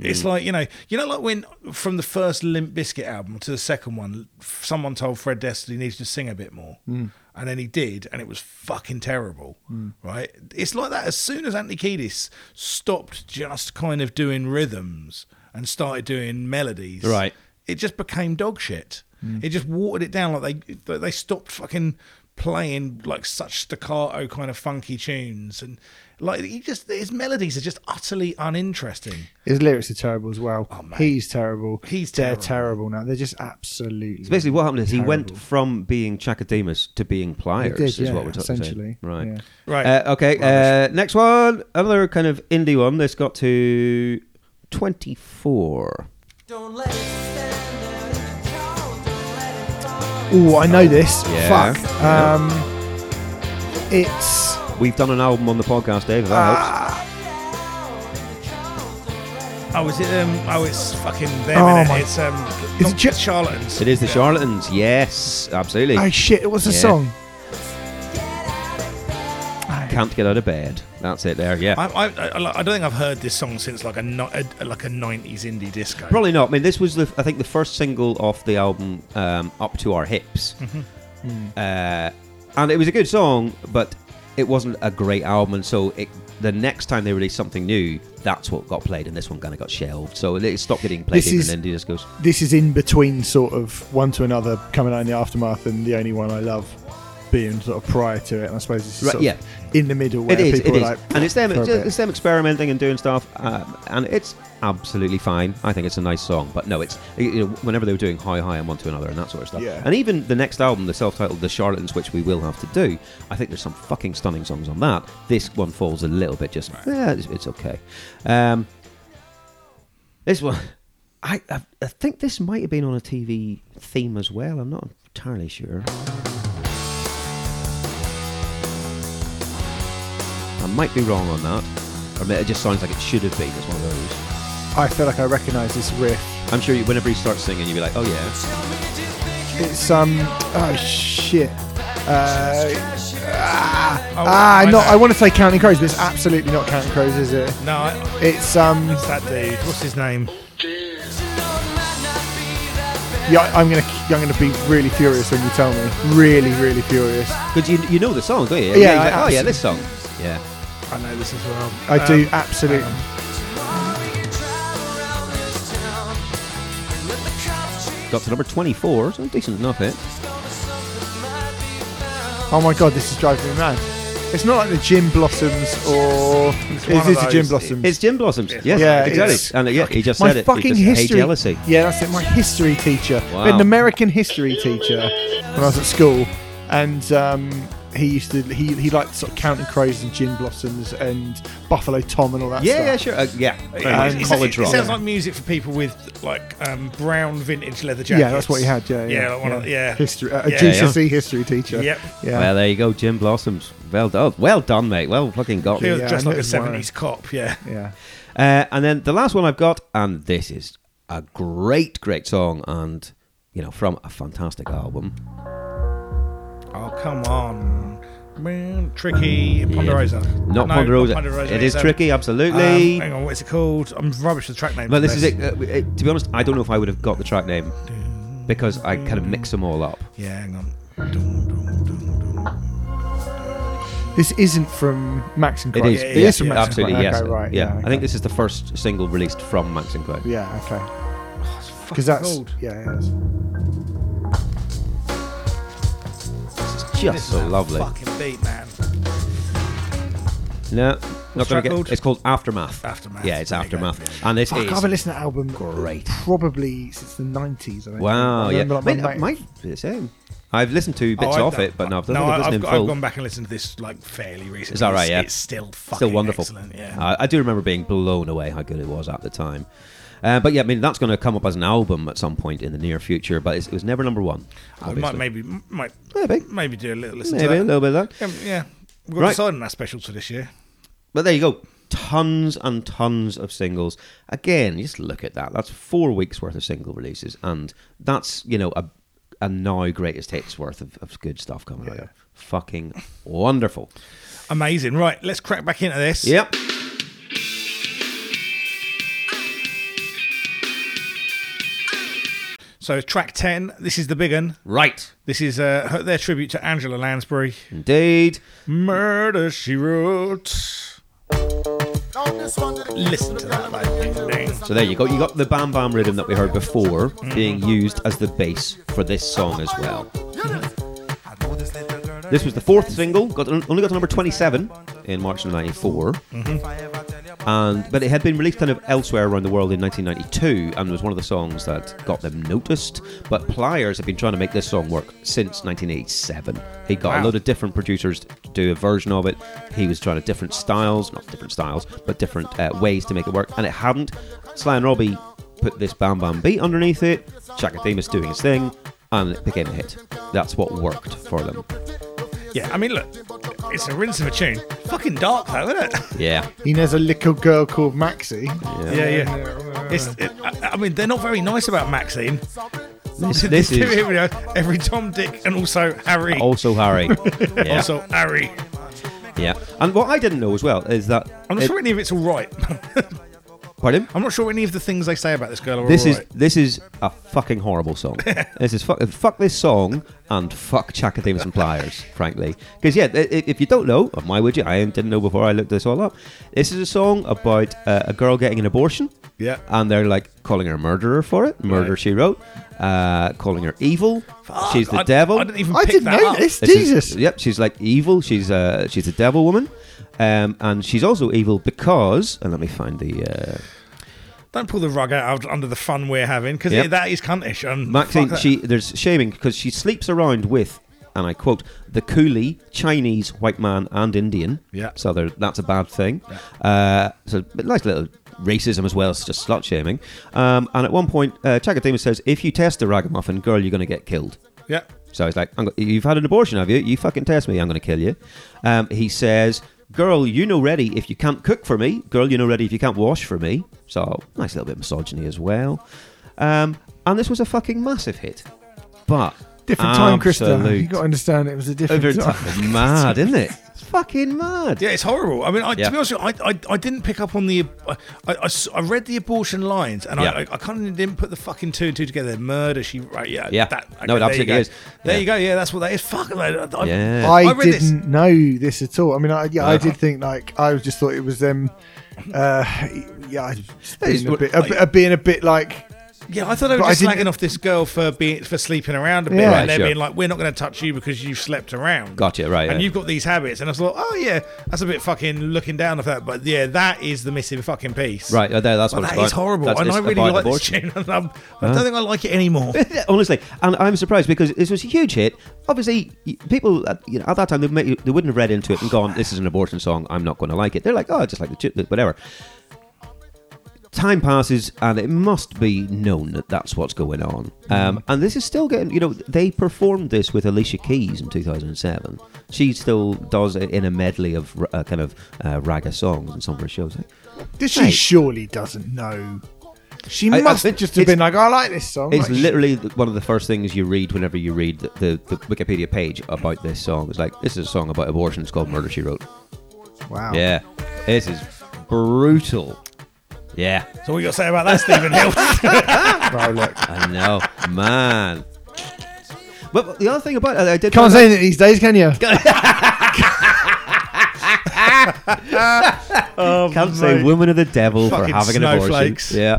It's like you know, you know, like when from the first Limp Biscuit album to the second one, someone told Fred Durst he needed to sing a bit more, and then he did, and it was fucking terrible, right? It's like that. As soon as Anti Kiedis stopped just kind of doing rhythms and started doing melodies,
Right.
it just became dog shit. It just watered it down. Like they they- they stopped fucking playing like such staccato kind of funky tunes and like he just his melodies are just utterly uninteresting.
His lyrics are terrible as well.
Oh,
mate.
He's terrible.
He's
They're
terrible.
terrible now. They're just absolutely.
So basically, what happened is he went
terrible.
from being Chakademus to being Pliers.
did,
is
yeah,
what we're talking
essentially,
Right.
yeah.
Right.
Uh, okay. Uh, next one, another kind of indie one. This got to twenty-four.
Don't let it stand there. Don't let it fall.
Oh, I know this.
Yeah.
Fuck.
Yeah.
Um, it's.
We've done an album on the podcast, Dave. If that
Ah,
helps.
oh, is it um? Oh, it's fucking them.
Oh,
innit?
my-
It's um.
Is
not
it Ch-
charlatans?
It is the
Yeah.
Charlatans. Yes, absolutely.
Oh shit! What's the
Yeah.
song?
Can't get out of bed. That's it. There. Yeah.
I, I, I, I don't think I've heard this song since like a, no- a like a nineties indie disco.
Probably not. I mean, this was the I think the first single off the album um, "Up to Our Hips,"
Mm-hmm.
uh, and it was a good song, but it wasn't a great album. And so it, the next time they released something new, that's what got played, and this one kind of got shelved. So it stopped getting played
This
even
is-
in indie discos.
this is in between sort of one to another coming out in the aftermath and the only one I love being sort of prior to it and I suppose this is
Right,
sort of
yeah.
in the middle where
It is,
people
it is,
are like
and it's them,
for a
it's,
bit.
it's them experimenting and doing stuff, um, and it's absolutely fine. I think it's a nice song, but no, it's you know, whenever they were doing High High and One to Another and that sort of stuff,
Yeah.
and even the next album, the self-titled The Charlatans, which we will have to do. I think there's some fucking stunning songs on that. This one falls a little bit, just yeah, it's, it's okay. Um, This one, I, I I think this might have been on a TV theme as well. I'm not entirely sure. I might be wrong on that, or may- it just sounds like it should have been. It's one of those.
I feel like I recognise this riff.
I'm sure you, whenever he starts singing, you'll be like, "Oh yeah,
It's um oh shit. Uh, ah,
Oh, I
not.
know.
I want to say Counting Crows, but it's absolutely not Counting Crows, is it?
No, I-
It's um.
it's that dude. What's his name?
Yeah, I'm gonna. I'm gonna be really furious when you tell me. Really, really furious.
because you you know the song, don't you?
Yeah,
you're like,
I-
oh yeah, this song. Yeah,
I know this as well.
I do absolutely.
got to number 24, so decent enough eh? hit.
Oh my god, this is driving me mad. It's not like the Gin Blossoms or
one
is this
of
the Gin
those-
Blossoms?
It's Jim Blossoms. Yes,
Mm. Yeah,
exactly.
it's-
And uh, yeah, he just
my
said it.
fucking
he just,
history.
Hey, jealousy.
Yeah, that's it. My history teacher,
Wow.
an American history teacher, when I was at school, and um, he used to he he liked sort of counting crows and gin blossoms and Buffalo Tom and all that.
Yeah, yeah,
stuff.
sure. Uh, yeah, very
Yeah,
much
it's- it's-
college
Um, it
rock.
sounds like music for people with like um, brown vintage leather
yeah,
jackets.
that's what he had. Yeah, yeah,
Yeah, like one of- yeah.
History, uh, a
Yeah,
GCSE history teacher.
Yep.
Yeah.
Well, there you go, Jim Blossoms. Well done, well done, mate. Well fucking got
Feels
me.
Yeah,
just
I
like
know
a
it's one of-
seventies cop. Yeah.
yeah.
Uh, and then the last one I've got, and this is a great, great song, and you know from a fantastic album.
Oh come on, Man, tricky Ponderosa.
Not
No,
Ponderosa.
Ponderosa,
It is
it's, um,
tricky,
um,
absolutely.
hang on, what is it called? I'm rubbish with track names.
Well, this
on
is it. Uh, it- To be honest, I don't know if I would have got the track name because I kind of mix them all up.
Yeah, hang on. Dum, dum, dum, dum.
This isn't from Max and
It
Crow.
is,
yeah,
yeah,
yes,
from
yeah,
Max
absolutely,
and Crow.
yes.
Okay, right.
yeah,
Yeah.
I think this is the first single released from Max and Crow.
Yeah. Okay.
Fuck,
Because that's
cold.
yeah. yeah, that's-
It's just so
That
lovely.
Fucking beat, man.
No, not gonna
that
get.
called?
It's called Aftermath.
Aftermath.
Yeah, it's
There you go.
Aftermath, and this
Fuck, I
is
haven't listened to that album
Great.
probably since the nineties. I think.
wow.
I
Yeah,
remember, like, my
Mate, I
mate-
might be the same. I've listened to bits
Oh,
of
I-
it, but no, I've,
no,
not listened
I've,
in
got-
full.
I've gone back and listened to this like fairly recently.
Is that right?
It's-
Yeah,
It's still fucking
still wonderful. Ah, Uh,
excellent. Yeah.
I, I do remember being blown away how good it was at the time. Uh, but yeah, I mean that's going to come up as an album at some point in the near future. But it's, it was never number one.
I might
obviously.
maybe might
Maybe.
maybe do a little listen
maybe a
to that.
little bit of that.
Um, yeah. We've got
Right.
to decide on our specials for this year.
But there you go. Tons and tons of singles. Again, just look at that. That's four weeks worth of single releases, and that's you know a a now greatest hits worth of, of good stuff coming out. Fucking wonderful.
Amazing. Right, let's crack back into this.
Yep.
So track ten. This is the big one.
Right.
This is uh, her, their tribute to Angela Lansbury.
Indeed.
Murder she wrote.
Now this one did
Listen to that. Like, ding, ding.
So there you go. You got the bam bam rhythm that we heard before being used as the bass for this song as well. This was the fourth single. Got only got to number twenty-seven in March of '94, and but it had been released kind of elsewhere around the world in 1992, and was one of the songs that got them noticed. But Pliers had been trying to make this song work since 1987. He got a
Wow.
load of different producers to do a version of it. He was trying to different styles, not different styles, but different uh, ways to make it work, and it hadn't. Sly and Robbie put this Bam Bam beat underneath it. Chaka Demus doing his thing. And it became a hit. That's what worked for them.
Yeah, I mean, look, it's a rinse of a tune. Fucking dark though, isn't it?
Yeah.
He knows a little girl called Maxie.
Yeah, yeah. It's, it, I, I mean, they're not very nice about Maxine.
This, this
Here we
is
go. every Tom, Dick, and also Harry.
also Harry. Yeah.
Also Harry.
yeah. And what I didn't know as well is that.
I'm not
it-
sure any of it's all right.
Pardon?
I'm not sure any of the things they say about this girl are
This
all
is
right.
this is a fucking horrible song. this is fuck, fuck this song and fuck Chaka Davis and Pliers, frankly. Because yeah, i- i- if you don't know, oh, and why would you? I didn't know before I looked this all up. This is a song about uh, a girl getting an abortion.
Yeah.
and they're like calling her a murderer for it. Murder
Right.
she wrote, uh, calling her evil.
Fuck,
She's the
I-
devil.
I didn't even
I
pick
didn't
that
know
up.
this.
This is-
Jesus.
yep, she's like evil. She's uh, she's a devil woman, um, and she's also evil because. And let me find the. Uh,
Don't pull the rug out of- under the fun we're having because
Yep.
that is cuntish. And Um, fuck
Maxine,
that.
she there's shaming because she sleeps around with, and I quote, the coolie, Chinese, white man, and Indian.
Yeah.
So there- that's a bad thing. Uh, so but nice little racism as well as just slut shaming. Um, and at one point, uh, Chakadema says, "If you test the ragamuffin girl, you're going to get killed."
Yeah.
So he's like, I'm go- "You've had an abortion, have you? You fucking test me, I'm going to kill you." Um, he says, "Girl, you know ready if you can't cook for me. Girl, you know ready if you can't wash for me." So nice little bit of misogyny as well. Um, and this was a fucking massive hit, but
Different time, Krista.
absolute
You got to understand it was a different
over
time.
time. mad, isn't it? It's fucking mad.
Yeah, it's horrible. I mean, I,
Yeah.
to be honest, with you, I, I I didn't pick up on the. I, I- I s- I read the abortion lines, and
Yeah.
I I, I kind of didn't put the fucking two and two together. Murder, she right? Yeah,
Yeah.
That,
No, it
there you
absolutely
go.
is.
There
Yeah.
you go. Yeah, that's what that is. Fuck. I, I,
Yeah.
I,
I read
didn't
this-
know this at all. I mean, I, yeah, I
No.
did think like I just thought it was them. Uh, yeah, I just being a
what-
bit, a, bit- uh, being a bit like
Yeah, I thought I
But I
was just
didn't-
slagging off this girl for being for sleeping around a bit,
Yeah.
and
Right,
they're
sure.
being like, "We're not going to touch you because you've slept around."
Gotcha, right,
And
yeah.
you've got these habits, and I thought, "Oh yeah, that's a bit fucking looking down of that." But yeah, that is the missing fucking piece.
Right, uh, there, that's
Well,
what it's
that is
about.
horrible,
That's-
and
it's
I really
about
like this
abortion.
tune. And I'm, I don't think I like it anymore.
Honestly, and I'm surprised because this was a huge hit. Obviously, y- people at, you know, at that time they, may, they wouldn't have read into it and gone, "This is an abortion song. I'm not going to like it." They're like, "Oh, I just like the chip, whatever." Time passes, and it must be known that that's what's going on. Um, and this is still getting, you know, they performed this with Alicia Keys in 2007. She still does it in a medley of r- uh, kind of uh, ragga songs and some of her shows.
this. She
Mate.
surely doesn't know. She
I- I
must
think
just have
it's-
been like, "Oh, I like this song.
It's
Like,
literally th- one of the first things you read whenever you read the, the, the Wikipedia page about this song. It's like, this is a song about abortion. It's called Murder, She Wrote.
wow.
Yeah. This is brutal. Yeah.
So what you got to say about that, Stephen Hill?
Wow, look.
I know. Man. But but the other thing about it, I did.
Can't say anything these days, can you?
can't say
mate.
woman of the devil for
Fucking
having an abortion.
snowflakes.
Yeah.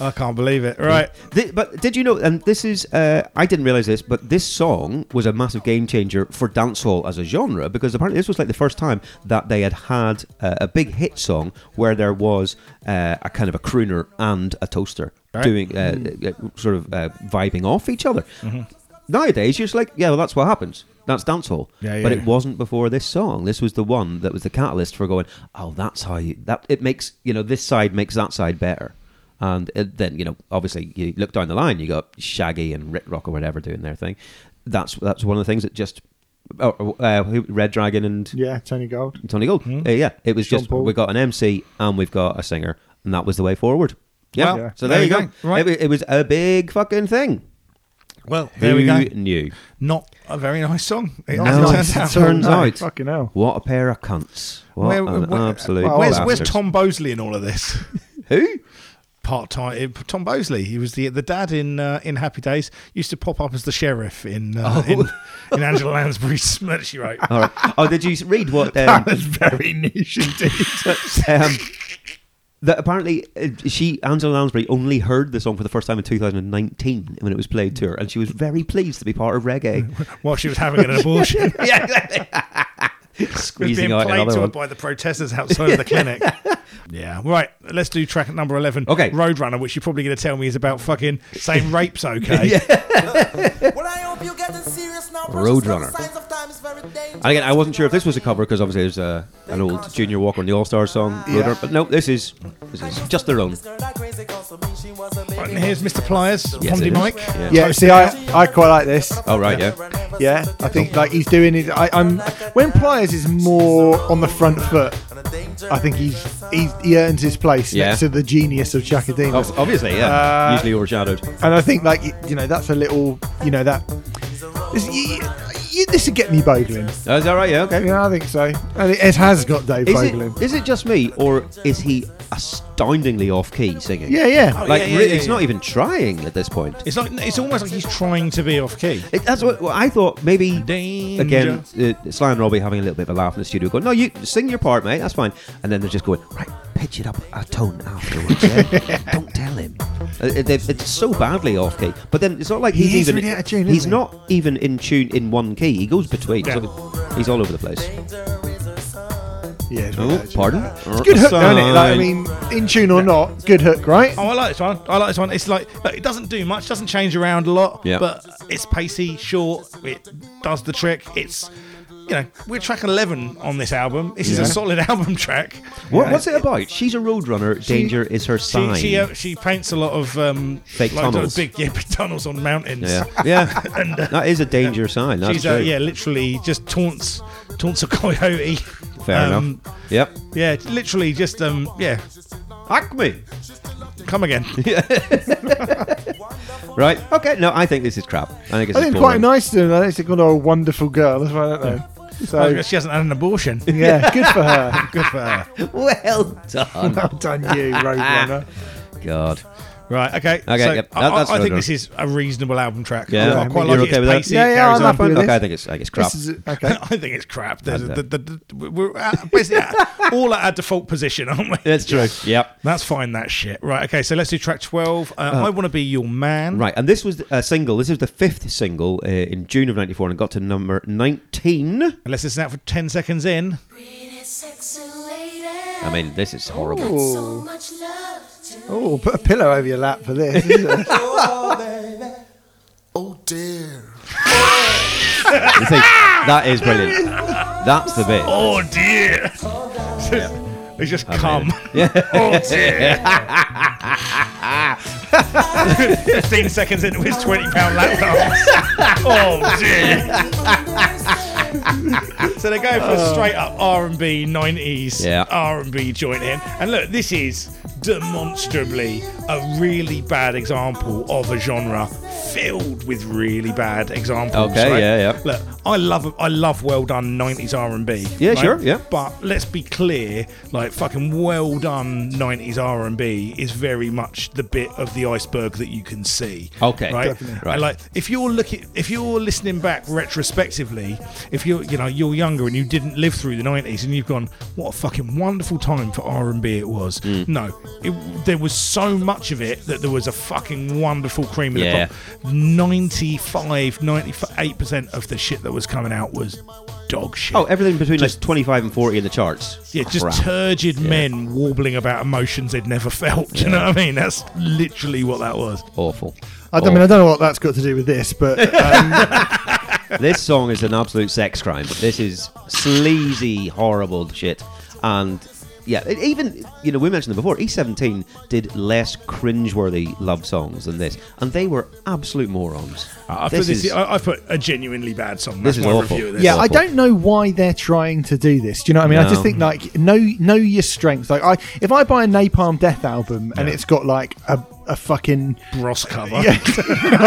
I can't believe it. Right.
Th- but did you know? And this is uh, I didn't realize this, but this song was a massive game changer for dancehall as a genre because apparently this was like the first time that they had had uh, a big hit song where there was uh, a kind of a crooner and a toaster doing uh,
Hmm.
uh, sort of uh, vibing off each other.
Mm-hmm.
Nowadays, you're just like, yeah, well, that's what happens. That's dancehall.
Yeah,
But
yeah.
it wasn't before this song. This was the one that was the catalyst for going. Oh, that's how you that it makes you know this side makes that side better. And it, then you know, obviously, you look down the line, you got Shaggy and Rick Rock or whatever doing their thing. That's that's one of the things that just oh, uh, who- Red Dragon and
yeah, Tony Gold.
Tony Gold. Uh, yeah, it was
Sean
just
Paul.
we got an MC and we've got a singer, and that was the way forward. Yeah.
Well,
So there, you go.
Right.
It, wa- it was a big fucking thing.
Well, there we go.
Who knew?
Not a very nice song. It
No,
turns
it
out.
turns
No,
out.
fucking hell.
What a pair of cunts. What
Where-
an
where-
absolute.
Where's, where's
bastards.
Tom Bosley in all of this?
Who?
Part time Tom Bosley. He was the the dad in uh, in Happy Days. Used to pop up as the sheriff in uh, in, in Angela Lansbury's Murder She Wrote.
Oh. All right. Oh, did you read what? Um,
That's very niche indeed.
um, that apparently uh, she Angela Lansbury only heard the song for the first time in 2019 when it was played to her, and she was very pleased to be part of reggae.
While she was having an abortion,
yeah, exactly.
it was being
squeezing out
played
another
to her
one.
by the protesters outside of the clinic. Yeah, right. Let's do track number eleven.
Okay.
Roadrunner, which you're probably going to tell me is about fucking saying rapes. Okay.
Well, I hope you're getting serious now.
Roadrunner.
And
And again, I wasn't sure if this was a cover because obviously there's uh, an old Junior Walker and the All Star song, but no, this is this is just their own.
Right, and here's Mr. Pliers,
Yes,
Pondy
it is.
Mike.
Yeah.
Yeah, see, I, I quite like this.
Oh right, yeah.
Yeah, I think like he's doing it. I, I'm when Pliers is more on the front foot. I think he's, he's he earns his place
Yeah.
next to the genius of Chakadima.
Ob- Oh, Obviously, yeah.
Uh,
Usually overshadowed.
And I think, like, y- you know, that's a little, you know, that. This, y y this would get me bogling.
Oh, is that right? Yeah. Okay.
Yeah, I think so. And it, it has got Dave
Is
bogling.
it, is it just me, or is he astoundingly off key singing?
Yeah, yeah.
Like,
Oh, yeah, yeah,
really,
yeah,
he's
yeah.
not even trying at this point.
It's like it's almost like he's trying to be off key.
It, that's what, what I thought. Maybe
Danger.
again, uh, Sly and Robbie having a little bit of a laugh in the studio, going, "No, you sing your part, mate. That's fine." And then they're just going, "Right, pitch it up a tone afterwards. Yeah? Don't tell him." Uh, it- it- it's so badly off key. But then it's not like
He
he's
is
even
really out of tune,
he's
isn't he?
not even in tune in one key. He goes between.
Yeah.
So he's all over the place.
Yeah, it's really
Oh,
good.
pardon.
It's good hook, isn't it? Like, I mean, in tune or not, good hook, right?
Oh, I like this one. I like this one. It's like look, it doesn't do much, doesn't change around a lot,
Yeah.
but it's pacey, short. It does the trick. It's you know, we're track 11 on this album. This is a solid album track.
What, what's it about? She's a roadrunner. Danger is her
She
sign.
she, uh, she paints a lot of um,
Fake
like, those
tunnels.
big yeah, big tunnels on mountains.
yeah, yeah. that is a danger sign. That's
uh, She's uh,
true.
yeah, literally just taunts taunts a coyote.
Fair
um,
enough. Yep.
Yeah, literally just um yeah,
Acme.
come again.
Right. Okay. No, I think this is crap. I think it's
I think quite nice to. I think they called her a wonderful girl. That's why I don't know. So
she hasn't had an abortion.
yeah, good for her.
Good for her.
Well done.
well done, you Roadrunner.
God.
Right. Okay.
Okay,
So
yep,
I,
that-
I-
that's
I think
good.
this is a reasonable album track.
Yeah.
I, I quite
You're
like it.
okay
It's
with that?
pacey.
Yeah,
it
yeah,
carries
I'm
on.
happy with
Okay.
this.
I think it's. I think it's crap.
This is okay.
I think it's crap. There's
And,
a- the- the- the- we're at- basically at- all at our default position, aren't we?
That's true. Yep.
That's fine. That shit. Right. Okay. So let's do track twelve. Uh, I want to be your man.
Uh-huh. Right, and this was a single. This is the fifth single uh, in June of '94, and it got to number 19.
Unless it's out for ten seconds in.
I mean, this is horrible.
Oh, oh, put a pillow over your lap for this. isn't it?
Oh dear.
You think that is brilliant? That's the bit.
Oh dear. They just come. oh dear. Fifteen seconds into his twenty pound laptop. oh dear. so they go for a straight up R and B nineties
Oh. Yeah.
R and B joint in. And look, this is demonstrably a really bad example of a genre filled with really bad examples.
Okay,
right?
yeah, yeah.
Look, I love I love well done nineties R and B.
Yeah, sure, yeah.
But let's be clear, like fucking well done '90s R&B is very much the bit of the iceberg that you can see.
Okay.
right.
Definitely. Right.
And like, if you're looking, if you're listening back retrospectively, if you're, you know, you're younger and you didn't live through the '90s and you've gone, what a fucking wonderful time for R&B it was.
Mm.
No, it, there was so much of it that there was a fucking wonderful cream of
Yeah.
the crop. 95, 98 percent of the shit that was coming out was dog shit.
Oh, everything between like 25 and 40 in the charts.
Yeah, just
Crap.
turgid men warbling about emotions they'd never felt. Do you know what I mean? That's literally what that was.
awful.
I, don't, I mean, I don't know what that's got to do with this, but um,
this song is an absolute sex crime. This is sleazy, horrible shit. And yeah, it, even you know we mentioned it before. E17 did less cringeworthy love songs than this, and they were absolute morons.
I, I put
this
this.
is,
I, I put a genuinely bad song.
This
That's
is
my
awful.
review of this.
yeah, I
Awful.
don't know why they're trying to do this. Do you know what I mean? I
No.
just think like know know your strengths. Like I, if I buy a Napalm Death album and it's got like a, a fucking
Bros cover.
Yeah.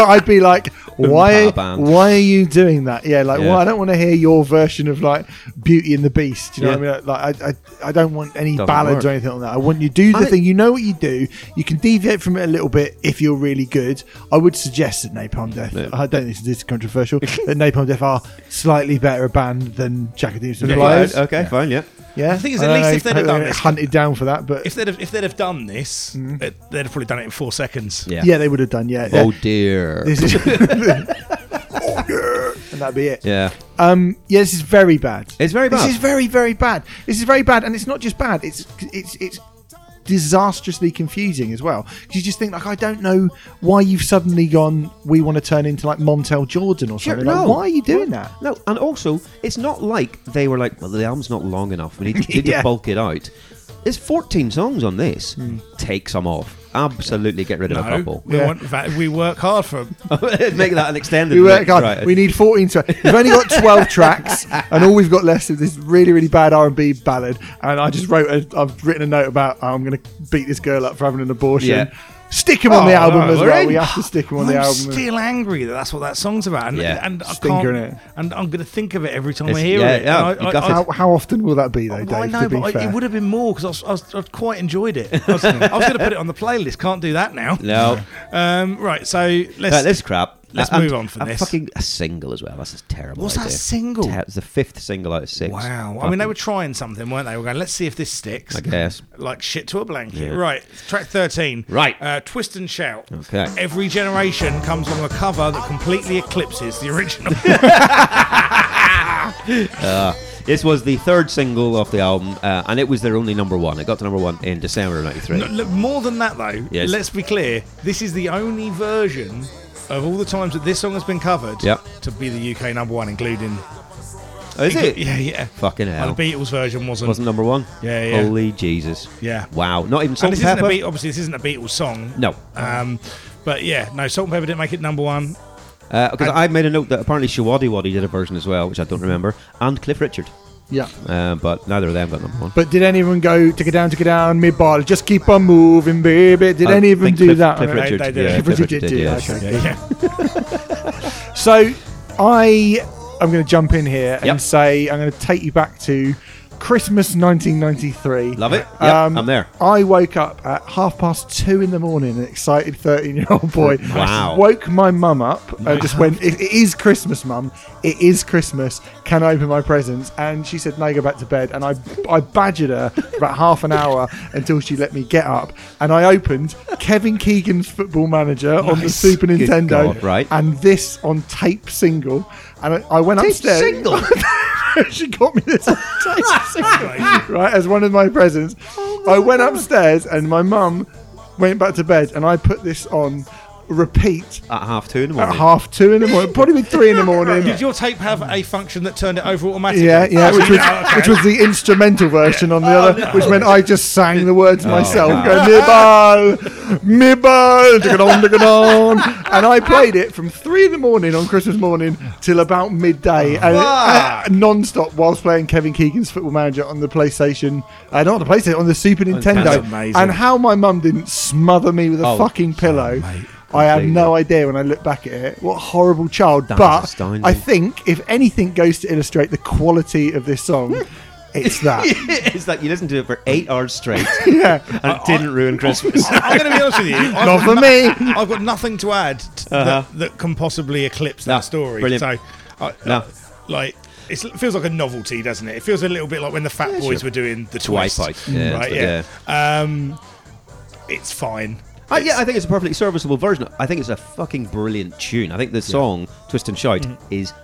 I'd be like, why?
Oompa band.
Why are you doing that? Yeah, like,
Yeah.
well, I don't want to hear your version of like Beauty and the Beast. You know
Yeah.
what I mean? Like, I, I, I don't want any
Doesn't work.
ballads or anything like that. I want you to do the
think-
thing. You know what you do. You can deviate from it a little bit if you're really good. I would suggest that Napalm Death. I don't think this is controversial. that Napalm Death are slightly better a band than Jackadoo's and
Yeah,
Flyers.
okay, fine, yeah.
Yeah,
The thing is,
I
at
don't
least
know,
if they'd have
I don't
done
know,
this-
hunted down for that, but
If they'd have, if they'd have done this,
Mm-hmm.
it- they'd have probably done it in four seconds.
Yeah.
yeah, they would have done. Yeah, yeah.
Oh dear.
This is- Oh, yeah. and that'd be it.
yeah.
Um, yeah, this is very bad.
It's very bad.
This is very, very bad. This is very bad, and it's not just bad. It's it's it's disastrously confusing as well. 'Cause you just think like, I don't know why you've suddenly gone. We want to turn into like Montel Jordan or
Sure,
something. Like,
no.
why are you doing that?
No, and also it's not like they were like, well, the album's not long enough. We need to, need
Yeah. Hmm.
to bulk it out. There's 14 songs on this. Take some off. Absolutely, get rid of a
No,
couple.
we
Yeah.
want that. We work hard for. 'em.
Make that an extended.
We work hard.
Right.
We need fourteen tracks. We've only got twelve tracks, and all we've got left is this really, really bad R and B ballad. And I just wrote. A, I've written a note about oh, I'm going to beat this girl up for having an abortion.
Yeah.
Stick him on
Oh,
the album
no,
as
we're
well.
in.
We have to stick him on the
I'm
album.
still angry that that's what that song's about, and
Yeah.
and I
Stinker,
can't,
innit?
and I'm gonna think of it every time I
It's-
hear
yeah,
it.
yeah,
And I,
you
I-
got
I-
it.
How, how often will that be though, Dave?
Well, I know,
to be
but I,
fair,
it would have been more because I, was- I would quite enjoyed it. I was, I was going to put it on the playlist. Can't do that now.
No.
Um, right. So let's.
Right, this crap.
let's
And
move on from
a
this.
Fucking a single as well. That's a terrible.
Was that
idea.
single?
Ter- it's the fifth single out of six.
wow. I
Fucking-
mean, they were trying something, weren't they? We're going. Let's see if this sticks.
I guess.
Like shit to a blanket.
Yeah.
Right. Track thirteen.
Right.
Uh, Twist and shout.
Okay.
Every generation comes on a cover that completely eclipses the original.
This was the third single off the album, uh, and it was their only number one. It got to number one in December of '93.
No, look, more than that, though,
Yes.
let's be clear this is the only version of all the times that this song has been covered
Yep. Oh,
to be the UK number one, including
Is it?
Yeah, yeah.
Fucking hell.
Well, the Beatles version wasn't.
Wasn't number one.
Yeah, yeah.
Holy Jesus.
Yeah.
Wow. Not even
and
salt
this
and
isn't a
pepper.
beat. Obviously, this isn't a Beatles song.
No.
Um, but yeah, no, Salt and Pepper didn't make it number one.
Because I Uh, made a note that apparently Shawaddy Waddy did a version as well, which I don't remember, and Cliff Richard.
Yeah.
Uh, but neither of them got number one.
But did anyone go take it down, take it down, mid ball, just keep on moving, baby? Did
I
any of them
think
do
Cliff-
that?
Cliff
They-
Richard.
they did.
yeah,
Cliff Richard did do
yeah.
that, okay.
Yeah, yeah.
So I am going to jump in here and
Yep.
say I'm going to take you back to Christmas 1993.
Love it. Yep,
Um,
I'm there.
I woke up at half past two in the morning, an excited 13 year old boy.
Wow.
Woke my mum up and just went, it, it is Christmas, mum. It is Christmas. Can I open my presents? And she said, No, go back to bed. And I, I badgered her for about half an hour until she let me get up. And I opened Kevin Keegan's football manager on the
Nice.
Super
Good
Nintendo.
God, right.
And this on tape single. And I, I went upstairs.
single?
she got me this on tape single, right, as one of my presents.
Oh,
I went upstairs and my mum went back to bed and I put this on repeat
At half two in the
at
morning.
half two in the morning, probably three in the morning.
Did your tape have a function that turned it over automatically?
Yeah, yeah,
Oh,
which
you
was,
know, okay.
which was the instrumental version on the other, which meant I just sang the words myself,
wow.
going Mibal, Mibal, digadon, digadon. and I played it from three in the morning on Christmas morning till about midday, and uh, non-stop whilst playing Kevin Keegan's Football Manager on the PlayStation, uh, not on the PlayStation, on the Super Nintendo,
amazing.
and how my mum didn't smother me with a
Oh,
fucking pillow. I have no idea when I look back at it. What a horrible child!
That
but
is astounding.
I think if anything goes to illustrate the quality of this song, it's that.
it's like you listened to it for eight hours straight
yeah,
and
Oh,
it didn't ruin Christmas.
I'm going to be honest with you. I've
not
got
for
no-
me.
I've got nothing to add t-
Uh-huh.
that, that can possibly eclipse that
No,
story.
brilliant.
So, I, uh,
No.
like, it's, it feels like a novelty, doesn't it? It feels a little bit like when the Fat Boys
sure.
were doing the
Twice.
twist,
Yeah,
right?
so-
Yeah. Um, it's fine.
I, Uh, yeah, I think it's a perfectly serviceable version. I think it's a fucking brilliant tune. I think the song "Twist and Shout"
Mm-hmm.
is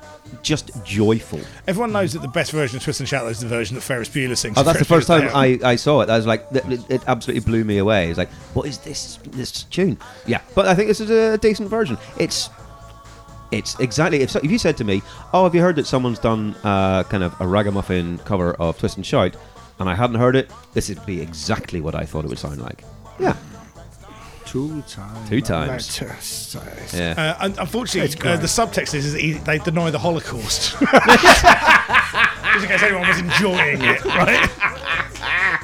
just joyful.
Everyone knows that the best version of Twist and Shout is the version that Ferris Bueller sings.
Oh,
in
that's the first
Ferris
time
Bueller's Day Off.
I, I saw it. I was like, it, it absolutely blew me away. It's like, what is this this tune? Yeah, but I think this is a decent version. It's it's exactly if, so, if you said to me, oh, have you heard that someone's done uh, kind of a ragamuffin cover of Twist and Shout, and I hadn't heard it, this would be exactly what I thought it would sound like. Yeah,
two times.
Two times. yeah.
Uh, un- unfortunately, uh, the subtext is, is he, they deny the Holocaust. Just in case anyone was enjoying it, right?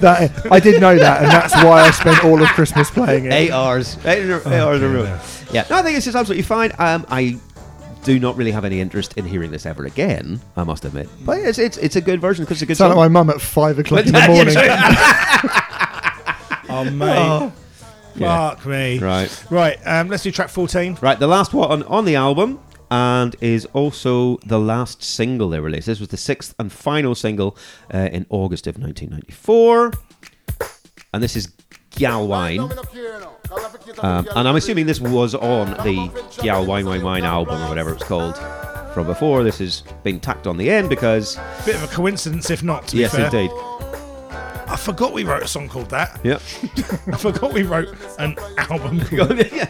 That, I did know that, and that's why I spent all of Christmas playing it.
Eight hours. Eight, hours-
Oh,
eight hours in a row. Yeah. No, I think it's just absolutely fine. Um, I do not really have any interest in hearing this ever again. I must admit, but it's it's, it's a good version because it's a good
Sound
song.
like my mum at five o'clock in the
Yeah,
morning.
Oh, mate.
Yeah.
Fuck me.
Right.
Right. Um, let's do track 14.
Right, the last one on, on the album and is also the last single they released. This was the sixth and final single uh, in August of 1994. And this is Galwine.
Uh,
Um, and I'm assuming this was on the Gal Wine Wine Wine album or whatever it's called from before. This has been tacked on the end because,
Bit of a coincidence, if not. To
yes,
be fair.
indeed.
I forgot we wrote a song called that.
Yep.
I forgot we wrote an album. called
yeah.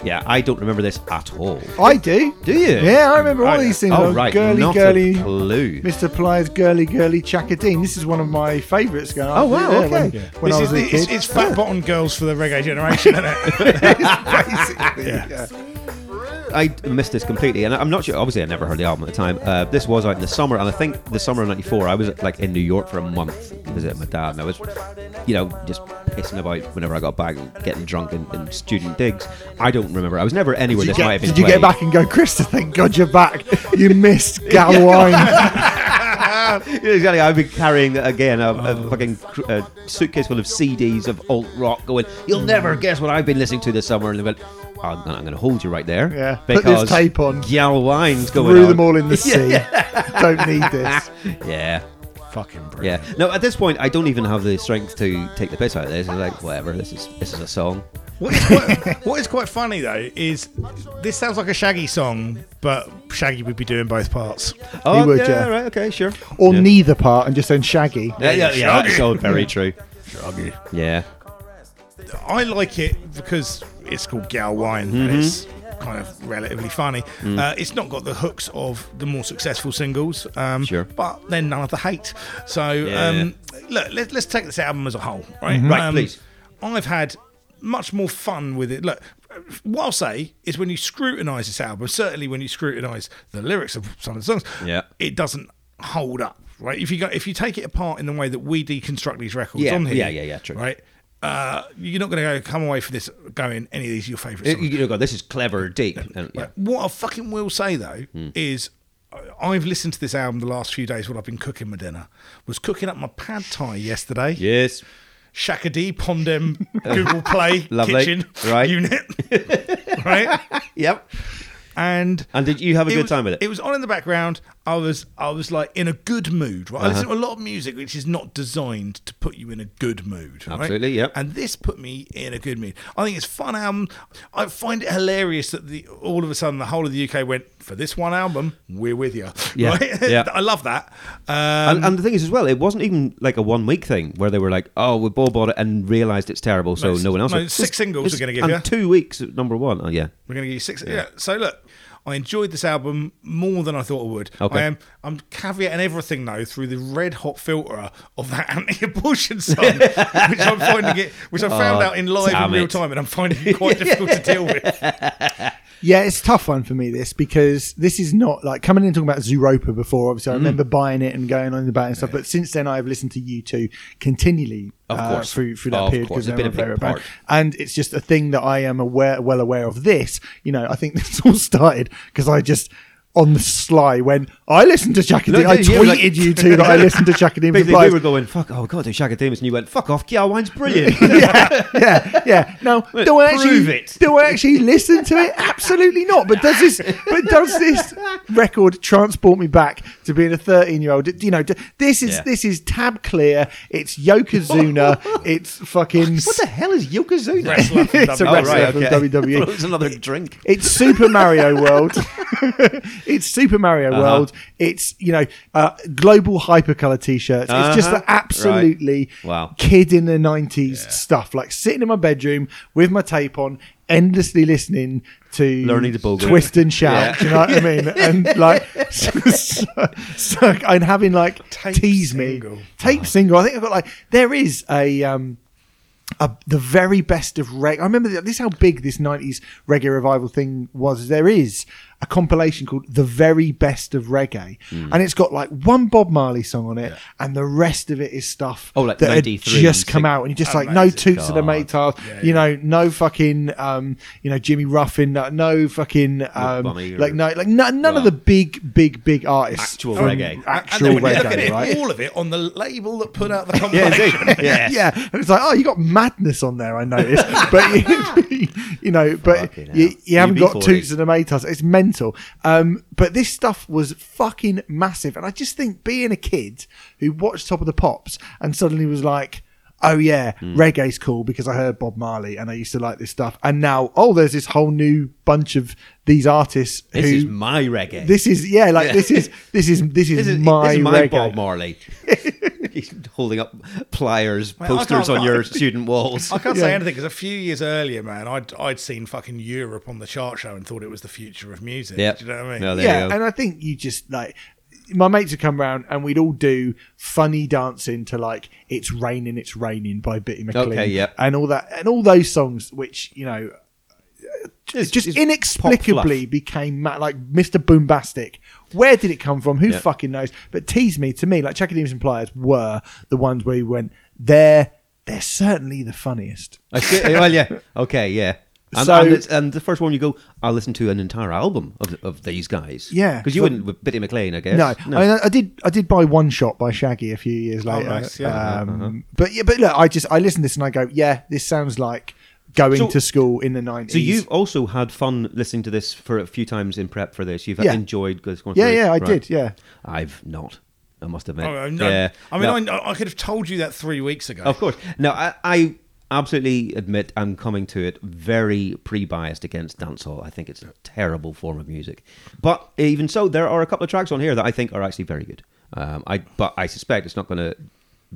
yeah, I don't remember this at all.
I do.
Do you?
Yeah, I remember all
Oh,
these things.
Oh,
Oh,
right.
girly,
Not
girly,
a clue.
Mr. Pliers, girly, girly, Chakadine. This is one of my favourites. Going.
Oh, wow,
Yeah,
okay.
When,
Yeah.
when I was
this is
a
the, it's,
kid.
it's fat bottom girls for the reggae generation, isn't it?
I missed this completely, and I'm not sure. Obviously, I never heard the album at the time. Uh, this was out in the summer, and I think the summer of '94, I was like in New York for a month visiting my dad, and I was, you know, just pissing about whenever I got back and getting drunk in, in student digs. I don't remember. I was never anywhere.
Did you,
this might
get,
have been
did you get
played.
back and go, Krista? Thank God you're back. You missed Galwine.
Yeah, exactly. I've been carrying again a,
Oh.
a fucking cr- a suitcase full of CDs of alt rock, going, "You'll never
Mm.
guess what I've been listening to this summer." And they went, "Oh, "I'm gonna, I'm gonna hold you right there."
Yeah. Put this tape on.
Gal wine's going
Threw
on.
them all in the sea. Don't need this.
Yeah.
Fucking brilliant.
Yeah. No, at this point, I don't even have the strength to take the piss out of this. It's like, whatever. This is this is a song.
What is, quite, what is quite funny though is this sounds like a Shaggy song, but Shaggy would be doing both parts.
Oh,
would,
yeah,
yeah.
Right. Okay. Sure.
Or
yeah.
neither part and just then Shaggy.
Yeah, yeah, yeah. That's all very true. Yeah. Mm-hmm.
I like it because it's called Gal Wine. and It's kind of relatively funny.
Mm.
Uh, it's not got the hooks of the more successful singles, um,
Sure.
but then none of the hate. So
Yeah. Mm-hmm.
um, look, let, let's take this album as a whole, right?
Right,
Um,
please.
I've had much more fun with it. Look, what I'll say is when you scrutinise this album, certainly when you scrutinise the lyrics of some of the songs,
Yeah.
it doesn't hold up, right? If you go, if you take it apart in the way that we deconstruct these records
Yeah,
on here,
yeah, yeah, yeah, true.
right? Uh, you're not going to go come away from this going any of these are your favourite
You-
songs.
You go, this is clever, deep. And, Eh, yeah. Hmm.
Right. What I fucking will say though is, I- I've listened to this album the last few days while I've been cooking my dinner. Was cooking up my pad thai yesterday.
Yes.
Shakadi Pondem Google Play
Lovely.
kitchen
Right.
unit, right?
Yep.
And
And did you have a good
was,
time with it?
It was on in the background. I was I was like in a good mood. Right, I
Uh-huh.
listen to a lot of music which is not designed to put you in a good mood. right?
Absolutely, yep.
And this put me in a good mood. I think it's a fun album. I find it hilarious that the all of a sudden the whole of the UK went for this one album. We're with you.
Yeah,
Right?
yeah.
I love that.
and,
Um,
and the thing is, as well, it wasn't even like a one week thing where they were like, "Oh, we all bought it and realized it's terrible, so
No,
no,
it's-
one else."
no,
will."
six
It's-
singles
it's-
are gonna give
and
you.
two weeks at number one. Oh yeah,
We're going to give you six. Yeah. So look, I enjoyed this album more than I thought I would.
Okay.
I am. I'm caveating everything though through the red hot filter of that anti-abortion song, which I'm finding it, which I found
Oh,
out in live
damn
in real
it.
time, and I'm finding it quite difficult to deal with.
Yeah, it's a tough one for me this because this is not like coming in and talking about Zuropa before. Obviously, I
Mm.
remember buying it and going on about it and stuff. But since then, I have listened to you two continually
Of
uh,
course.
through through that
Of
period
course. It's
because they're
been
my
a big
favorite band.
part.
And it's just a thing that I am aware, well aware of. This, you know, I think this all started because I just. On the sly, when I listened to Chakadee,
No,
I
yeah,
tweeted
like-
you two that I listened to Chakadee. with
basically
Live.
we were going, "Fuck, oh god, do Shaka Demons," and you went, "Fuck off, Kia Wine's brilliant."
yeah, yeah, yeah. Now, do I actually
prove it.
do I actually listen to it? Absolutely not. But does this but does this record transport me back to being a thirteen-year-old? You know, d- this is
Yeah.
this is tab clear. It's Yokozuna. it's fucking.
what the hell is Yokozuna?
Wrestler from
It's a
WWE.
wrestler
uh,
from WWE.
Throws another drink.
It's Super Mario World. it's Super Mario
Uh-huh.
World. It's you know uh, global hypercolor t-shirts. It's just
Uh-huh.
the absolutely
Right. Wow.
kid in the nineties stuff. Like sitting in my bedroom with my tape on, endlessly listening to
Learning to boogle.
twist and shout.
Yeah.
Do you know what I mean? And like, so, so- so- and having like
Tape
tease
single.
me tape
Uh-huh.
single. I think I've got like there is a. um a, the very best of reggae. I remember th- this how big this '90s reggae revival thing was. There is a compilation called "The Very Best of Reggae,"
Hmm.
and it's got like one Bob Marley song on it, and the rest of it is stuff
Oh, like
that had
93,
just come
six-
out, and you're just
Oh,
like, no
Amazing.
toots of the mate you know, no fucking, um, you know, Jimmy Ruffin, no, no fucking, um,
Bunny or-
like no, like no, none
Wow.
of the big, big, big artists,
Actual
from
reggae.
actual
and then when you look at
reggae,
it,
right?
all of it on the label that put out the
Yeah,
compilation.
indeed. yeah.
yeah. And it's like, oh, you got madness on there, I noticed. but, you, you know, but
Fucking
you,
hell.
you haven't got
UB40.
toots and tomatoes. It's mental. Um, but this stuff was fucking massive. And I just think being a kid who watched Top of the Pops and suddenly was like, Oh yeah,
Hmm.
reggae's cool because I heard Bob Marley and I used to like this stuff. And now, oh, there's this whole new bunch of these artists
This
who
is my reggae.
this is yeah, like
Yeah.
this is this is this is,
This is
my
this is my
reggae.
Bob Marley. He's holding up pliers,
Well, I
posters
can't-
on your student walls.
I can't
Yeah.
say anything because a few years earlier, man, I'd I'd seen fucking Europe on the chart show and thought it was the future of music.
Yep.
Do you know what I mean?
No, there
yeah,
you go.
and I think you just like my mates would come round and we'd all do funny dancing to like "It's Raining, It's Raining" by Bitty McLean,
Okay, yep.
and all that, and all those songs, which you know,
It's-
just
it's pop
inexplicably
fluff.
became ma- like Mr. Boombastic. Where did it come from? Who
Yep.
fucking knows? But tease me to me, like Chakademus and Pliers were the ones where you went, they're they're certainly the funniest.
I see, well, yeah. Okay, yeah. And,
So-
and, it's, and the first one you go, I'll listen to an entire album of, of these guys.
Yeah.
Because you
Well-
wouldn't with Biddy McLean, I guess.
No, I, mean, I- I did. I did buy one shot by Shaggy a few years later.
Oh, nice, yeah.
um,
Uh-huh.
But yeah, but look, I just I listen to this and I go, yeah, this sounds like going
So-
to school in the nineties.
so you've also had fun listening to this for a few times in prep for this. You've
Yeah.
enjoyed this going
yeah,
through.
yeah, I
Right.
did, yeah.
I've not. I must admit.
I mean, I-
yeah.
Oh, I, mean,
No.
I, I could have told you that three weeks ago.
Of course. Now, I, I absolutely admit I'm coming to it very pre-biased against dancehall. I think it's a terrible form of music. But even so, there are a couple of tracks on here that I think are actually very good. Um, I but I suspect it's not going to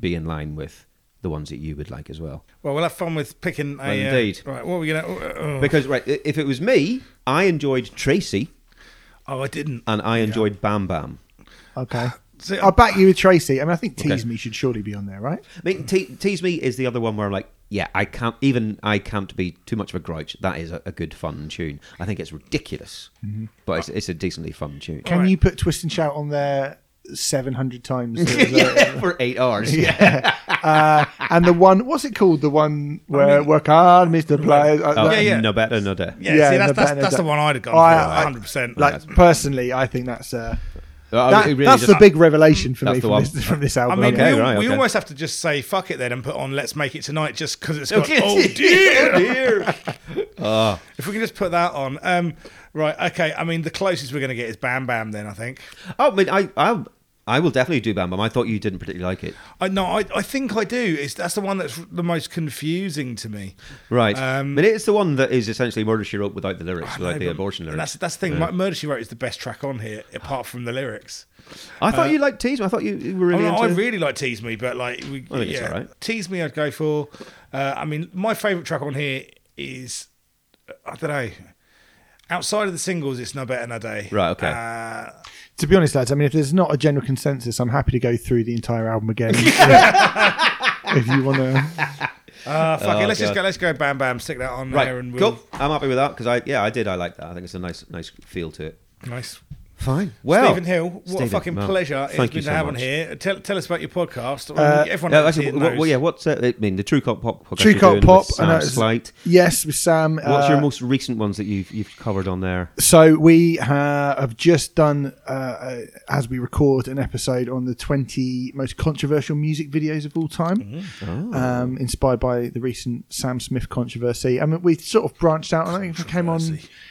be in line with the ones that you would like as well.
Well, we'll have fun with picking a. uh,
Indeed.
right, what are we oh, going to.
Because right, i- if it was me, I enjoyed Tracy
oh, I didn't.
and I enjoyed Bam Bam.
Okay.
See,
I'll back you with Tracy. I mean, I think
Okay.
Tease Me should surely be on there, right?
I mean, te- tease me is the other one where I'm like, yeah, I can't even I can't be too much of a grouch. That is a, a good fun tune. I think it's ridiculous,
Mm-hmm.
but it's, it's a decently fun tune.
Can you put Twist and Shout on there 700 times?
for eight hours.
and the one, what's it called? The one where work hard, Mr. Players. uh,
Oh,
that-
yeah.
No better, no better.
Yeah, see, that's,
no,
that's,
better
that's
than-
the one I'd have gone
I- I-
for, 100%.
Like personally, I think that's uh,
Well,
that,
Oh, it really
that's
just-
the big revelation for
That's
me
the
from
one.
this, from this
I
album.
mean,
Okay,
we,
right,
we
okay.
almost have to just say fuck it then and put on "Let's Make It Tonight" just because it's got.
Okay.
Oh dear!
dear.
if we can just put that on, um, right? Okay. I mean, the closest we're going to get is Bam Bam. Then I think.
Oh, I mean, I, I, I will definitely do Bam Bam. I thought you didn't particularly like it.
I no, I, I think I do. It's that's the one that's the most confusing to me.
Right.
Um,
but it's the one that is essentially Murder, She Wrote without the lyrics, without the
But-
abortion
and That's
lyrics.
that's the thing. Murder She Wrote is the best track on here, apart from the lyrics.
I thought you liked Tease Me. I thought you, you were
uh, I,
really
mean, I
into
really like Tease Me, but like, we,
I think it's
yeah,
alright.
Tease Me, I'd go for. Uh, I mean, my favorite track on here is, uh, I don't know. Outside of the singles, it's No Better No Day.
Right, okay.
Uh,
to be honest, lads, I mean, if there's not a general consensus, I'm happy to go through the entire album again. if you want to,
uh, fuck it.
Oh,
Let's just
God.
go. Let's go. Bam, bam. Stick that on
Right.
there, and we'll.
cool. I'm happy with that because I, yeah, I did. I like that. I think it's a nice, nice feel to it.
Nice.
Fine. Well,
Stephen Hill, what
Stephen,
a fucking
well,
pleasure it's
thank
been
you
to
so
have on
much.
here. Tell, tell us about your podcast.
Uh,
Everyone
No,
else
actually,
here
what, well,
knows.
yeah. What's uh, I mean the True Cult Pop? podcast
True
you're
Cult
doing
Pop,
with
I know
Sam
it's-
Slight.
yes, with Sam.
What's
uh,
your most recent ones that you've you've covered on there?
So we ha- have just done, uh, uh, as we record, an episode on the 20 most controversial music videos of all time,
Mm-hmm.
um, inspired by the recent Sam Smith controversy. I mean, we sort of branched out. I think it came on.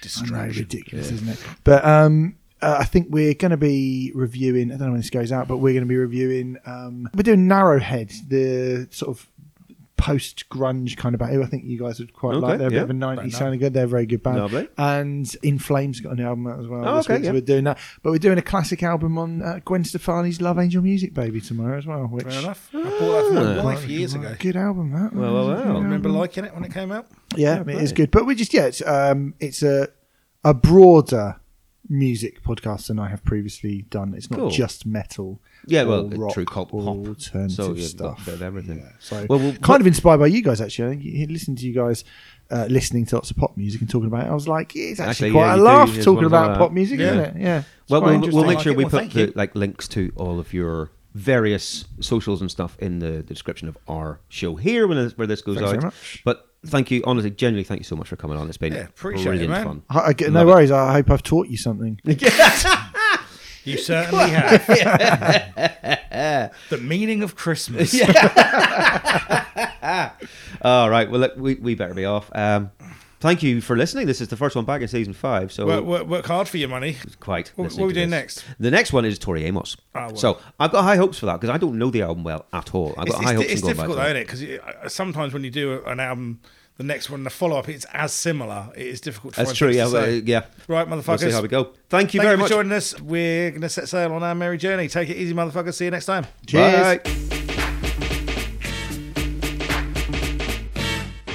I know, ridiculous, isn't it? But um, uh, I think we're going to be reviewing. I don't know when this goes out, but we're going to be reviewing. Um, we're doing Narrowhead, the sort of post grunge kind of band. who I think you guys would quite
Okay,
like. They're a
yeah.
bit of a 90s sounding good. They're a very good band.
Lovely.
And In Flames got an album out as well.
Oh,
this
okay,
week, so
yeah.
we're doing that. But we're doing a classic album on uh, Gwen Stefani's Love Angel Music Baby tomorrow as well. Which
Fair enough. I bought that for
Uh,
my wife years ago.
Good album, that.
Well, well, well.
I remember liking it when it came out.
Yeah, I mean, it's good. But we just yeah, it's um, it's a a broader music podcast than I have previously done. It's not
Cool.
just metal.
Yeah,
or
well,
rock
True Cult
or
Pop.
alternative
So you've got
stuff.
a bit of everything.
Yeah, so
Well, we'll-
kind of inspired by you guys actually. I think you- listening to you guys. Uh, listening to lots of pop music and talking about it, I was like, it's actually,
Actually,
quite
yeah,
a
you do,
laugh
you just
talking
want to
about
know
pop
that.
music,
Yeah.
isn't it? Yeah. It's
Well,
quite
we'll,
interesting.
we'll make sure
Like it.
we
Well,
put
thank
the
you.
like links to all of your various socials and stuff in the, the description of our show here when this, where this goes
Thanks
out.
very much.
But thank you, honestly, genuinely, thank you so much for coming on. It's been
Yeah, appreciate it,
brilliant
man.
fun.
I, I get, no
Love it.
worries. I hope I've taught you something.
You certainly have. the meaning of Christmas.
All right, well, look, we, we better be off. Um, thank you for listening. This is the first one back in season five, so
Work, work, work hard for your money.
quite.
What-
listening
what we
to
doing
this.
next?
The next one is Tori Amos.
Ah, well.
So I've got high hopes for that because I don't know the album well at all. I've
It's,
got
it's
high
di-
hopes.
it's
in going back
difficult,
to
though, isn't it? Because sometimes when you do an album, the next one, the follow up, it's as similar. It is difficult to
That's
find
true.
things
Yeah,
to
well,
say.
yeah.
Right,
We'll
motherfuckers.
see how we go. Thank you
Thank
very
you for
much.
joining us. We're going to set sail on our merry journey. Take it easy, motherfuckers. See you next time.
Cheers.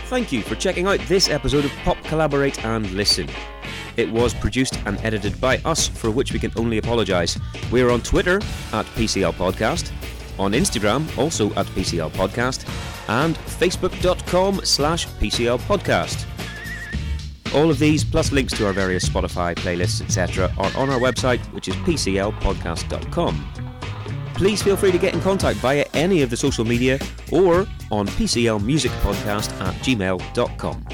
Thank you for checking out this episode of Pop Collaborate and Listen. It was produced and edited by us, for which we can only apologise. We are on Twitter at PCL Podcast, on Instagram also at PCL Podcast, and Facebook.com slash PCL Podcast. All of these, plus links to our various Spotify playlists, etc., are on our website, which is PCLpodcast.com please feel free to get in contact via any of the social media or on pclmusicpodcast at gmail.com.